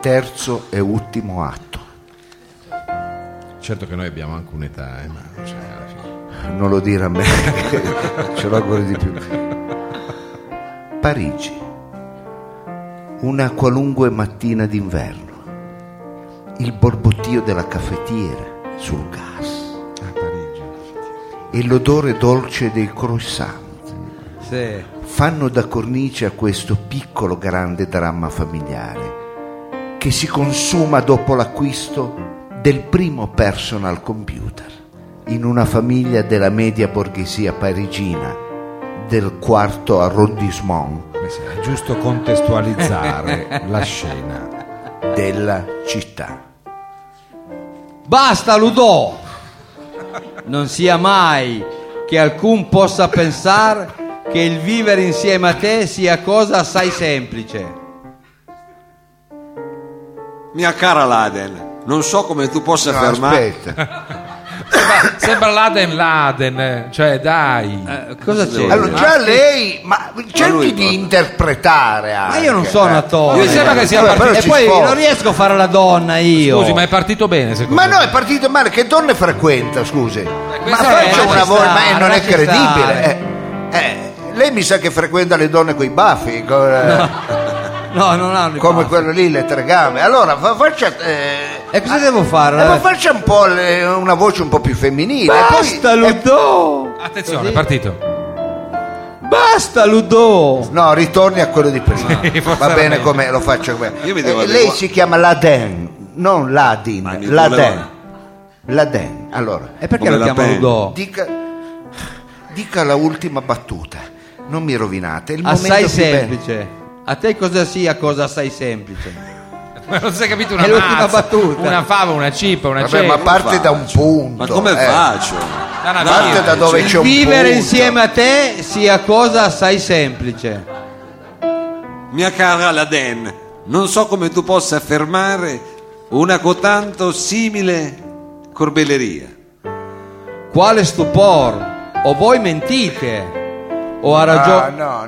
[SPEAKER 1] Terzo e ultimo atto.
[SPEAKER 4] Certo che noi abbiamo anche un'età, eh, ma cioè, alla fine.
[SPEAKER 1] Non lo dire a me, che ce l'ho ancora di più. Parigi, una qualunque mattina d'inverno, il borbottio della caffettiera sul gas e l'odore dolce dei croissant
[SPEAKER 3] Sì.
[SPEAKER 1] fanno da cornice a questo piccolo grande dramma familiare che si consuma dopo l'acquisto del primo personal computer in una famiglia della media borghesia parigina del quarto arrondissement
[SPEAKER 7] È giusto contestualizzare la scena.
[SPEAKER 1] della città.
[SPEAKER 3] Basta Ludo! Non sia mai che alcun possa pensare che il vivere insieme a te sia cosa assai
[SPEAKER 4] cioè.
[SPEAKER 3] semplice.
[SPEAKER 2] Mia cara Laden, non so come tu possa
[SPEAKER 1] No,
[SPEAKER 2] affermare
[SPEAKER 1] aspetta.
[SPEAKER 4] Sembra, sembra Laden Laden, eh, cioè dai.
[SPEAKER 3] Eh, cosa c'è?
[SPEAKER 1] Allora, già lei, ma cerchi
[SPEAKER 2] lui
[SPEAKER 1] di
[SPEAKER 2] proprio.
[SPEAKER 1] interpretare
[SPEAKER 3] ma
[SPEAKER 1] anche. eh.
[SPEAKER 3] io non sono
[SPEAKER 4] Mi
[SPEAKER 3] attore.
[SPEAKER 4] sembra che sia
[SPEAKER 1] Vabbè,
[SPEAKER 4] partito.
[SPEAKER 1] però
[SPEAKER 3] E
[SPEAKER 1] ci
[SPEAKER 3] poi
[SPEAKER 1] sforzi.
[SPEAKER 3] non riesco a fare la donna io.
[SPEAKER 4] Scusi, ma è partito bene secondo
[SPEAKER 1] Ma
[SPEAKER 4] me.
[SPEAKER 1] no, è partito male. Che donne frequenta, scusi? Ma
[SPEAKER 4] questa è-
[SPEAKER 1] faccia
[SPEAKER 4] lasci
[SPEAKER 1] una voce,
[SPEAKER 3] stare,
[SPEAKER 1] ma eh, non è
[SPEAKER 3] lasci
[SPEAKER 1] credibile.
[SPEAKER 3] stare.
[SPEAKER 1] Eh, eh, lei mi sa che frequenta le donne coi baffi, co- eh,
[SPEAKER 3] No, non hanno i
[SPEAKER 1] come
[SPEAKER 3] passi.
[SPEAKER 1] quello lì, le tre gambe. Allora, fa- faccia. eh,
[SPEAKER 3] E cosa devo fare?
[SPEAKER 1] eh, ma faccia un po' le- una voce un po' più femminile. E poi-
[SPEAKER 3] Basta Ludo!
[SPEAKER 4] Attenzione,
[SPEAKER 3] Così?
[SPEAKER 4] è partito.
[SPEAKER 3] Basta Ludo!
[SPEAKER 1] No, ritorni a quello di prima.
[SPEAKER 4] Sì, forse
[SPEAKER 1] Va
[SPEAKER 4] era
[SPEAKER 1] bene
[SPEAKER 4] meglio.
[SPEAKER 1] come lo faccio come.
[SPEAKER 2] Io mi devo
[SPEAKER 1] Eh, lei
[SPEAKER 2] adeguare.
[SPEAKER 1] si chiama Laden, non Ladin.
[SPEAKER 2] mi
[SPEAKER 1] Laden.
[SPEAKER 2] voleva-
[SPEAKER 1] Laden. Allora,
[SPEAKER 3] E perché
[SPEAKER 2] Come
[SPEAKER 3] lo
[SPEAKER 2] la
[SPEAKER 3] chiamo
[SPEAKER 2] pen.
[SPEAKER 3] Ludo?
[SPEAKER 1] Dica, dica la ultima battuta, non mi rovinate. è Il
[SPEAKER 3] Assai
[SPEAKER 1] momento più bello.
[SPEAKER 3] semplice. A te cosa sia cosa assai semplice?
[SPEAKER 4] Ma non si è capito una
[SPEAKER 3] È l'ultima
[SPEAKER 4] mazza,
[SPEAKER 3] battuta.
[SPEAKER 4] Una fava, una cipa, una
[SPEAKER 1] Vabbè,
[SPEAKER 4] cena.
[SPEAKER 1] ma parte da un punto.
[SPEAKER 2] Ma come
[SPEAKER 1] eh.
[SPEAKER 2] faccio?
[SPEAKER 4] Da una
[SPEAKER 1] Parte
[SPEAKER 4] birra.
[SPEAKER 1] da dove c'è un
[SPEAKER 3] Vivere
[SPEAKER 1] punto.
[SPEAKER 3] insieme a te sia cosa assai semplice.
[SPEAKER 2] Mia cara Laden, non so come tu possa affermare una cotanto simile corbelleria.
[SPEAKER 3] Quale stupor! O voi mentite, o ha
[SPEAKER 1] Ah,
[SPEAKER 3] ragione.
[SPEAKER 1] no,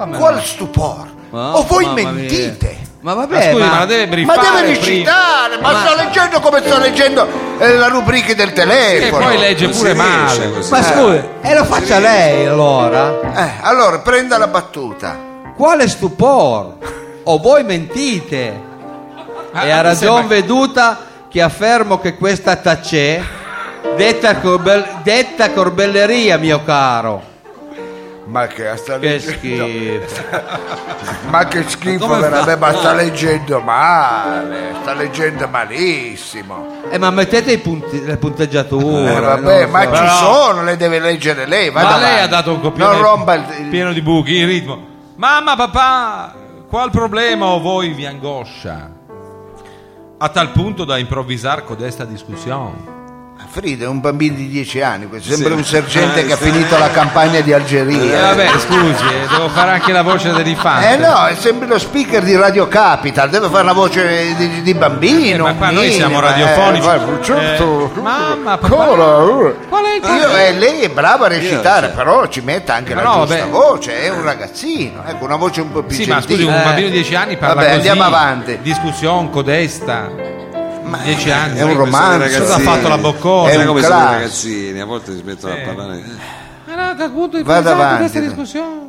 [SPEAKER 1] no. Qual stupor?
[SPEAKER 3] Ma-
[SPEAKER 1] Ah, o voi
[SPEAKER 3] mamma mia.
[SPEAKER 1] mentite?
[SPEAKER 4] Ma
[SPEAKER 3] Ma Ah, vabbè,
[SPEAKER 4] scusi,
[SPEAKER 3] ma,
[SPEAKER 4] ma, la deve
[SPEAKER 1] Ma
[SPEAKER 4] briefare
[SPEAKER 1] deve
[SPEAKER 4] prima.
[SPEAKER 1] recitare, ma, sto leggendo come sto leggendo eh, la rubrica del
[SPEAKER 4] E
[SPEAKER 1] telefono.
[SPEAKER 4] poi legge
[SPEAKER 2] Non si
[SPEAKER 4] pure
[SPEAKER 2] riesce
[SPEAKER 4] male.
[SPEAKER 2] così.
[SPEAKER 3] ma scusi, e lo faccia lei allora.
[SPEAKER 1] Eh, allora, prenda la battuta.
[SPEAKER 3] Quale stupor! O voi mentite! E
[SPEAKER 4] Ah,
[SPEAKER 3] a
[SPEAKER 4] mi
[SPEAKER 3] ragion
[SPEAKER 4] sembra-
[SPEAKER 3] veduta che affermo che questa tacè, detta, corbel- detta corbelleria, mio caro.
[SPEAKER 7] Ma che la sta
[SPEAKER 3] Che
[SPEAKER 7] leggendo?
[SPEAKER 3] schifo.
[SPEAKER 7] Ma che schifo
[SPEAKER 2] Come fa?
[SPEAKER 7] veramente, ma sta leggendo male, sta leggendo malissimo.
[SPEAKER 3] Eh, ma mettete i punti- le punteggiature.
[SPEAKER 7] Eh,
[SPEAKER 3] non
[SPEAKER 7] vabbè,
[SPEAKER 3] lo
[SPEAKER 7] ma
[SPEAKER 3] so.
[SPEAKER 7] ci
[SPEAKER 4] Però-
[SPEAKER 7] sono, le deve leggere lei. vada
[SPEAKER 4] Ma lei
[SPEAKER 7] avanti.
[SPEAKER 4] ha dato un
[SPEAKER 7] Non
[SPEAKER 4] copione
[SPEAKER 7] rompa il, il-
[SPEAKER 4] pieno di buchi, il ritmo. Mamma, papà, qual problema o voi vi angoscia? A tal punto da improvvisar codesta discussione.
[SPEAKER 1] Frida è un bambino di 10 anni, questo sembra
[SPEAKER 2] Sì.
[SPEAKER 1] un sergente
[SPEAKER 2] Eh,
[SPEAKER 1] che ha
[SPEAKER 2] sì.
[SPEAKER 1] finito la campagna di
[SPEAKER 4] Eh,
[SPEAKER 1] Algeria.
[SPEAKER 4] vabbè, scusi, eh, devo fare anche la voce dell'infante.
[SPEAKER 1] Eh no, è sempre lo speaker di Radio Capital, deve fare la voce di, di bambino.
[SPEAKER 4] ma qua
[SPEAKER 1] un
[SPEAKER 4] noi siamo
[SPEAKER 1] minimo, eh,
[SPEAKER 4] radiofonici.
[SPEAKER 1] guarda, certo.
[SPEAKER 4] Eh, mamma, papà,
[SPEAKER 1] Ancora?
[SPEAKER 4] qual è il
[SPEAKER 1] Io-
[SPEAKER 4] problema?
[SPEAKER 1] eh, lei è brava a recitare,
[SPEAKER 2] Io, sì.
[SPEAKER 1] però ci mette anche la
[SPEAKER 4] Però,
[SPEAKER 1] giusta
[SPEAKER 4] vabbè.
[SPEAKER 1] voce, è un ragazzino, ecco, una voce un po' più
[SPEAKER 4] Sì, ma scusi,
[SPEAKER 1] gentile.
[SPEAKER 4] un
[SPEAKER 3] Eh.
[SPEAKER 4] bambino di 10 anni parla
[SPEAKER 1] Vabbè,
[SPEAKER 4] così.
[SPEAKER 1] andiamo avanti.
[SPEAKER 4] Discussione, codesta. 10 anni.
[SPEAKER 1] È un romanzo.
[SPEAKER 4] Cosa ha fatto la Bocconi?
[SPEAKER 1] È
[SPEAKER 2] È
[SPEAKER 1] un
[SPEAKER 2] come sono i
[SPEAKER 1] classico.
[SPEAKER 2] ragazzini, a volte si mettono a parlare.
[SPEAKER 4] Ma no, che appunto
[SPEAKER 1] Vada
[SPEAKER 4] improvvisar codesta
[SPEAKER 1] avanti.
[SPEAKER 4] discussione.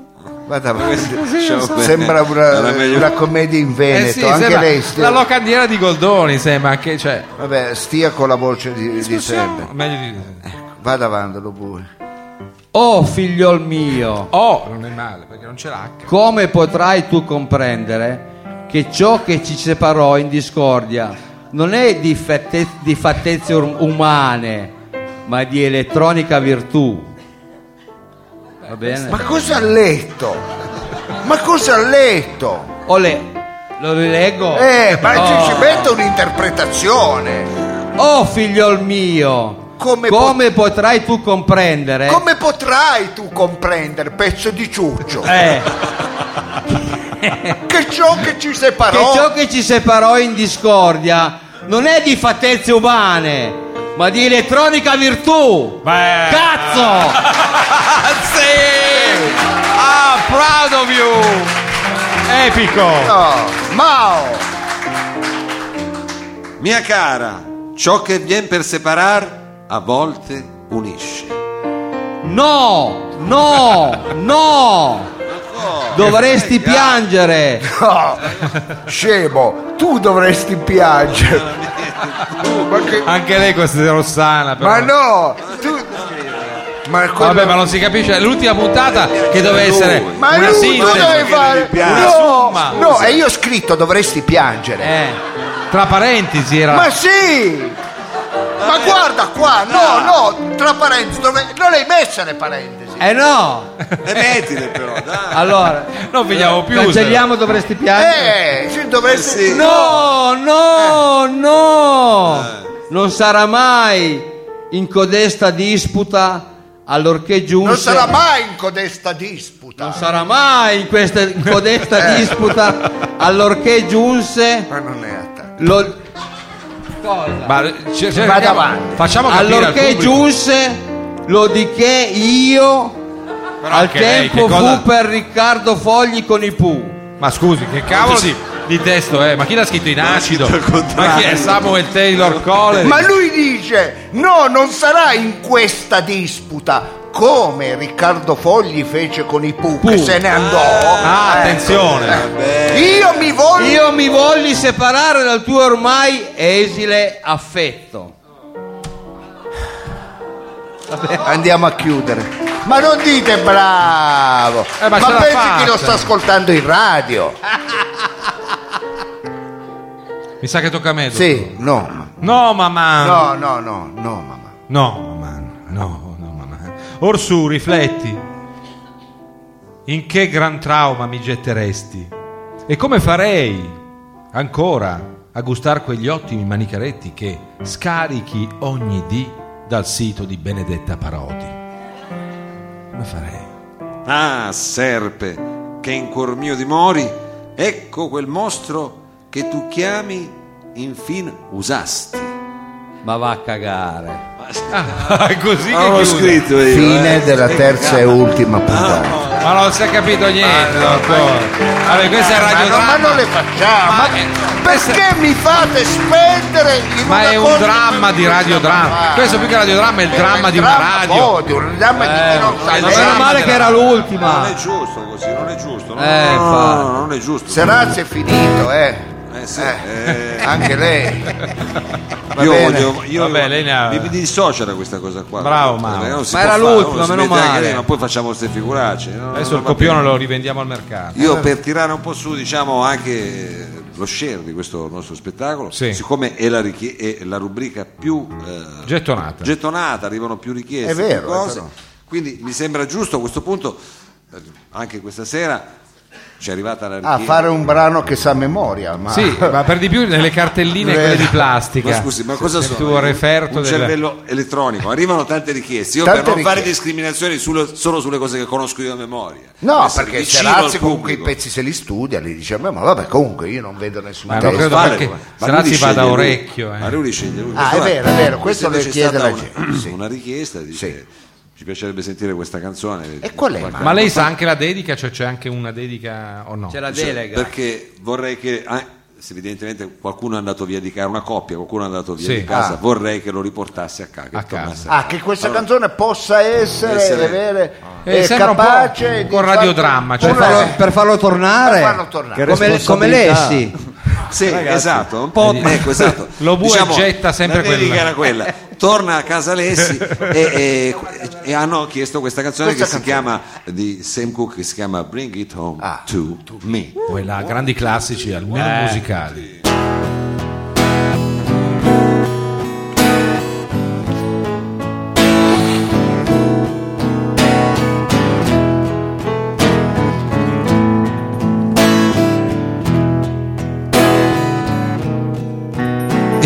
[SPEAKER 1] Vada avanti.
[SPEAKER 2] Lasciamo perdere.
[SPEAKER 1] Sembra una,
[SPEAKER 2] Era meglio-
[SPEAKER 1] una commedia in Veneto,
[SPEAKER 4] Eh sì,
[SPEAKER 1] anche
[SPEAKER 4] sembra
[SPEAKER 1] lei stia,
[SPEAKER 4] la locandiera di Goldoni sembra anche, cioè,
[SPEAKER 1] vabbè, stia con la voce di, di
[SPEAKER 4] discussione,
[SPEAKER 1] sempre.
[SPEAKER 4] meglio di-
[SPEAKER 1] Vada avanti, lo vuoi.
[SPEAKER 3] Oh figliol mio,
[SPEAKER 4] Oh, non è male, perché non c'è l'H.
[SPEAKER 3] come potrai tu comprendere che ciò che ci separò in discordia non è di, fatte- di fattezze ur- umane, ma di elettronica virtù. Va bene?
[SPEAKER 1] Ma cosa ha letto? Ma cosa ha letto?
[SPEAKER 3] Olè, lo rileggo.
[SPEAKER 1] Eh, ma
[SPEAKER 3] Oh.
[SPEAKER 1] ci, ci mette un'interpretazione.
[SPEAKER 3] Oh figliol mio,
[SPEAKER 1] Come
[SPEAKER 3] come,
[SPEAKER 1] po-
[SPEAKER 3] potrai tu comprendere?
[SPEAKER 1] Come potrai tu comprendere, pezzo di ciuccio,
[SPEAKER 3] Eh,
[SPEAKER 1] che ciò che ci
[SPEAKER 3] che
[SPEAKER 1] separò
[SPEAKER 3] ciò che ci separò in discordia non è di fattezze umane, ma di elettronica virtù.
[SPEAKER 4] Beh.
[SPEAKER 3] Cazzo!
[SPEAKER 4] Sì! Ah, proud of you! Epico!
[SPEAKER 1] No, Mao,
[SPEAKER 2] Mia cara, ciò che vien per separar a volte unisce.
[SPEAKER 3] No, no, no!
[SPEAKER 1] Eh,
[SPEAKER 3] Dovresti piangere.
[SPEAKER 1] scemo, tu dovresti piangere. ma, che-
[SPEAKER 4] Anche lei questa è rossana, però.
[SPEAKER 1] ma no, tu... Ma quello-
[SPEAKER 4] Vabbè, ma non si capisce, l'ultima puntata che doveva essere
[SPEAKER 1] Eh. Ma
[SPEAKER 4] Eh. una
[SPEAKER 1] lui cosa
[SPEAKER 4] sintesi.
[SPEAKER 1] deve fare?
[SPEAKER 2] piange.
[SPEAKER 1] No,
[SPEAKER 4] Una somma.
[SPEAKER 1] no, e io ho scritto dovresti piangere.
[SPEAKER 4] Eh, tra parentesi era
[SPEAKER 1] Ma sì! Ma guarda qua, no, no, tra parentesi, dove- non l'hai messa le parentesi.
[SPEAKER 3] Eh no!
[SPEAKER 2] E mettile però, dai.
[SPEAKER 3] Allora,
[SPEAKER 4] Non finiamo più.
[SPEAKER 3] cancelliamo dovresti piangere.
[SPEAKER 1] Eh, sì, dovresti...
[SPEAKER 2] Eh sì.
[SPEAKER 3] No, no, no! Non sarà mai in codesta disputa allorché giunse
[SPEAKER 1] Non sarà mai in codesta disputa.
[SPEAKER 3] Non sarà mai in questa in codesta disputa allorché giunse
[SPEAKER 1] Ma non è attacco.
[SPEAKER 3] lo-
[SPEAKER 4] Ma c- c-
[SPEAKER 1] Vada avanti.
[SPEAKER 4] cioè, Facciamo capire al
[SPEAKER 3] allorché
[SPEAKER 4] pubblico.
[SPEAKER 3] giunse lo di che io
[SPEAKER 4] Però
[SPEAKER 3] al
[SPEAKER 4] anche lei,
[SPEAKER 3] tempo
[SPEAKER 4] che cosa-
[SPEAKER 3] fu per Riccardo Fogli con i Pooh.
[SPEAKER 4] Ma scusi, che cavolo di, di testo è? Ma chi l'ha scritto in acido? Ma chi è Samuel Taylor Cole?
[SPEAKER 1] Ma lui dice: No, non sarà in questa disputa. Come Riccardo Fogli fece con i Pooh, che
[SPEAKER 3] Pooh.
[SPEAKER 1] se ne andò.
[SPEAKER 4] Ah,
[SPEAKER 1] Eh.
[SPEAKER 4] attenzione.
[SPEAKER 1] Io mi voglio.
[SPEAKER 3] Io mi volli separare dal tuo ormai esile affetto.
[SPEAKER 1] Andiamo a chiudere. Ma non dite bravo!
[SPEAKER 4] Eh, ma
[SPEAKER 1] ma
[SPEAKER 4] ce l'ha
[SPEAKER 1] pensi
[SPEAKER 4] fatta.
[SPEAKER 1] chi lo sta ascoltando in radio?
[SPEAKER 4] Mi sa che tocca a me. Ah. dottore.
[SPEAKER 1] Sì, no. ma-
[SPEAKER 4] No, mamma.
[SPEAKER 1] No, no, no, no, mamma.
[SPEAKER 4] No, mamma. No, no, mamma. Orsù, rifletti. In che gran trauma mi getteresti? E come farei ancora a gustar quegli ottimi manicaretti che scarichi ogni dì dal sito di Benedetta Parodi? Come farei?
[SPEAKER 2] Ah, serpe, che in cuor mio dimori, ecco quel mostro che tu chiami infin usasti.
[SPEAKER 3] Ma va a cagare.
[SPEAKER 4] Ah, è così che
[SPEAKER 2] Non
[SPEAKER 4] chiude.
[SPEAKER 2] l'ho
[SPEAKER 4] Ah.
[SPEAKER 2] scritto io.
[SPEAKER 1] Fine
[SPEAKER 2] eh.
[SPEAKER 1] della terza e ultima puntata.
[SPEAKER 4] Ma non si è capito niente, dottore. Allora, questa è
[SPEAKER 1] Ma
[SPEAKER 4] radio
[SPEAKER 1] non, ma non le
[SPEAKER 4] dramma.
[SPEAKER 1] facciamo!
[SPEAKER 4] Ma-
[SPEAKER 1] ma
[SPEAKER 4] eh,
[SPEAKER 1] perché mi fate spendere in
[SPEAKER 4] Ma
[SPEAKER 1] una
[SPEAKER 4] è un
[SPEAKER 1] cosa
[SPEAKER 4] dramma
[SPEAKER 1] che
[SPEAKER 4] di
[SPEAKER 1] non
[SPEAKER 4] radiodramma.
[SPEAKER 1] possiamo
[SPEAKER 4] Questo più che radiodramma è il
[SPEAKER 1] fare?
[SPEAKER 4] dramma
[SPEAKER 1] Eh, È
[SPEAKER 4] di una radio. Eh,
[SPEAKER 1] odio, un dramma di chi non sa
[SPEAKER 3] Ma
[SPEAKER 1] leggere.
[SPEAKER 3] meno male che era
[SPEAKER 2] Non
[SPEAKER 3] l'ultima.
[SPEAKER 2] è giusto così, non è giusto. No, no,
[SPEAKER 3] Eh,
[SPEAKER 2] no,
[SPEAKER 3] infatti.
[SPEAKER 2] no, non è giusto.
[SPEAKER 1] Serazzi è finito eh
[SPEAKER 2] Eh, sì,
[SPEAKER 7] Eh,
[SPEAKER 2] eh,
[SPEAKER 7] anche lei. va
[SPEAKER 2] io
[SPEAKER 7] bene.
[SPEAKER 2] voglio, io
[SPEAKER 4] Vabbè, lei ne ha-
[SPEAKER 2] mi, mi dissocio da questa cosa qua.
[SPEAKER 4] Bravo,
[SPEAKER 2] Perché
[SPEAKER 4] Mauro.
[SPEAKER 2] non si
[SPEAKER 3] Ma
[SPEAKER 2] può
[SPEAKER 3] era
[SPEAKER 2] fare,
[SPEAKER 3] l'ultimo,
[SPEAKER 2] uno si
[SPEAKER 3] meno
[SPEAKER 2] mette anche
[SPEAKER 3] male.
[SPEAKER 2] lì, ma poi facciamo queste figuracce. no,
[SPEAKER 4] Adesso
[SPEAKER 2] no,
[SPEAKER 4] il
[SPEAKER 2] va
[SPEAKER 4] copione
[SPEAKER 2] bene.
[SPEAKER 4] lo rivendiamo al mercato.
[SPEAKER 2] Io per tirare un po' su, diciamo, anche lo share di questo nostro spettacolo,
[SPEAKER 4] Sì.
[SPEAKER 2] siccome è la, richie- è la rubrica più eh,
[SPEAKER 4] Gettonata.
[SPEAKER 2] gettonata, arrivano più richieste,
[SPEAKER 1] È vero,
[SPEAKER 2] più cose.
[SPEAKER 1] è vero.
[SPEAKER 2] Quindi mi sembra giusto a questo punto, eh, anche questa sera ci è arrivata la
[SPEAKER 1] A
[SPEAKER 2] richiesta.
[SPEAKER 1] Ah, fare un brano che sa memoria, ma
[SPEAKER 4] Sì, ma per di più nelle cartelline quelle di plastica.
[SPEAKER 2] Ma scusi, ma cosa
[SPEAKER 4] Nel
[SPEAKER 2] sono?
[SPEAKER 4] tuo referto
[SPEAKER 2] un
[SPEAKER 4] della-
[SPEAKER 2] cervello elettronico, arrivano tante richieste. Io
[SPEAKER 1] Tante
[SPEAKER 2] per non fare
[SPEAKER 1] richieste.
[SPEAKER 2] discriminazioni sullo- solo sulle cose che conosco io a memoria. Per
[SPEAKER 1] No,
[SPEAKER 2] essere
[SPEAKER 1] perché
[SPEAKER 2] vicino al
[SPEAKER 1] Serazzi comunque i
[SPEAKER 2] pubblico.
[SPEAKER 1] pezzi se li studia, li dice, ma vabbè comunque io non vedo nessun
[SPEAKER 4] Ma non
[SPEAKER 1] testo.
[SPEAKER 4] credo
[SPEAKER 2] Vale,
[SPEAKER 4] perché
[SPEAKER 2] ma lui
[SPEAKER 4] Serazzi
[SPEAKER 2] li
[SPEAKER 4] vada
[SPEAKER 2] sceglie lui.
[SPEAKER 4] orecchio, eh.
[SPEAKER 2] Ma lui li sceglie lui.
[SPEAKER 1] Ah,
[SPEAKER 2] Questo
[SPEAKER 1] è vero, è vero, questo
[SPEAKER 2] invece
[SPEAKER 1] lo
[SPEAKER 2] è
[SPEAKER 1] chiede
[SPEAKER 2] stata
[SPEAKER 1] la
[SPEAKER 2] una-
[SPEAKER 1] gente, sì.
[SPEAKER 2] Una richiesta dice
[SPEAKER 1] Sì.
[SPEAKER 2] ci piacerebbe sentire questa canzone.
[SPEAKER 1] E qual è,
[SPEAKER 2] Qualche-
[SPEAKER 4] Ma lei sa anche la dedica, cioè c'è anche una dedica o no?
[SPEAKER 3] C'è la
[SPEAKER 2] Cioè,
[SPEAKER 3] delega.
[SPEAKER 2] Perché vorrei che ah, se evidentemente qualcuno è andato via di casa, una coppia, qualcuno è andato via
[SPEAKER 4] Sì.
[SPEAKER 2] di casa,
[SPEAKER 1] Ah.
[SPEAKER 2] vorrei che lo riportasse a casa, che
[SPEAKER 4] A casa.
[SPEAKER 2] tornasse a
[SPEAKER 1] Ah, che questa canzone possa essere,
[SPEAKER 2] Essere-
[SPEAKER 1] avere,
[SPEAKER 4] Eh,
[SPEAKER 1] eh,
[SPEAKER 4] sembra un po'
[SPEAKER 1] capace
[SPEAKER 4] un radiodramma, cioè-
[SPEAKER 3] Per
[SPEAKER 1] un
[SPEAKER 3] farlo,
[SPEAKER 1] radio-
[SPEAKER 3] per farlo tornare,
[SPEAKER 1] Per farlo tornare.
[SPEAKER 5] Che
[SPEAKER 3] come, come
[SPEAKER 5] responsabilità.
[SPEAKER 3] l'essi
[SPEAKER 2] Sì, esatto, un po' ecco, esatto.
[SPEAKER 4] Lo bue getta sempre
[SPEAKER 2] la dedica
[SPEAKER 4] quella.
[SPEAKER 2] era quella. Torna a casa Alessi e, e- e hanno chiesto questa canzone
[SPEAKER 1] Questa
[SPEAKER 2] che si chiama di Sam Cooke che si chiama Bring It Home
[SPEAKER 1] Ah,
[SPEAKER 2] to, Me.
[SPEAKER 4] Poi là, grandi classici, almeno
[SPEAKER 3] Eh.
[SPEAKER 4] musicali.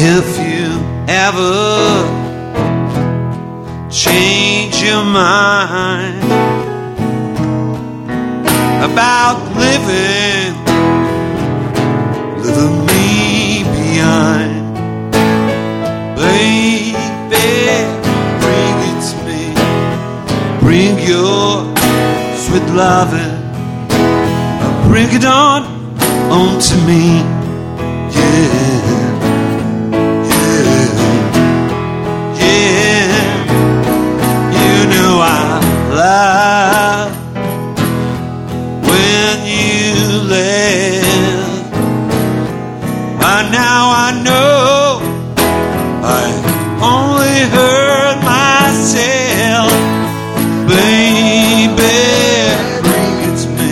[SPEAKER 10] If you ever change your mind about living, leave me behind. Baby, bring it to me. Bring your sweet loving. Bring it on, on to me. Yeah. Yeah, you know I love when you left. But now I know I only hurt myself. Baby, bring it to me.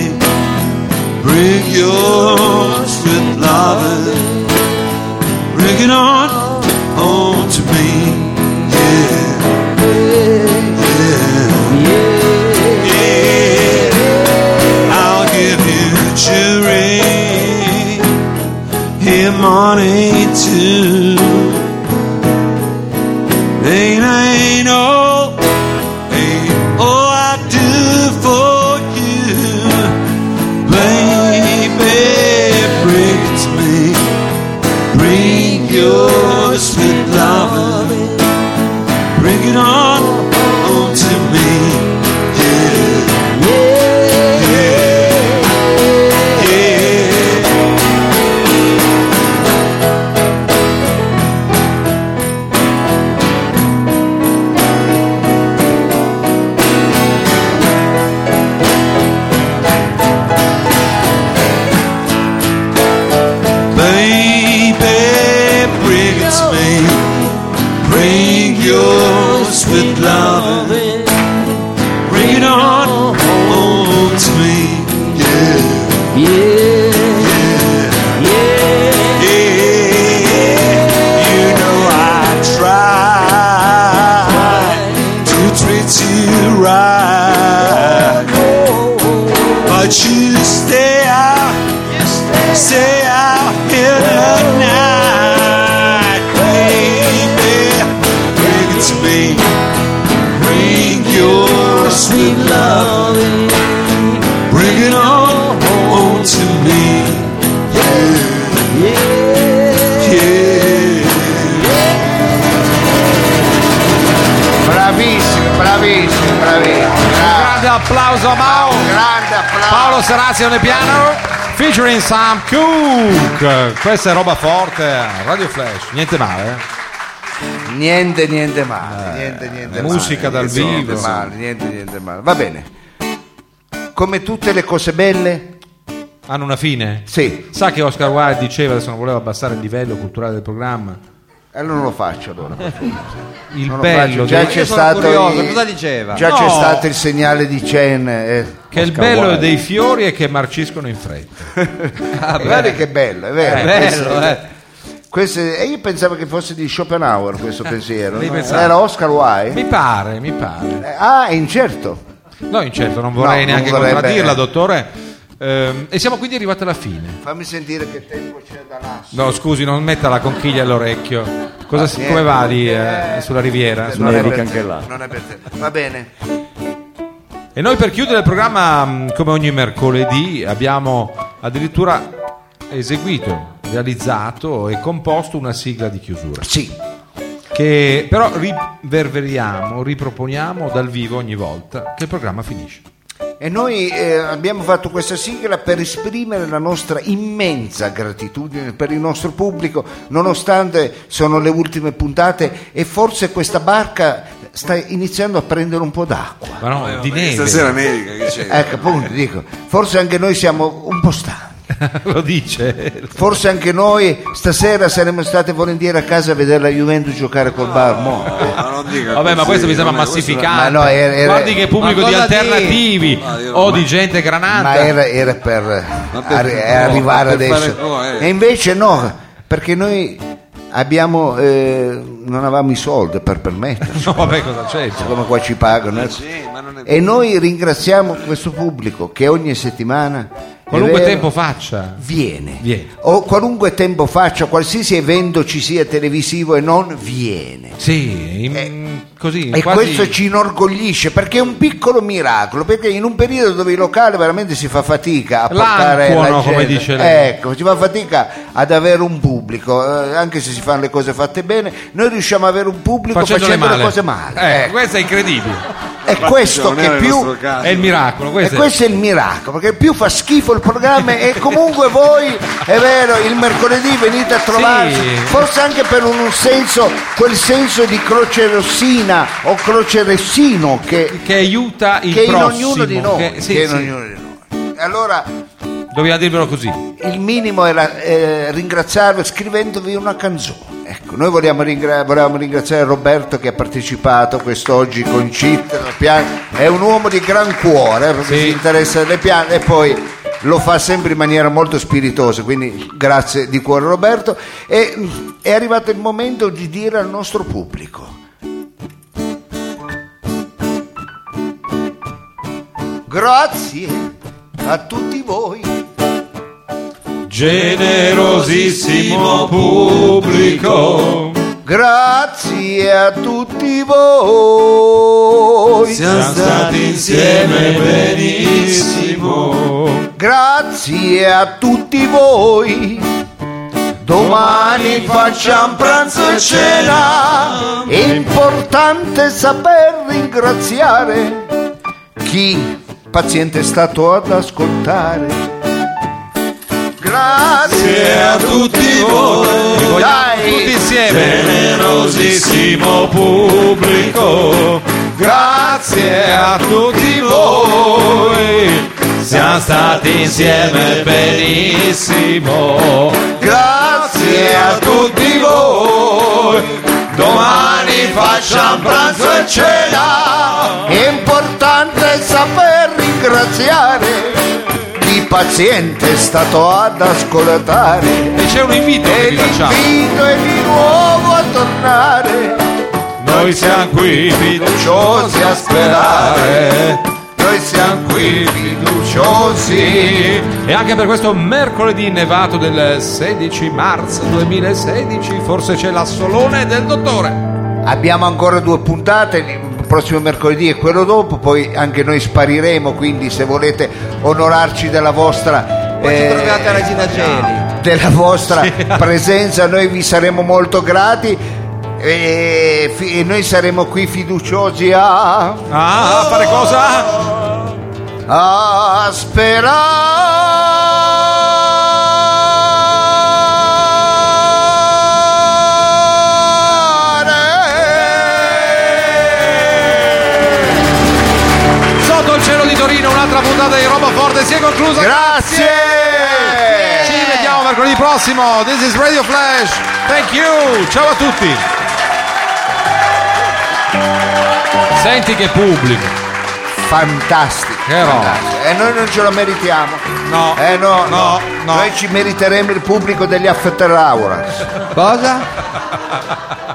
[SPEAKER 10] Bring your sweet loving. Bring it on, on to me. Yeah. Yeah. Yeah. I'll give you jewelry and money too. Ain't ain't all, ain't all I do for you. Baby, bring it to me. Bring your sweet love, bring it on, on to me. Yeah, yeah, yeah. Baby, bring it to me. Bring your sweet love. Bring it on, on to me. Yeah. Yeah. Yeah. You know I try to treat you right. But you stay out Stay out here tonight, baby. Bring it to me. Bring your sweet love. Bring it all on to me. Yeah, yeah.
[SPEAKER 1] Bravissimo, bravissimo, bravissimo. Gra-
[SPEAKER 4] Grande applauso a Mao.
[SPEAKER 1] Grande applauso.
[SPEAKER 4] Paolo Serazio nel piano, featuring Sam Cooke. Questa è roba forte, eh, Radio Flash, niente male. eh?
[SPEAKER 1] Niente, niente male, niente, niente male.
[SPEAKER 4] musica dal
[SPEAKER 1] Niente,
[SPEAKER 4] vivo,
[SPEAKER 1] Niente
[SPEAKER 4] insomma.
[SPEAKER 1] male, niente, niente male. Va bene. Come tutte le cose belle,
[SPEAKER 4] Hanno una fine?
[SPEAKER 1] Sì.
[SPEAKER 4] Sa che Oscar Wilde diceva, adesso non voleva abbassare il livello culturale del programma,
[SPEAKER 1] Allora non lo faccio allora. per favore.
[SPEAKER 4] il
[SPEAKER 1] Non lo
[SPEAKER 4] bello,
[SPEAKER 1] faccio. Già
[SPEAKER 4] dei-
[SPEAKER 1] c'è
[SPEAKER 3] sono
[SPEAKER 1] stato
[SPEAKER 3] curioso,
[SPEAKER 1] il-
[SPEAKER 3] cosa diceva?
[SPEAKER 1] Già
[SPEAKER 4] No.
[SPEAKER 1] c'è stato il segnale di Chen. eh.
[SPEAKER 4] che il bello dei fiori è che marciscono in fretta.
[SPEAKER 1] Ah, Eh, Guarda che bello, è vero.
[SPEAKER 4] È
[SPEAKER 1] Questo-
[SPEAKER 4] bello, eh.
[SPEAKER 1] questo è- e io pensavo che fosse di Schopenhauer questo pensiero.
[SPEAKER 4] mi
[SPEAKER 1] no?
[SPEAKER 4] pensavo.
[SPEAKER 1] Era Oscar Wilde.
[SPEAKER 4] Mi pare, mi pare.
[SPEAKER 1] Eh, Ah, è incerto.
[SPEAKER 4] No, incerto, non vorrei
[SPEAKER 1] No, non
[SPEAKER 4] neanche
[SPEAKER 1] vorrebbe-
[SPEAKER 4] contraddirla, dottore. Ehm, e siamo quindi arrivati alla fine.
[SPEAKER 1] Fammi sentire che tempo c'è da là.
[SPEAKER 4] No, scusi, non metta la conchiglia all'orecchio. Cosa si-
[SPEAKER 1] Ah, niente.
[SPEAKER 4] come va lì eh, sulla riviera? Sulla-
[SPEAKER 1] Non è,
[SPEAKER 5] nevica
[SPEAKER 1] per
[SPEAKER 5] anche
[SPEAKER 1] te,
[SPEAKER 5] là.
[SPEAKER 1] non è per te. Va bene.
[SPEAKER 4] E noi per chiudere il programma, mh, come ogni mercoledì, abbiamo addirittura eseguito, realizzato e composto una sigla di chiusura.
[SPEAKER 1] Sì.
[SPEAKER 4] Che però riverberiamo, riproponiamo dal vivo ogni volta che il programma finisce.
[SPEAKER 1] E noi eh, abbiamo fatto questa sigla per esprimere la nostra immensa gratitudine per il nostro pubblico, nonostante sono le ultime puntate e forse questa barca sta iniziando a prendere un po' d'acqua.
[SPEAKER 4] Ma no, di neve.
[SPEAKER 2] Eh, Stasera nevica che c'è?
[SPEAKER 1] Ecco, appunto, dico, forse anche noi siamo un po' stanchi.
[SPEAKER 4] Lo dice.
[SPEAKER 1] Forse anche noi stasera saremmo state volentieri a casa a vedere la Juventus giocare col Barmo.
[SPEAKER 2] Ma non dica
[SPEAKER 4] Vabbè, ma
[SPEAKER 2] così,
[SPEAKER 4] questo mi sembra
[SPEAKER 2] non è- questo-
[SPEAKER 4] massificante.
[SPEAKER 1] Ma no, era- era-
[SPEAKER 4] Guardi che pubblico
[SPEAKER 3] Ma
[SPEAKER 4] di
[SPEAKER 3] cosa
[SPEAKER 4] alternativi
[SPEAKER 2] Ah, io-
[SPEAKER 4] o di gente granata.
[SPEAKER 1] Ma era, era per,
[SPEAKER 2] per-
[SPEAKER 1] arri-
[SPEAKER 2] no,
[SPEAKER 1] arrivare
[SPEAKER 2] per
[SPEAKER 1] adesso.
[SPEAKER 2] fare- no, eh.
[SPEAKER 1] E invece no, perché noi abbiamo, eh, non avevamo i soldi per permetterci,
[SPEAKER 4] No, vabbè, cosa c'entra?
[SPEAKER 1] come qua ci pagano. eh.
[SPEAKER 2] Sì, ma non è-
[SPEAKER 1] E noi ringraziamo questo pubblico che ogni settimana... è
[SPEAKER 4] Qualunque
[SPEAKER 1] vero,
[SPEAKER 4] tempo faccia.
[SPEAKER 1] Viene.
[SPEAKER 4] Viene.
[SPEAKER 1] o qualunque tempo faccia, qualsiasi evento ci sia televisivo e non, viene.
[SPEAKER 4] Sì, in- Mm, così.
[SPEAKER 1] Eh, E
[SPEAKER 4] quasi-
[SPEAKER 1] questo ci inorgoglisce perché è un piccolo miracolo, perché in un periodo dove il locale veramente si fa fatica a portare
[SPEAKER 4] L'ancuono,
[SPEAKER 1] la gente,
[SPEAKER 4] come dice lei.
[SPEAKER 1] ecco, si fa fatica ad avere un pubblico, eh, anche se si fanno le cose fatte bene, noi riusciamo ad avere un pubblico
[SPEAKER 4] facendole
[SPEAKER 1] facendo,
[SPEAKER 4] male.
[SPEAKER 1] le cose male.
[SPEAKER 4] Eh,
[SPEAKER 1] ecco.
[SPEAKER 4] Questo è incredibile.
[SPEAKER 1] È questo
[SPEAKER 2] non era
[SPEAKER 1] che
[SPEAKER 2] il
[SPEAKER 1] più
[SPEAKER 2] nostro caso.
[SPEAKER 4] È il miracolo.
[SPEAKER 1] e
[SPEAKER 4] Questo è-
[SPEAKER 1] questo è il miracolo, perché più fa schifo il programma e comunque voi, è vero, il mercoledì venite a trovarci,
[SPEAKER 4] Sì.
[SPEAKER 1] forse anche per un senso, quel senso di croce rossina o croce ressino che,
[SPEAKER 4] che aiuta il
[SPEAKER 1] che in
[SPEAKER 4] prossimo.
[SPEAKER 1] ognuno di noi.
[SPEAKER 4] che- sì,
[SPEAKER 1] che in
[SPEAKER 4] sì,
[SPEAKER 1] ognuno di noi. E Allora
[SPEAKER 4] Dobbiamo dirvelo così.
[SPEAKER 1] il minimo era eh, ringraziarlo scrivendovi una canzone. Ecco, noi vogliamo ringra- volevamo ringraziare Roberto che ha partecipato quest'oggi con Cit, la pian- è un uomo di gran cuore, eh, proprio
[SPEAKER 4] Sì.
[SPEAKER 1] si interessa delle piante e poi lo fa sempre in maniera molto spiritosa, quindi grazie di cuore Roberto. E mm, è arrivato il momento di dire al nostro pubblico. Grazie a tutti voi.
[SPEAKER 10] Generosissimo pubblico,
[SPEAKER 1] Grazie a tutti voi,
[SPEAKER 10] siamo stati insieme benissimo.
[SPEAKER 1] grazie a tutti voi. Domani facciamo pranzo e cena, è importante saper ringraziare chi paziente è stato ad ascoltare. Grazie a tutti voi,
[SPEAKER 4] Tutti
[SPEAKER 1] dai,
[SPEAKER 4] insieme.
[SPEAKER 10] Generosissimo pubblico,
[SPEAKER 4] Grazie a tutti voi.
[SPEAKER 10] siamo stati insieme benissimo.
[SPEAKER 1] grazie a tutti voi.
[SPEAKER 10] Domani facciamo pranzo e cena.
[SPEAKER 1] È importante saper ringraziare chi paziente è stato ad ascoltare
[SPEAKER 4] E c'è un invito che
[SPEAKER 1] e
[SPEAKER 4] vi facciamo.
[SPEAKER 1] l'invito è di nuovo a tornare,
[SPEAKER 10] Noi siamo qui
[SPEAKER 1] fiduciosi a
[SPEAKER 4] Eh,
[SPEAKER 1] sperare. Noi siamo qui fiduciosi.
[SPEAKER 4] E anche per questo mercoledì nevato del 16 marzo 2016 forse c'è l'assolone del dottore.
[SPEAKER 1] Abbiamo ancora due puntate, il prossimo mercoledì e quello dopo, poi anche noi spariremo, quindi se volete onorarci della vostra...
[SPEAKER 3] Poi
[SPEAKER 1] eh,
[SPEAKER 3] ci trovate a Regina Celi.
[SPEAKER 1] della vostra presenza, noi vi saremo molto grati e, fi- e noi saremo qui fiduciosi a,
[SPEAKER 4] Ah, a fare cosa?
[SPEAKER 1] a sperare.
[SPEAKER 4] Sotto il cielo di Torino un'altra puntata puntata di Roboforte si è conclusa.
[SPEAKER 1] Grazie!
[SPEAKER 4] Ci vediamo mercoledì prossimo. This is Radio Flash. Thank you. Ciao a tutti. Senti che pubblico.
[SPEAKER 1] Fantastico.
[SPEAKER 4] Che roba.
[SPEAKER 1] fantastico. E noi non ce lo meritiamo.
[SPEAKER 2] No,
[SPEAKER 1] Eh no,
[SPEAKER 2] No,
[SPEAKER 1] no,
[SPEAKER 2] no.
[SPEAKER 1] Noi ci meriteremo il pubblico degli after hours.
[SPEAKER 3] Cosa?